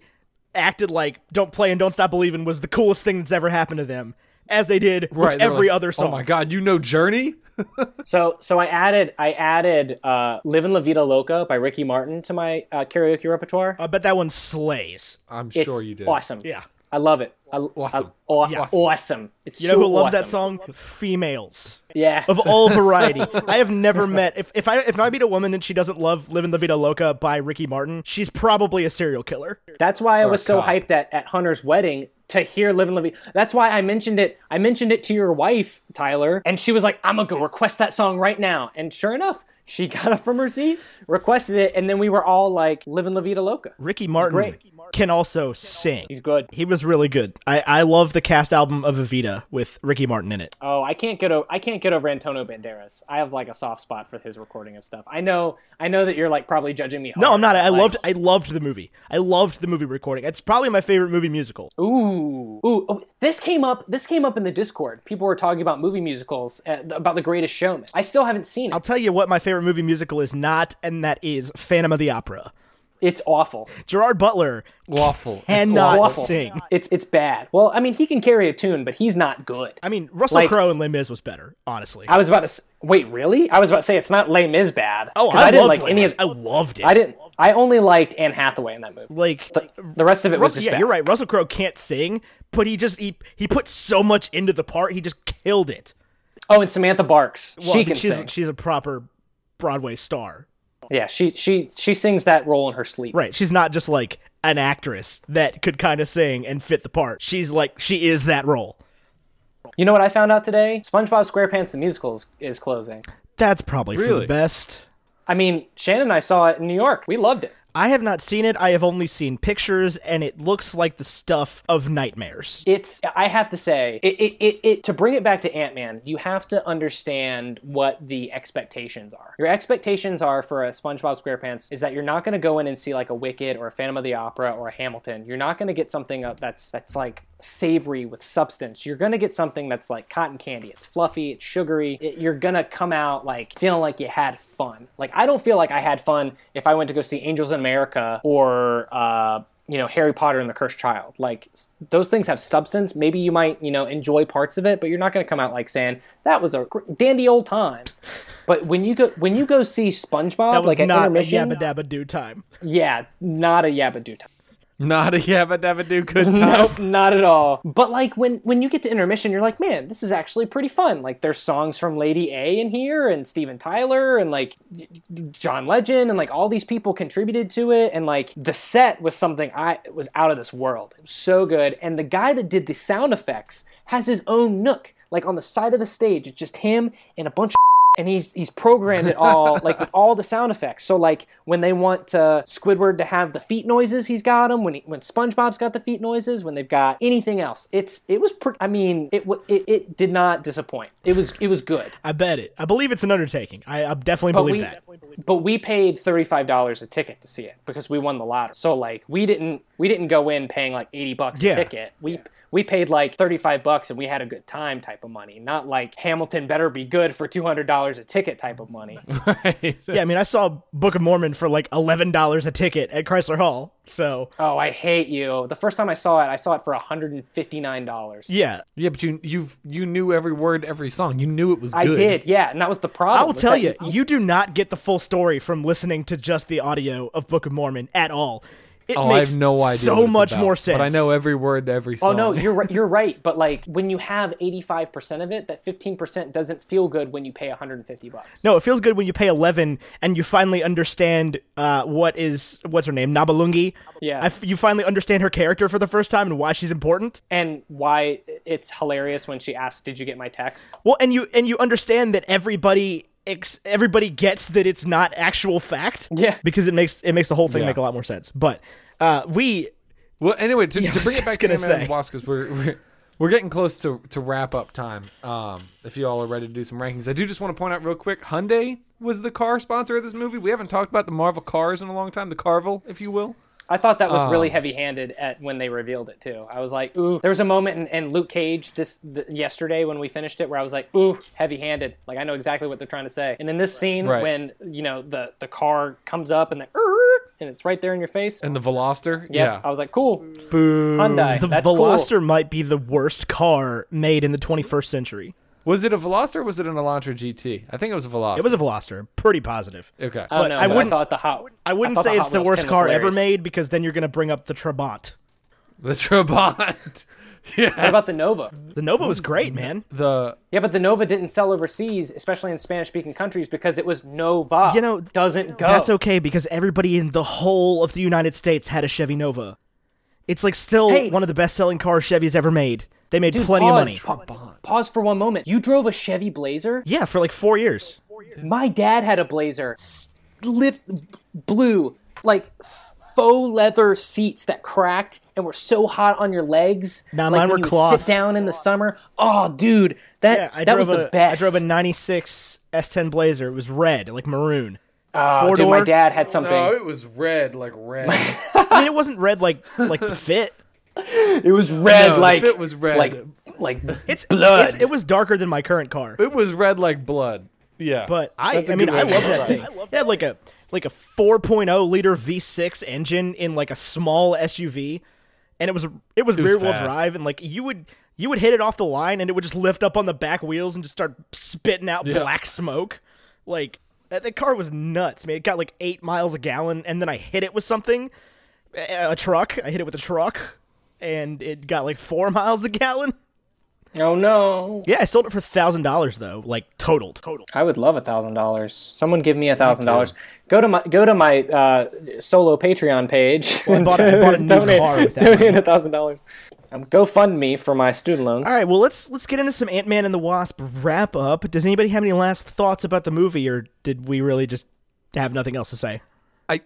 acted like "Don't Play and Don't Stop Believing" was the coolest thing that's ever happened to them, as they did with
they're
every
like,
other song.
Oh my god, you know Journey?
So so I added I added uh Livin' La Vida Loca by Ricky Martin to my uh, karaoke repertoire.
I bet that one slays.
I'm
It's
Oh, sure you did.
Awesome.
Yeah.
I love it. I,
Awesome.
I- aw-
Yeah.
Awesome. It's
You know
so
who loves that
awesome.
song? Females.
Yeah.
of all variety. I have never met if, if I if I meet a woman and she doesn't love "Living La Vida Loca" by Ricky Martin, she's probably a serial killer.
That's why I was so
cop.
hyped at, at Hunter's wedding to hear Live and Let Me. That's why I mentioned it. I mentioned it to your wife, Tyler, and she was like, I'm gonna go request that song right now. And sure enough, she got up from her seat, requested it, and then we were all like, Live and La Vida Loca.
Ricky Martin
great.
can also sing.
He's good.
He was really good. I, I love the cast album of Evita with Ricky Martin in it.
Oh, I can't get over I can't get over Antonio Banderas. I have like a soft spot for his recording of stuff. I know I know that you're like probably judging me. Hard,
No, Oh, I'm not. I
but, like,
loved I loved the movie. I loved the movie recording. It's probably my favorite movie musical.
Ooh, ooh! oh, This came up. This came up in the Discord. People were talking about movie musicals, uh, about The Greatest Showman. I still haven't seen
I'll
it.
tell you what my favorite movie musical is not, and that is Phantom of the Opera.
It's awful.
Gerard Butler
Awful.
cannot
awful.
sing.
It's it's bad. Well, I mean, he can carry a tune, but he's not good.
I mean, Russell
Like-
Crowe and Les Mis was better, honestly.
I was about to s- wait. Really? I was about to say it's not Lame is bad.
oh,
'cause
I,
didn't
loved
like
Les
any
Mis.
of.
I loved it.
I didn't. I only liked Anne Hathaway in that movie.
like
The rest of it was
Russell,
just
yeah,
bad.
you're right. Russell Crowe can't sing, but he just he he put so much into the part, he just killed it.
Oh, and Samantha Barks.
Well, I
she
mean,
can
she's,
sing.
She's a proper Broadway star.
Yeah, she she she sings that role in her sleep.
Right. She's not just like an actress that could kind of sing and fit the part. She's like she is that role.
You know what I found out today? SpongeBob SquarePants the musical is, is closing.
That's probably for the
Really?
best.
I mean, Shannon and I saw it in New York. We loved it.
I have not seen it. I have only seen pictures and it looks like the stuff of nightmares.
It's I have to say, it it, it, it to bring it back to Ant Man, you have to understand what the expectations are. Your expectations are for a SpongeBob SquarePants is that you're not gonna go in and see like a Wicked or a Phantom of the Opera or a Hamilton. You're not gonna get something up that's that's like savory with substance. You're gonna get something that's like cotton candy. It's fluffy, it's sugary. It- you're gonna come out like feeling like you had fun. Like I don't feel like I had fun if I went to go see Angels in America or uh, you know Harry Potter and the Cursed Child. Like s- those things have substance. Maybe you might you know enjoy parts of it, but you're not gonna come out like saying that was a gr- dandy old time. But when you go when you go see SpongeBob,
That was
like at
not a
intermission,
yabba dabba do time.
yeah, not a yabba do time.
Not a yabba dabba do good
Mm-hmm.
time.
Nope, not at all. But like when when you get to intermission, you're like, man, this is actually pretty fun. Like there's songs from Lady A in here and Steven Tyler and like John Legend and like all these people contributed to it and like the set was something I it was out of this world. It was so good and the guy that did the sound effects has his own nook like on the side of the stage. It's just him and a bunch of and he's he's programmed it all like with all the sound effects. So like when they want uh, Squidward to have the feet noises, he's got them. When he, when SpongeBob's got the feet noises, when they've got anything else, it's it was pretty. I mean, it, wa- it it did not disappoint. It was it was good.
I bet it. I believe it's an undertaking. I, I definitely believe
we-
that.
But we paid thirty five dollars a ticket to see it because we won the lottery. So like we didn't we didn't go in paying like eighty bucks
Yeah.
a ticket. We we paid like thirty five bucks and we had a good time type of money. Not like Hamilton better be good for two hundred dollars a ticket type of money.
Yeah, I mean, I saw Book of Mormon for like eleven dollars a ticket at Chrysler Hall. So
Oh, I hate you. The first time I saw it, I saw it for $159.
yeah,
Yeah, but you you've you knew every word, every song. You knew it was
I
good.
did, yeah, and that was the problem.
I will
was
tell
that
you, you do not get the full story from listening to just the audio of Book of Mormon at all. It
Oh,
makes
I have no idea. what
so
it's
much
about,
more sense.
But I know every word, to every
Oh
song.
no, you're right, you're right, but like when you have 85% of it, that 15% doesn't feel good when you pay 150 bucks.
No, it feels good when you pay eleven and you finally understand uh, what is what's her name, Nabalungi.
Yeah.
I f- you finally understand her character for the first time and why she's important.
And why it's hilarious when she asks, "Did you get my text?"
Well, and you and you understand that everybody ex- everybody gets that it's not actual fact.
Yeah.
because it makes it makes the whole thing
Yeah.
make a lot more sense. But uh, we
Well, anyway, to,
I
to
was
bring it
just
back
gonna
to Ant-Man
say.
and Wasp, because we're, we're we're getting close to to wrap up time. Um, if you all are ready to do some rankings, I do just want to point out real quick, Hyundai was the car sponsor of this movie. We haven't talked about the Marvel cars in a long time, the Carvel, if you will.
I thought that was
Oh.
really heavy-handed at when they revealed it too. I was like, "Ooh." There was a moment in, in Luke Cage this th- yesterday when we finished it where I was like, "Ooh, heavy-handed." Like I know exactly what they're trying to say. And in this scene
Right.
when you know the the car comes up and the "Err," and it's right there in your face.
And the Veloster,
Yep.
yeah.
I was like, "Cool,
Boo.
Hyundai."
the
that's
Veloster
cool.
might be the worst car made in the 21st century.
Was it a Veloster or was it an Elantra GT? I think it was a Veloster.
It was uh, a Veloster, pretty positive.
Okay.
I don't know.
I
I
wouldn't-
wouldn't I thought the hot.
I wouldn't
thought
say it's
Hot
the
Wheels
worst
tin was
car ever
hilarious.
made because then you're going to bring up the Trabant.
the Trabant.
What about the Nova?
The Nova was great,
Mm-hmm.
man.
the
Yeah, but the Nova didn't sell overseas, especially in Spanish-speaking countries, because it was Nova.
You know,
doesn't go.
That's okay because everybody in the whole of the United States had a Chevy Nova. It's like still
Hey.
one of the best selling cars Chevy's ever made. They made plenty of
pause,
money.
Trump. Pause for one moment. You drove a Chevy Blazer?
Yeah, for like four years.
My dad had a Blazer. Slip blue, like faux leather seats that cracked and were so hot on your legs.
Nah,
like
mine
when
were
you would
cloth.
Sit down in the summer. Oh, dude, that
Yeah, I
that
drove
was
a,
the best.
I drove a '96 S10 Blazer. It was red, like maroon.
Oh, dude,
four-door.
my dad had something.
it was red, like red.
I mean, it wasn't red like like the fit.
It was red,
No, the
like
fit was red.
like like
It's
blood.
It's, it was darker than my current car,
it was red like blood. Yeah.
but I
a
I mean
good way
I
to
love
describe
that thing. It had like a like a 4.0 liter V6 engine in like a small SUV, and it was it was rear wheel
fast.
drive, and like you would you would hit it off the line, and it would just lift up on the back wheels and just start spitting out
Yeah.
black smoke, like. That, that car was nuts, man. It got like eight miles a gallon, and then I hit it with something, a a truck. I hit it with a truck, and it got like four miles a gallon.
Oh no!
Yeah, I sold it for thousand dollars though, like totaled. Total.
I would love a thousand dollars. Someone give me a thousand dollars. Go to my go to my uh, solo Patreon page.
I bought a- I bought a new car with that
donate a thousand dollars. Um, GoFundMe for my student loans.
All right, well let's let's get into some Ant Man and the Wasp wrap up. Does anybody have any last thoughts about the movie, or did we really just have nothing else to say?
I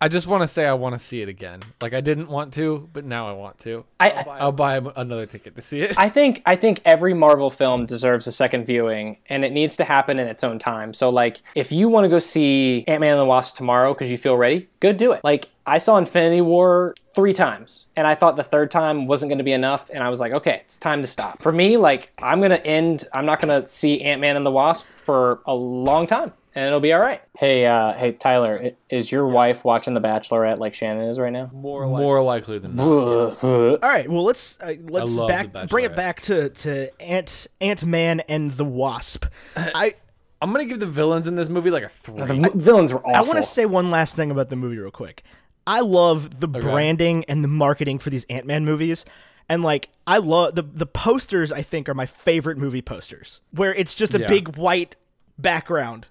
I just want to say I want to see it again. Like I didn't want to, but now I want to.
I, I,
I'll buy m- another ticket to see it.
I think I think every Marvel film deserves a second viewing, and it needs to happen in its own time. So like, if you want to go see Ant Man and the Wasp tomorrow because you feel ready, go do it. Like I saw Infinity War three times, and I thought the third time wasn't going to be enough, and I was like, okay, it's time to stop. For me, like I'm gonna end. I'm not gonna see Ant Man and the Wasp for a long time. And it'll be all right. Hey, uh, hey, Tyler, i- is your wife watching The Bachelorette like Shannon is right now?
More likely, More likely than not.
All right, well let's uh, let's
love
back
The
bring it
Bachelorette.
back to to Ant Ant Man and the Wasp. I
I'm gonna give the villains in this movie like a three.
The villains were awful.
I want to say one last thing about the movie real quick. I love the branding and the marketing for these Ant Man movies. And like I love the the posters I think are my favorite movie posters. Where it's just a
Yeah.
big white background.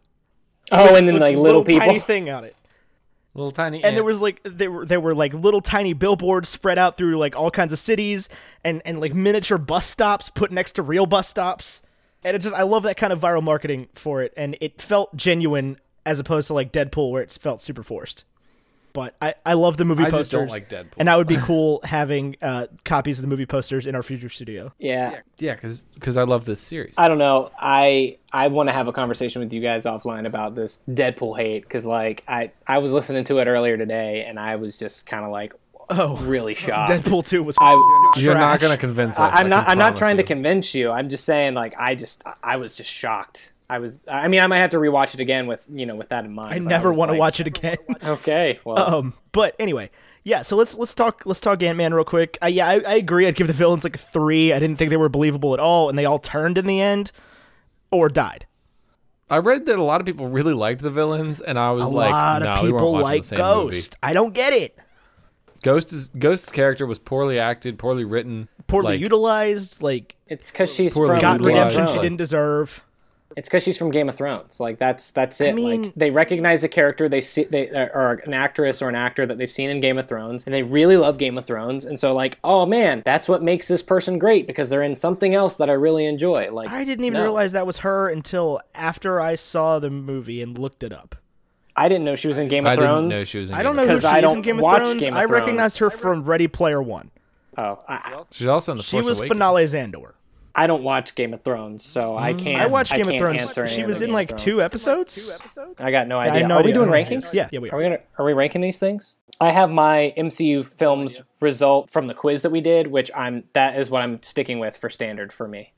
Oh, and then
with
like little, people.
tiny thing on it.
Little tiny.
And there was like there were there were like little tiny billboards spread out through like all kinds of cities and and like miniature bus stops put next to real bus stops. And it just I love that kind of viral marketing for it and it felt genuine as opposed to like Deadpool where it felt super forced. But I, I love the movie
I
posters.
just don't like Deadpool.
And that would be cool having uh, copies of the movie posters in our future studio.
yeah.
yeah, because I love this series.
I don't know. I I want to have a conversation with you guys offline about this Deadpool hate because like I I was listening to it earlier today and I was just kind of like
Oh.
really shocked.
Deadpool 2 was
I,
You're not
Trash.
gonna convince us.
I, am
I
not
can
I'm not trying to
promise
convince you. I'm just saying like I just I was just shocked. I was I mean I might have to rewatch it again with you know with that in mind.
I never want to
to
watch it again.
Okay, well
Um, but anyway, yeah. So let's let's talk let's talk Ant Man real quick. I, yeah, I, I agree. I'd give the villains like a three. I didn't think they were believable at all, and they all turned in the end, or died.
you. I read that a lot of people really liked the villains, and I was
A
like,
lot
no,
of
we weren't
people
watching
like
the same
Ghost.
movie.
I don't get it.
Ghost is Ghost's character was poorly acted, poorly written,
Poorly
like,
utilized. Like
it's because she's
Poorly
from
Got
got
Game of
utilized.
redemption she
Thrones.
didn't deserve.
It's because she's from Game of Thrones. Like that's that's it.
mean-
like they recognize a character they see they uh, or an actress or an actor that they've seen in Game of Thrones, and they really love Game of Thrones, and so like, oh man, that's what makes this person great because they're in something else that I really enjoy. Like
I didn't even
no.
realize that was her until after I saw the movie and looked it up.
I didn't know she was in Game of
I didn't
Thrones.
know she was. In
I don't
Game of
know who
Thrones.
she
I
is in
don't
Game of
watch
Thrones.
Game of
I
Thrones.
recognized her from Ready Player One.
Oh, I,
She's also in the
She
Force
was
Awakens.
Finale Xandor.
I don't watch Game of Thrones, so I can't.
Mm, I watched Game of
can't answer
Thrones. She
any of
was
the
in
Game of
like two
Thrones.
episodes.
I got no idea.
had no
are we
idea.
doing
I had no
rankings?
idea. Yeah, yeah, we
are. we gonna, are we ranking these things? I have my MCU films result from the quiz that we did, which I'm that is what I'm sticking with for standard for me.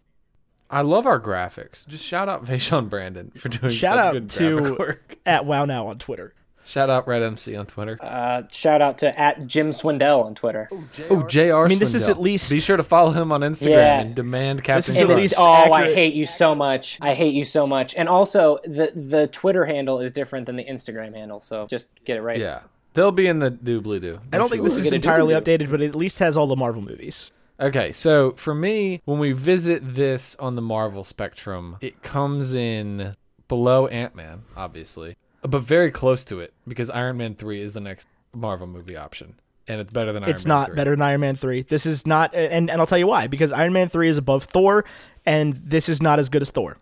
I love our graphics. Just shout out Vaishon Brandon for doing
Shout
such
out
good
to-
graphic work.
At Wow Now on Twitter.
Shout out Red MC on Twitter.
Uh, shout out to at Jim Swindell on Twitter.
oh, JR. I
mean, this is at least-
Be sure to follow him on Instagram
Yeah.
and demand Captain
is at
Crunch.
least-
oh, I
accurate-
hate you so much. I hate you so much. And also, the the Twitter handle is different than the Instagram handle, so just get it right.
Yeah, they'll be in the doobly doo.
I don't think this is
get a
entirely
duplicate.
updated, but it at least has all the Marvel movies.
Okay, so for me, when we visit this on the Marvel spectrum, it comes in below Ant Man, obviously, but very close to it because Iron Man 3 is the next Marvel movie option. And it's better than Iron
it's
Man
not
3.
better than Iron Man 3. This is not and, and I'll tell you why, because Iron Man 3 is above Thor and this is not as good as Thor.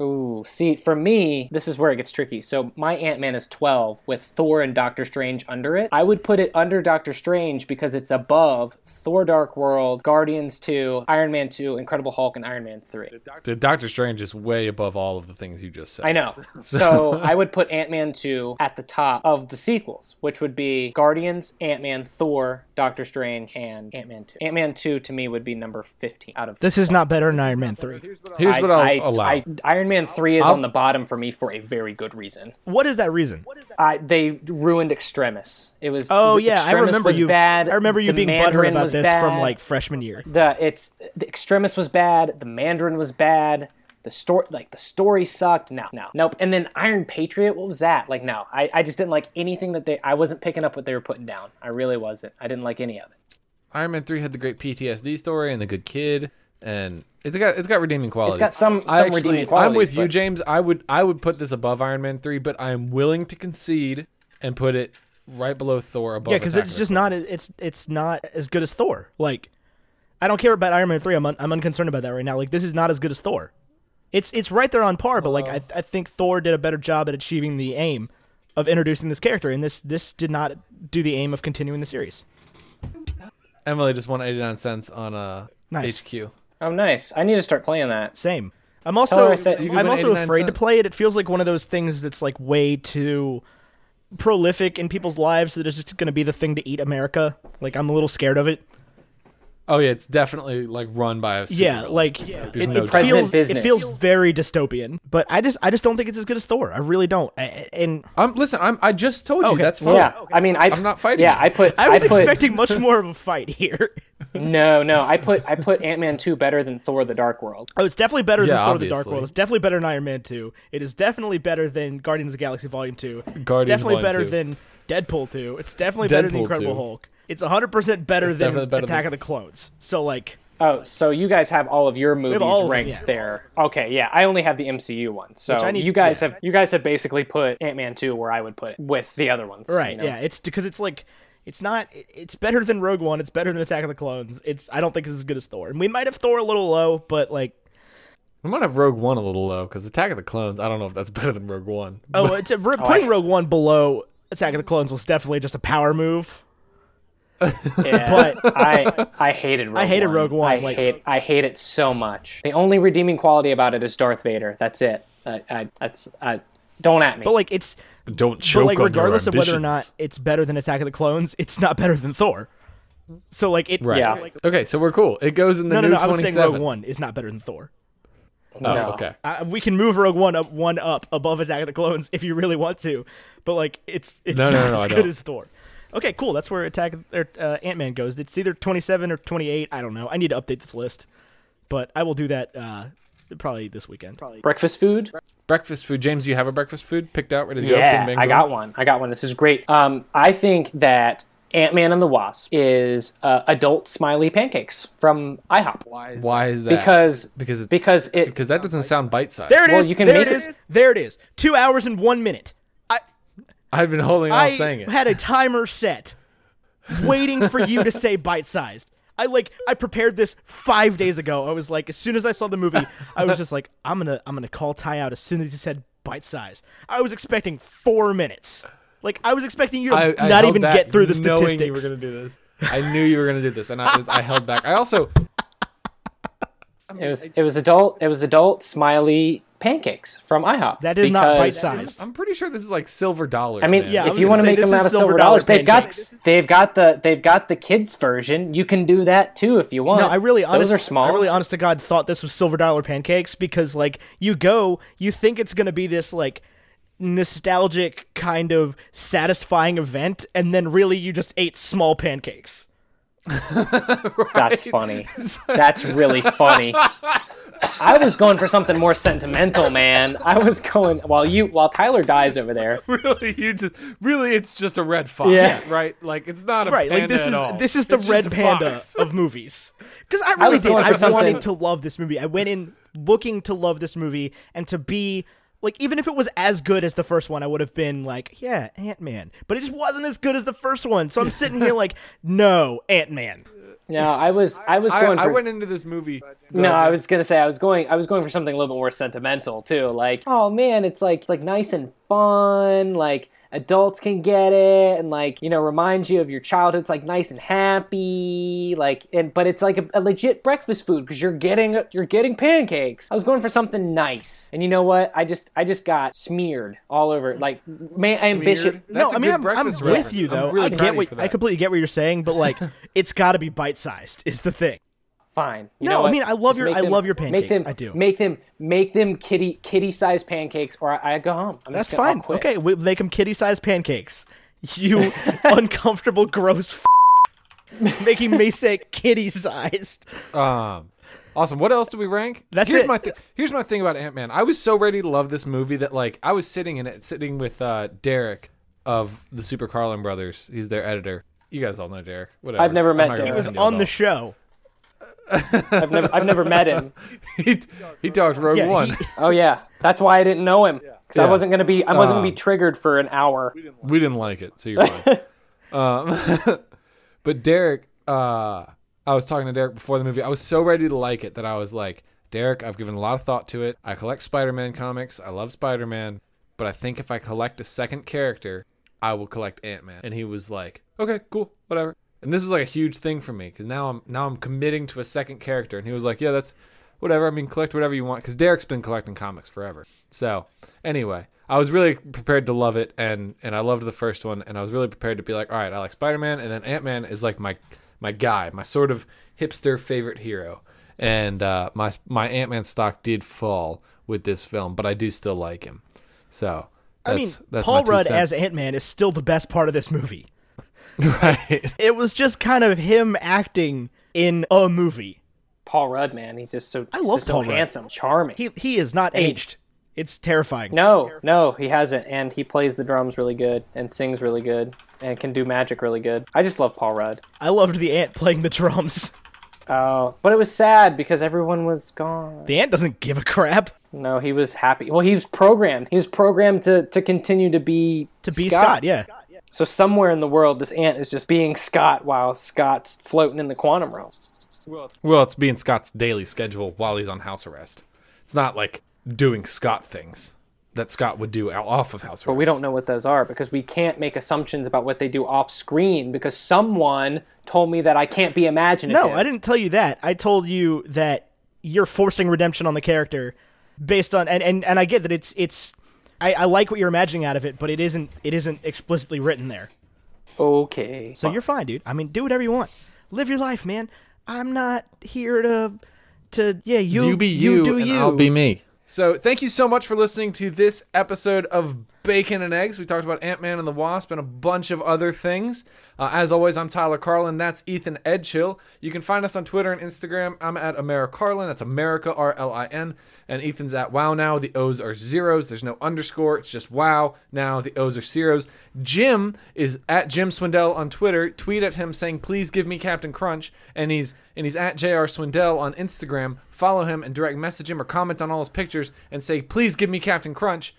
Ooh, see, for me, this is where it gets tricky. So my Ant Man is 12 with Thor and Doctor Strange under it. I would put it under Doctor Strange because it's above Thor Dark World, Guardians 2, Iron Man 2, Incredible Hulk, and Iron Man 3.
Dude, Doctor Strange is way above all of the things you just said.
I know. So I would put Ant Man 2 at the top of the sequels, which would be Guardians, Ant Man, Thor, Doctor Strange, and Ant Man 2. Ant Man 2 to me would be number 15 out of
This is not better than Iron Man 3.
Here's
I-
what I'll
I-
allow.
I- Iron Man 3 is on the bottom for me for a very good reason.
What is that reason?
I, they ruined Extremis. It was
Oh yeah, I
Extremis
remember
was
you
Bad.
I remember you
the
being butthurt
Mandarin
about
was
this
bad.
from like freshman year.
the it's the Extremis was bad. The Mandarin was bad. The story like the story sucked. No, no, nope. And then Iron Patriot, what was that? Like no, I, I just didn't like anything that they. I wasn't picking up what they were putting down. I really wasn't. I didn't like any of it.
Iron Man 3 had the great PTSD story and the good kid. and it's got it's got redeeming qualities.
got some-
I
some
actually-
redeeming
I'm with
qualities,
you,
but-
James. I would I would put this above Iron Man three, but I am willing to concede and put it right below Thor. Above
Yeah, because
Attack
it's
of
just not it's it's not as good as Thor. Like, I don't care about Iron Man three. I'm un, I'm unconcerned about that right now. Like, this is not as good as Thor. It's it's right there on par, but like
Uh-huh.
I I think Thor did a better job at achieving the aim of introducing this character, and this this did not do the aim of continuing the series.
the- Emily just won 89 cents on uh
Nice.
HQ.
Oh, nice. I need to start playing that.
Same. I'm
Tell
also
her I said- You
can
I'm
win
also
89
afraid to
cents.
play it. It feels like one of those things that's like way too prolific in people's lives that is just going to be the thing to eat America. Like I'm a little scared of it.
Oh yeah, it's definitely like run by a super
yeah,
villain.
like
there's
it,
no
it
doubt.
feels it
President business.
feels very dystopian. But I just I just don't think it's as good as Thor. I really don't. I- I- And
I'm listen. I'm I just told you
Okay.
that's fine.
Yeah, I mean, I,
Oh, I'm not fighting.
Yeah, I put.
I was
put,
expecting much more of a fight here.
No, no, I put I put Ant Man two better than Thor: The Dark World.
Oh, it's definitely better than
Yeah,
Thor: The Dark
obviously.
World. It's definitely better than Iron Man Two. It is definitely better than Guardians of the Galaxy Volume Two.
Guardians
it's definitely
Volume
better
2.
than Deadpool Two. It's definitely better than
Deadpool
Incredible
2.
Hulk. It's 100 percent better
It's
than
definitely better
Attack
than-
of the Clones. So like,
Oh, so you guys have all of your movies
all of them,
ranked
yeah.
there. Okay, yeah, I only have the MCU one. So
I need-
you guys
yeah.
have you guys have basically put Ant Man two where I would put it with the other ones.
right?
you know?
Yeah, it's because it's like. It's not. it- It's better than Rogue One. It's better than Attack of the Clones. It's. I don't think it's as good as Thor. And we might have Thor a little low, but like,
I might have Rogue One a little low because Attack of the Clones. I don't know if that's better than Rogue One.
oh, it's a, putting Rogue One below Attack of the Clones was definitely just a power move.
Yeah.
But-
I I hated Rogue
I hated
One.
Rogue One,
I
like-
hate I hate it so much. The only redeeming quality about it is Darth Vader. That's it. I, I that's I don't at me.
But like, it's.
Don't
but
choke
like
on your
regardless of whether or
ambitions.
not it's better than Attack of the Clones, it's not better than Thor. So like it
Right.
Yeah.
Okay, so we're cool. It goes in the
No, no,
new
no. I was saying
27.
Rogue One is not better than Thor.
Oh,
No.
okay.
Uh, we can move Rogue One up one up above Attack of the Clones if you really want to, but like it's it's
No,
not
no, no,
as
I
good
don't.
as Thor. Okay, cool. That's where Attack of- or uh, Ant Man goes. It's either twenty seven or twenty eight. I don't know. I need to update this list, but I will do that uh, probably this weekend. Probably.
Breakfast food?
Breakfast food. James, you have a breakfast food picked out, ready to go?
Yeah,
Bing, bang,
I
boom.
got one. I got one. This is great. Um, I think that Ant Man and the Wasp is uh, adult smiley pancakes from IHOP. Why?
Why is that?
Because
because it's
because it
because that doesn't sound bite sized.
There it is.
Well, you can
there
make
it
it-
is. There it is. Two hours and one minute.
I've been holding
I
off saying it.
had a timer set, waiting for you to say bite sized. I like I prepared this five days ago. I was like, as soon as I saw the movie, I was just like, I'm gonna I'm gonna call Ty out as soon as he said bite sized. I was expecting four minutes. Like I was expecting you to
I, I
not
held
even
back
get through the
knowing
statistics.
You were gonna do this. I knew you were gonna do this, and I, I held back. I also
it was it was adult it was adult smiley pancakes from IHOP.
That is not
Because-
bite-sized.
I'm pretty sure this is like silver dollars.
I mean,
man.
Yeah, I
if
was
you
gonna
want to
say
make
this
them
is
out of
silver
silver
dollar
dollars, they've got
pancakes.
they've got the they've got the kids version. You can do that too if you want.
No, I really honest,
those are small.
I really honest to God thought this was silver dollar pancakes because like you go, you think it's gonna be this like nostalgic kind of satisfying event, and then really you just ate small pancakes.
That's funny. That's really funny. I was going for something more sentimental, man. I was going while you while Tyler dies over there.
really, you just really, it's just a red fox,
Yeah.
right? Like it's not a
Right, like
panda
this
at
is
all.
this is the
It's just
red
a
panda
fox.
of movies. Because I really
was
did.
going for
I wanted
something-
to love this movie. I went in looking to love this movie and to be like, even if it was as good as the first one, I would have been like, yeah, Ant Man. But it just wasn't as good as the first one. So I'm sitting here like, no, Ant Man.
No, I was I was
I,
going
I
for
went into this movie.
No, I was gonna say I was going I was going for something a little bit more sentimental too. Like, oh man, it's like it's like nice and fun. Like adults can get it, and like you know reminds you of your childhood. It's like nice and happy. Like and but it's like a, a legit breakfast food because you're getting you're getting pancakes. I was going for something nice, and you know what? I just I just got smeared all over. Like man, ambition.
Smeared? That's
no,
a
I mean
good
I'm, I'm
breakfast
with
reference.
you
I'm
though.
really
I
proud
get
of
what
you for
I
that.
completely get what you're saying, but like it's got to be bite sized is the thing.
Fine. You
No,
know
I
what?
mean, I love your-
make
I love your
Make
pancakes.
them,
I do.
Make them make them kitty kitty sized pancakes, or I, I go home. I'm
That's
just gonna, I'll
fine.
quit.
Okay, we make them kitty sized pancakes. You uncomfortable, gross. F- making me say kitty sized.
Um, awesome. What else do we rank?
That's
here's
it.
My th- here's my thing about Ant Man. I was so ready to love this movie that like I was sitting in it, sitting with uh, Derek of the Super Carlin Brothers. He's their editor. You guys all know Derek. Whatever.
I've never
I'm
met
not gonna
Derek. He was
pretend to
On
at
the
all.
show.
I've never I've never met him.
he, he talked Rogue
Yeah,
One.
he-
Oh yeah, that's why I didn't know him because I
Yeah. Uh.
wasn't gonna be I wasn't gonna be triggered for an hour.
we didn't like it, so you're fine. um, but Derek, uh, I was talking to Derek before the movie. I was so ready to like it that I was like, Derek, I've given a lot of thought to it. I collect Spider-Man comics. I love Spider-Man, but I think if I collect a second character, I will collect Ant-Man. And he was like, Okay, cool, whatever. And this was like a huge thing for me because now I'm now I'm committing to a second character. And he was like, Yeah, that's whatever. I mean, collect whatever you want because Derek's been collecting comics forever. So anyway, I was really prepared to love it, and and I loved the first one, and I was really prepared to be like, all right, I like Spider Man, and then Ant Man is like my my guy, my sort of hipster favorite hero, and uh, my my Ant Man stock did fall with this film, but I do still like him. So
I
that's,
mean,
that's my
Paul
two
Rudd
cents.
as Ant Man is still the best part of this movie.
right.
It was just kind of him acting in a movie.
Paul Rudd, man, he's just so I
love
just so
Paul Rudd.
handsome, charming.
He he is not aged. It's terrifying.
no, no, he hasn't, and he plays the drums really good and sings really good and can do magic really good. I just love Paul Rudd.
I loved the ant playing the drums.
Oh, but it was sad because everyone was gone.
The ant doesn't give a crap.
No, he was happy. Well, he was programmed. He was programmed to to continue to be
To be Scott, yeah.
So somewhere in the world, this ant is just being Scott while Scott's floating in the quantum realm.
Well, it's being Scott's daily schedule while he's on house arrest. It's not like doing Scott things that Scott would do out- off of house arrest.
But we don't know what those are because we can't make assumptions about what they do off screen because someone told me that I can't be imaginative.
No, I didn't tell you that. I told you that you're forcing redemption on the character based on and and, and I get that it's it's I, I like what you're imagining out of it, but it isn't it isn't explicitly written there.
Okay.
So you're fine, dude. I mean, do whatever you want. Live your life, man. I'm not here to to yeah, you
you be you,
do
and
you.
I'll be me. So thank you so much for listening to this episode of Bacon and Eggs. We talked about Ant Man and the Wasp and a bunch of other things. Uh, as always, I'm Tyler Carlin. That's Ethan Edgehill. You can find us on Twitter and Instagram. I'm at AmeriCarlin. That's America R L I N. And Ethan's at Wow Now. The O's are zeros. There's no underscore. It's just Wow Now. The O's are zeros. Jim is at Jim Swindell on Twitter. Tweet at him saying, "Please give me Captain Crunch." And he's and he's at Jr. Swindell on Instagram. Follow him and direct message him or comment on all his pictures and say, please give me Captain Crunch.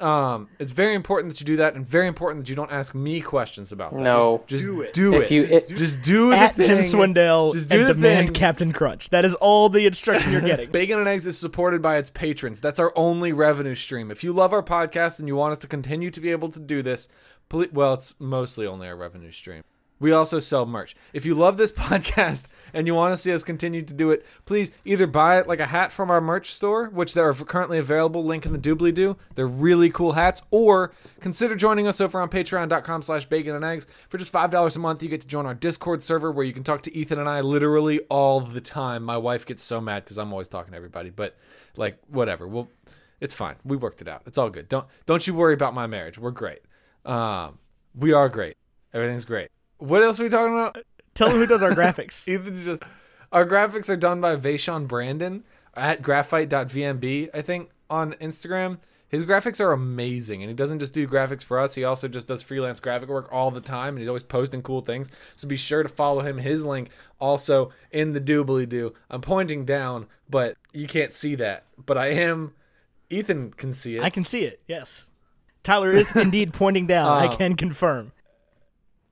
Um, it's very important that you do that, and very important that you don't ask me questions about that.
No.
just do it.
If you- it-
just do
at
the
Jim
thing.
Swindell
Just do
and
the
demand
thing.
Captain Crunch. That is all the instruction you're getting.
Bacon and Eggs is supported by its patrons. That's our only revenue stream. If you love our podcast and you want us to continue to be able to do this, ple well, it's mostly only our revenue stream. We also sell merch. If you love this podcast and you want to see us continue to do it, please either buy it like a hat from our merch store, which they are currently available, link in the doobly doo. They're really cool hats, or consider joining us over on patreon.com slash bacon and eggs. For just $5 a month, you get to join our Discord server where you can talk to Ethan and I literally all the time. My wife gets so mad because I'm always talking to everybody, but like whatever. Well, it's fine. We worked it out. It's all good. Don't don't you worry about my marriage. We're great. Um, we are great. Everything's great. What else are we talking about?
Tell them who does our graphics.
Ethan's just our graphics are done by Vaishon Brandon at graphite.vmb, I think, on Instagram. His graphics are amazing, and he doesn't just do graphics for us. He also just does freelance graphic work all the time, and he's always posting cool things. So be sure to follow him. His link also in the doobly doo. I'm pointing down, but you can't see that. But I am. Ethan can see it.
I can see it. Yes. Tyler is indeed pointing down.
Oh.
I can confirm.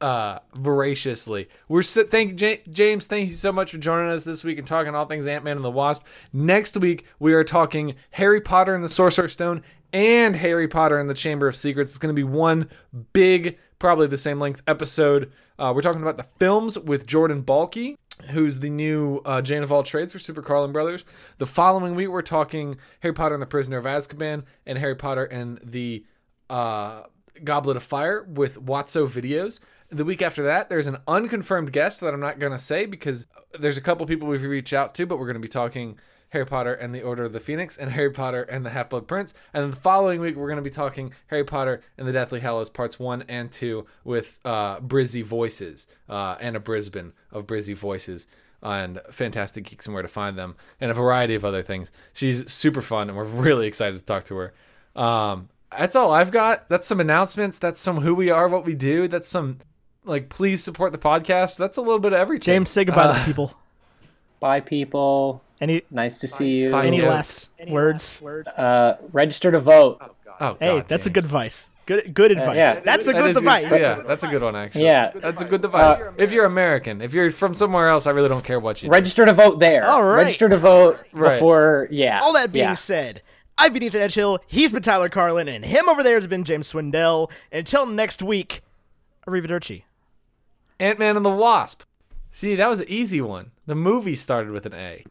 uh, voraciously. We're so, thank J- James. Thank you so much for joining us this week and talking all things Ant Man and the Wasp. Next week we are talking Harry Potter and the Sorcerer's Stone and Harry Potter and the Chamber of Secrets. It's going to be one big, probably the same length episode. Uh, we're talking about the films with Jordan Balky. Who's the new uh, Jane of all trades for Super Carlin Brothers? The following week, we're talking Harry Potter and the Prisoner of Azkaban and Harry Potter and the uh, Goblet of Fire with Watso videos. The week after that, there's an unconfirmed guest that I'm not going to say because there's a couple people we've reached out to, but we're going to be talking Harry Potter and the Order of the Phoenix and Harry Potter and the Half Blood Prince. And then the following week, we're going to be talking Harry Potter and the Deathly Hallows Parts 1 and 2 with uh, Brizzy Voices, uh, Anna Brisbane of Brizzy Voices and Fantastic Geeks and Where to Find Them, and a variety of other things. She's super fun, and we're really excited to talk to her. Um, that's all I've got. That's some announcements. That's some who we are, what we do. That's some like please support the podcast. That's a little bit of everything.
Uh, James, say goodbye to the people.
Bye, people.
Any
Nice to see you.
Bye.
any
Notes.
last words?
Uh, register to vote.
Oh,
Hey,
God,
that's a
James.
good advice. Good good advice.
yeah.
That's a
That
good Uh,
is
advice.
yeah, that's a good one actually.
Yeah.
That's a good device. if you're American, if you're from somewhere else, I really don't care what you do.
Register to vote there.
All right.
Register to vote
Right.
before. Yeah.
All that being
yeah.
said, I've been Ethan Edgehill, he's been Tyler Carlin, and him over there has been James Swindell. Until next week, arrivederci.
Ant Man and the Wasp. See, that was an easy one. The movie started with an A.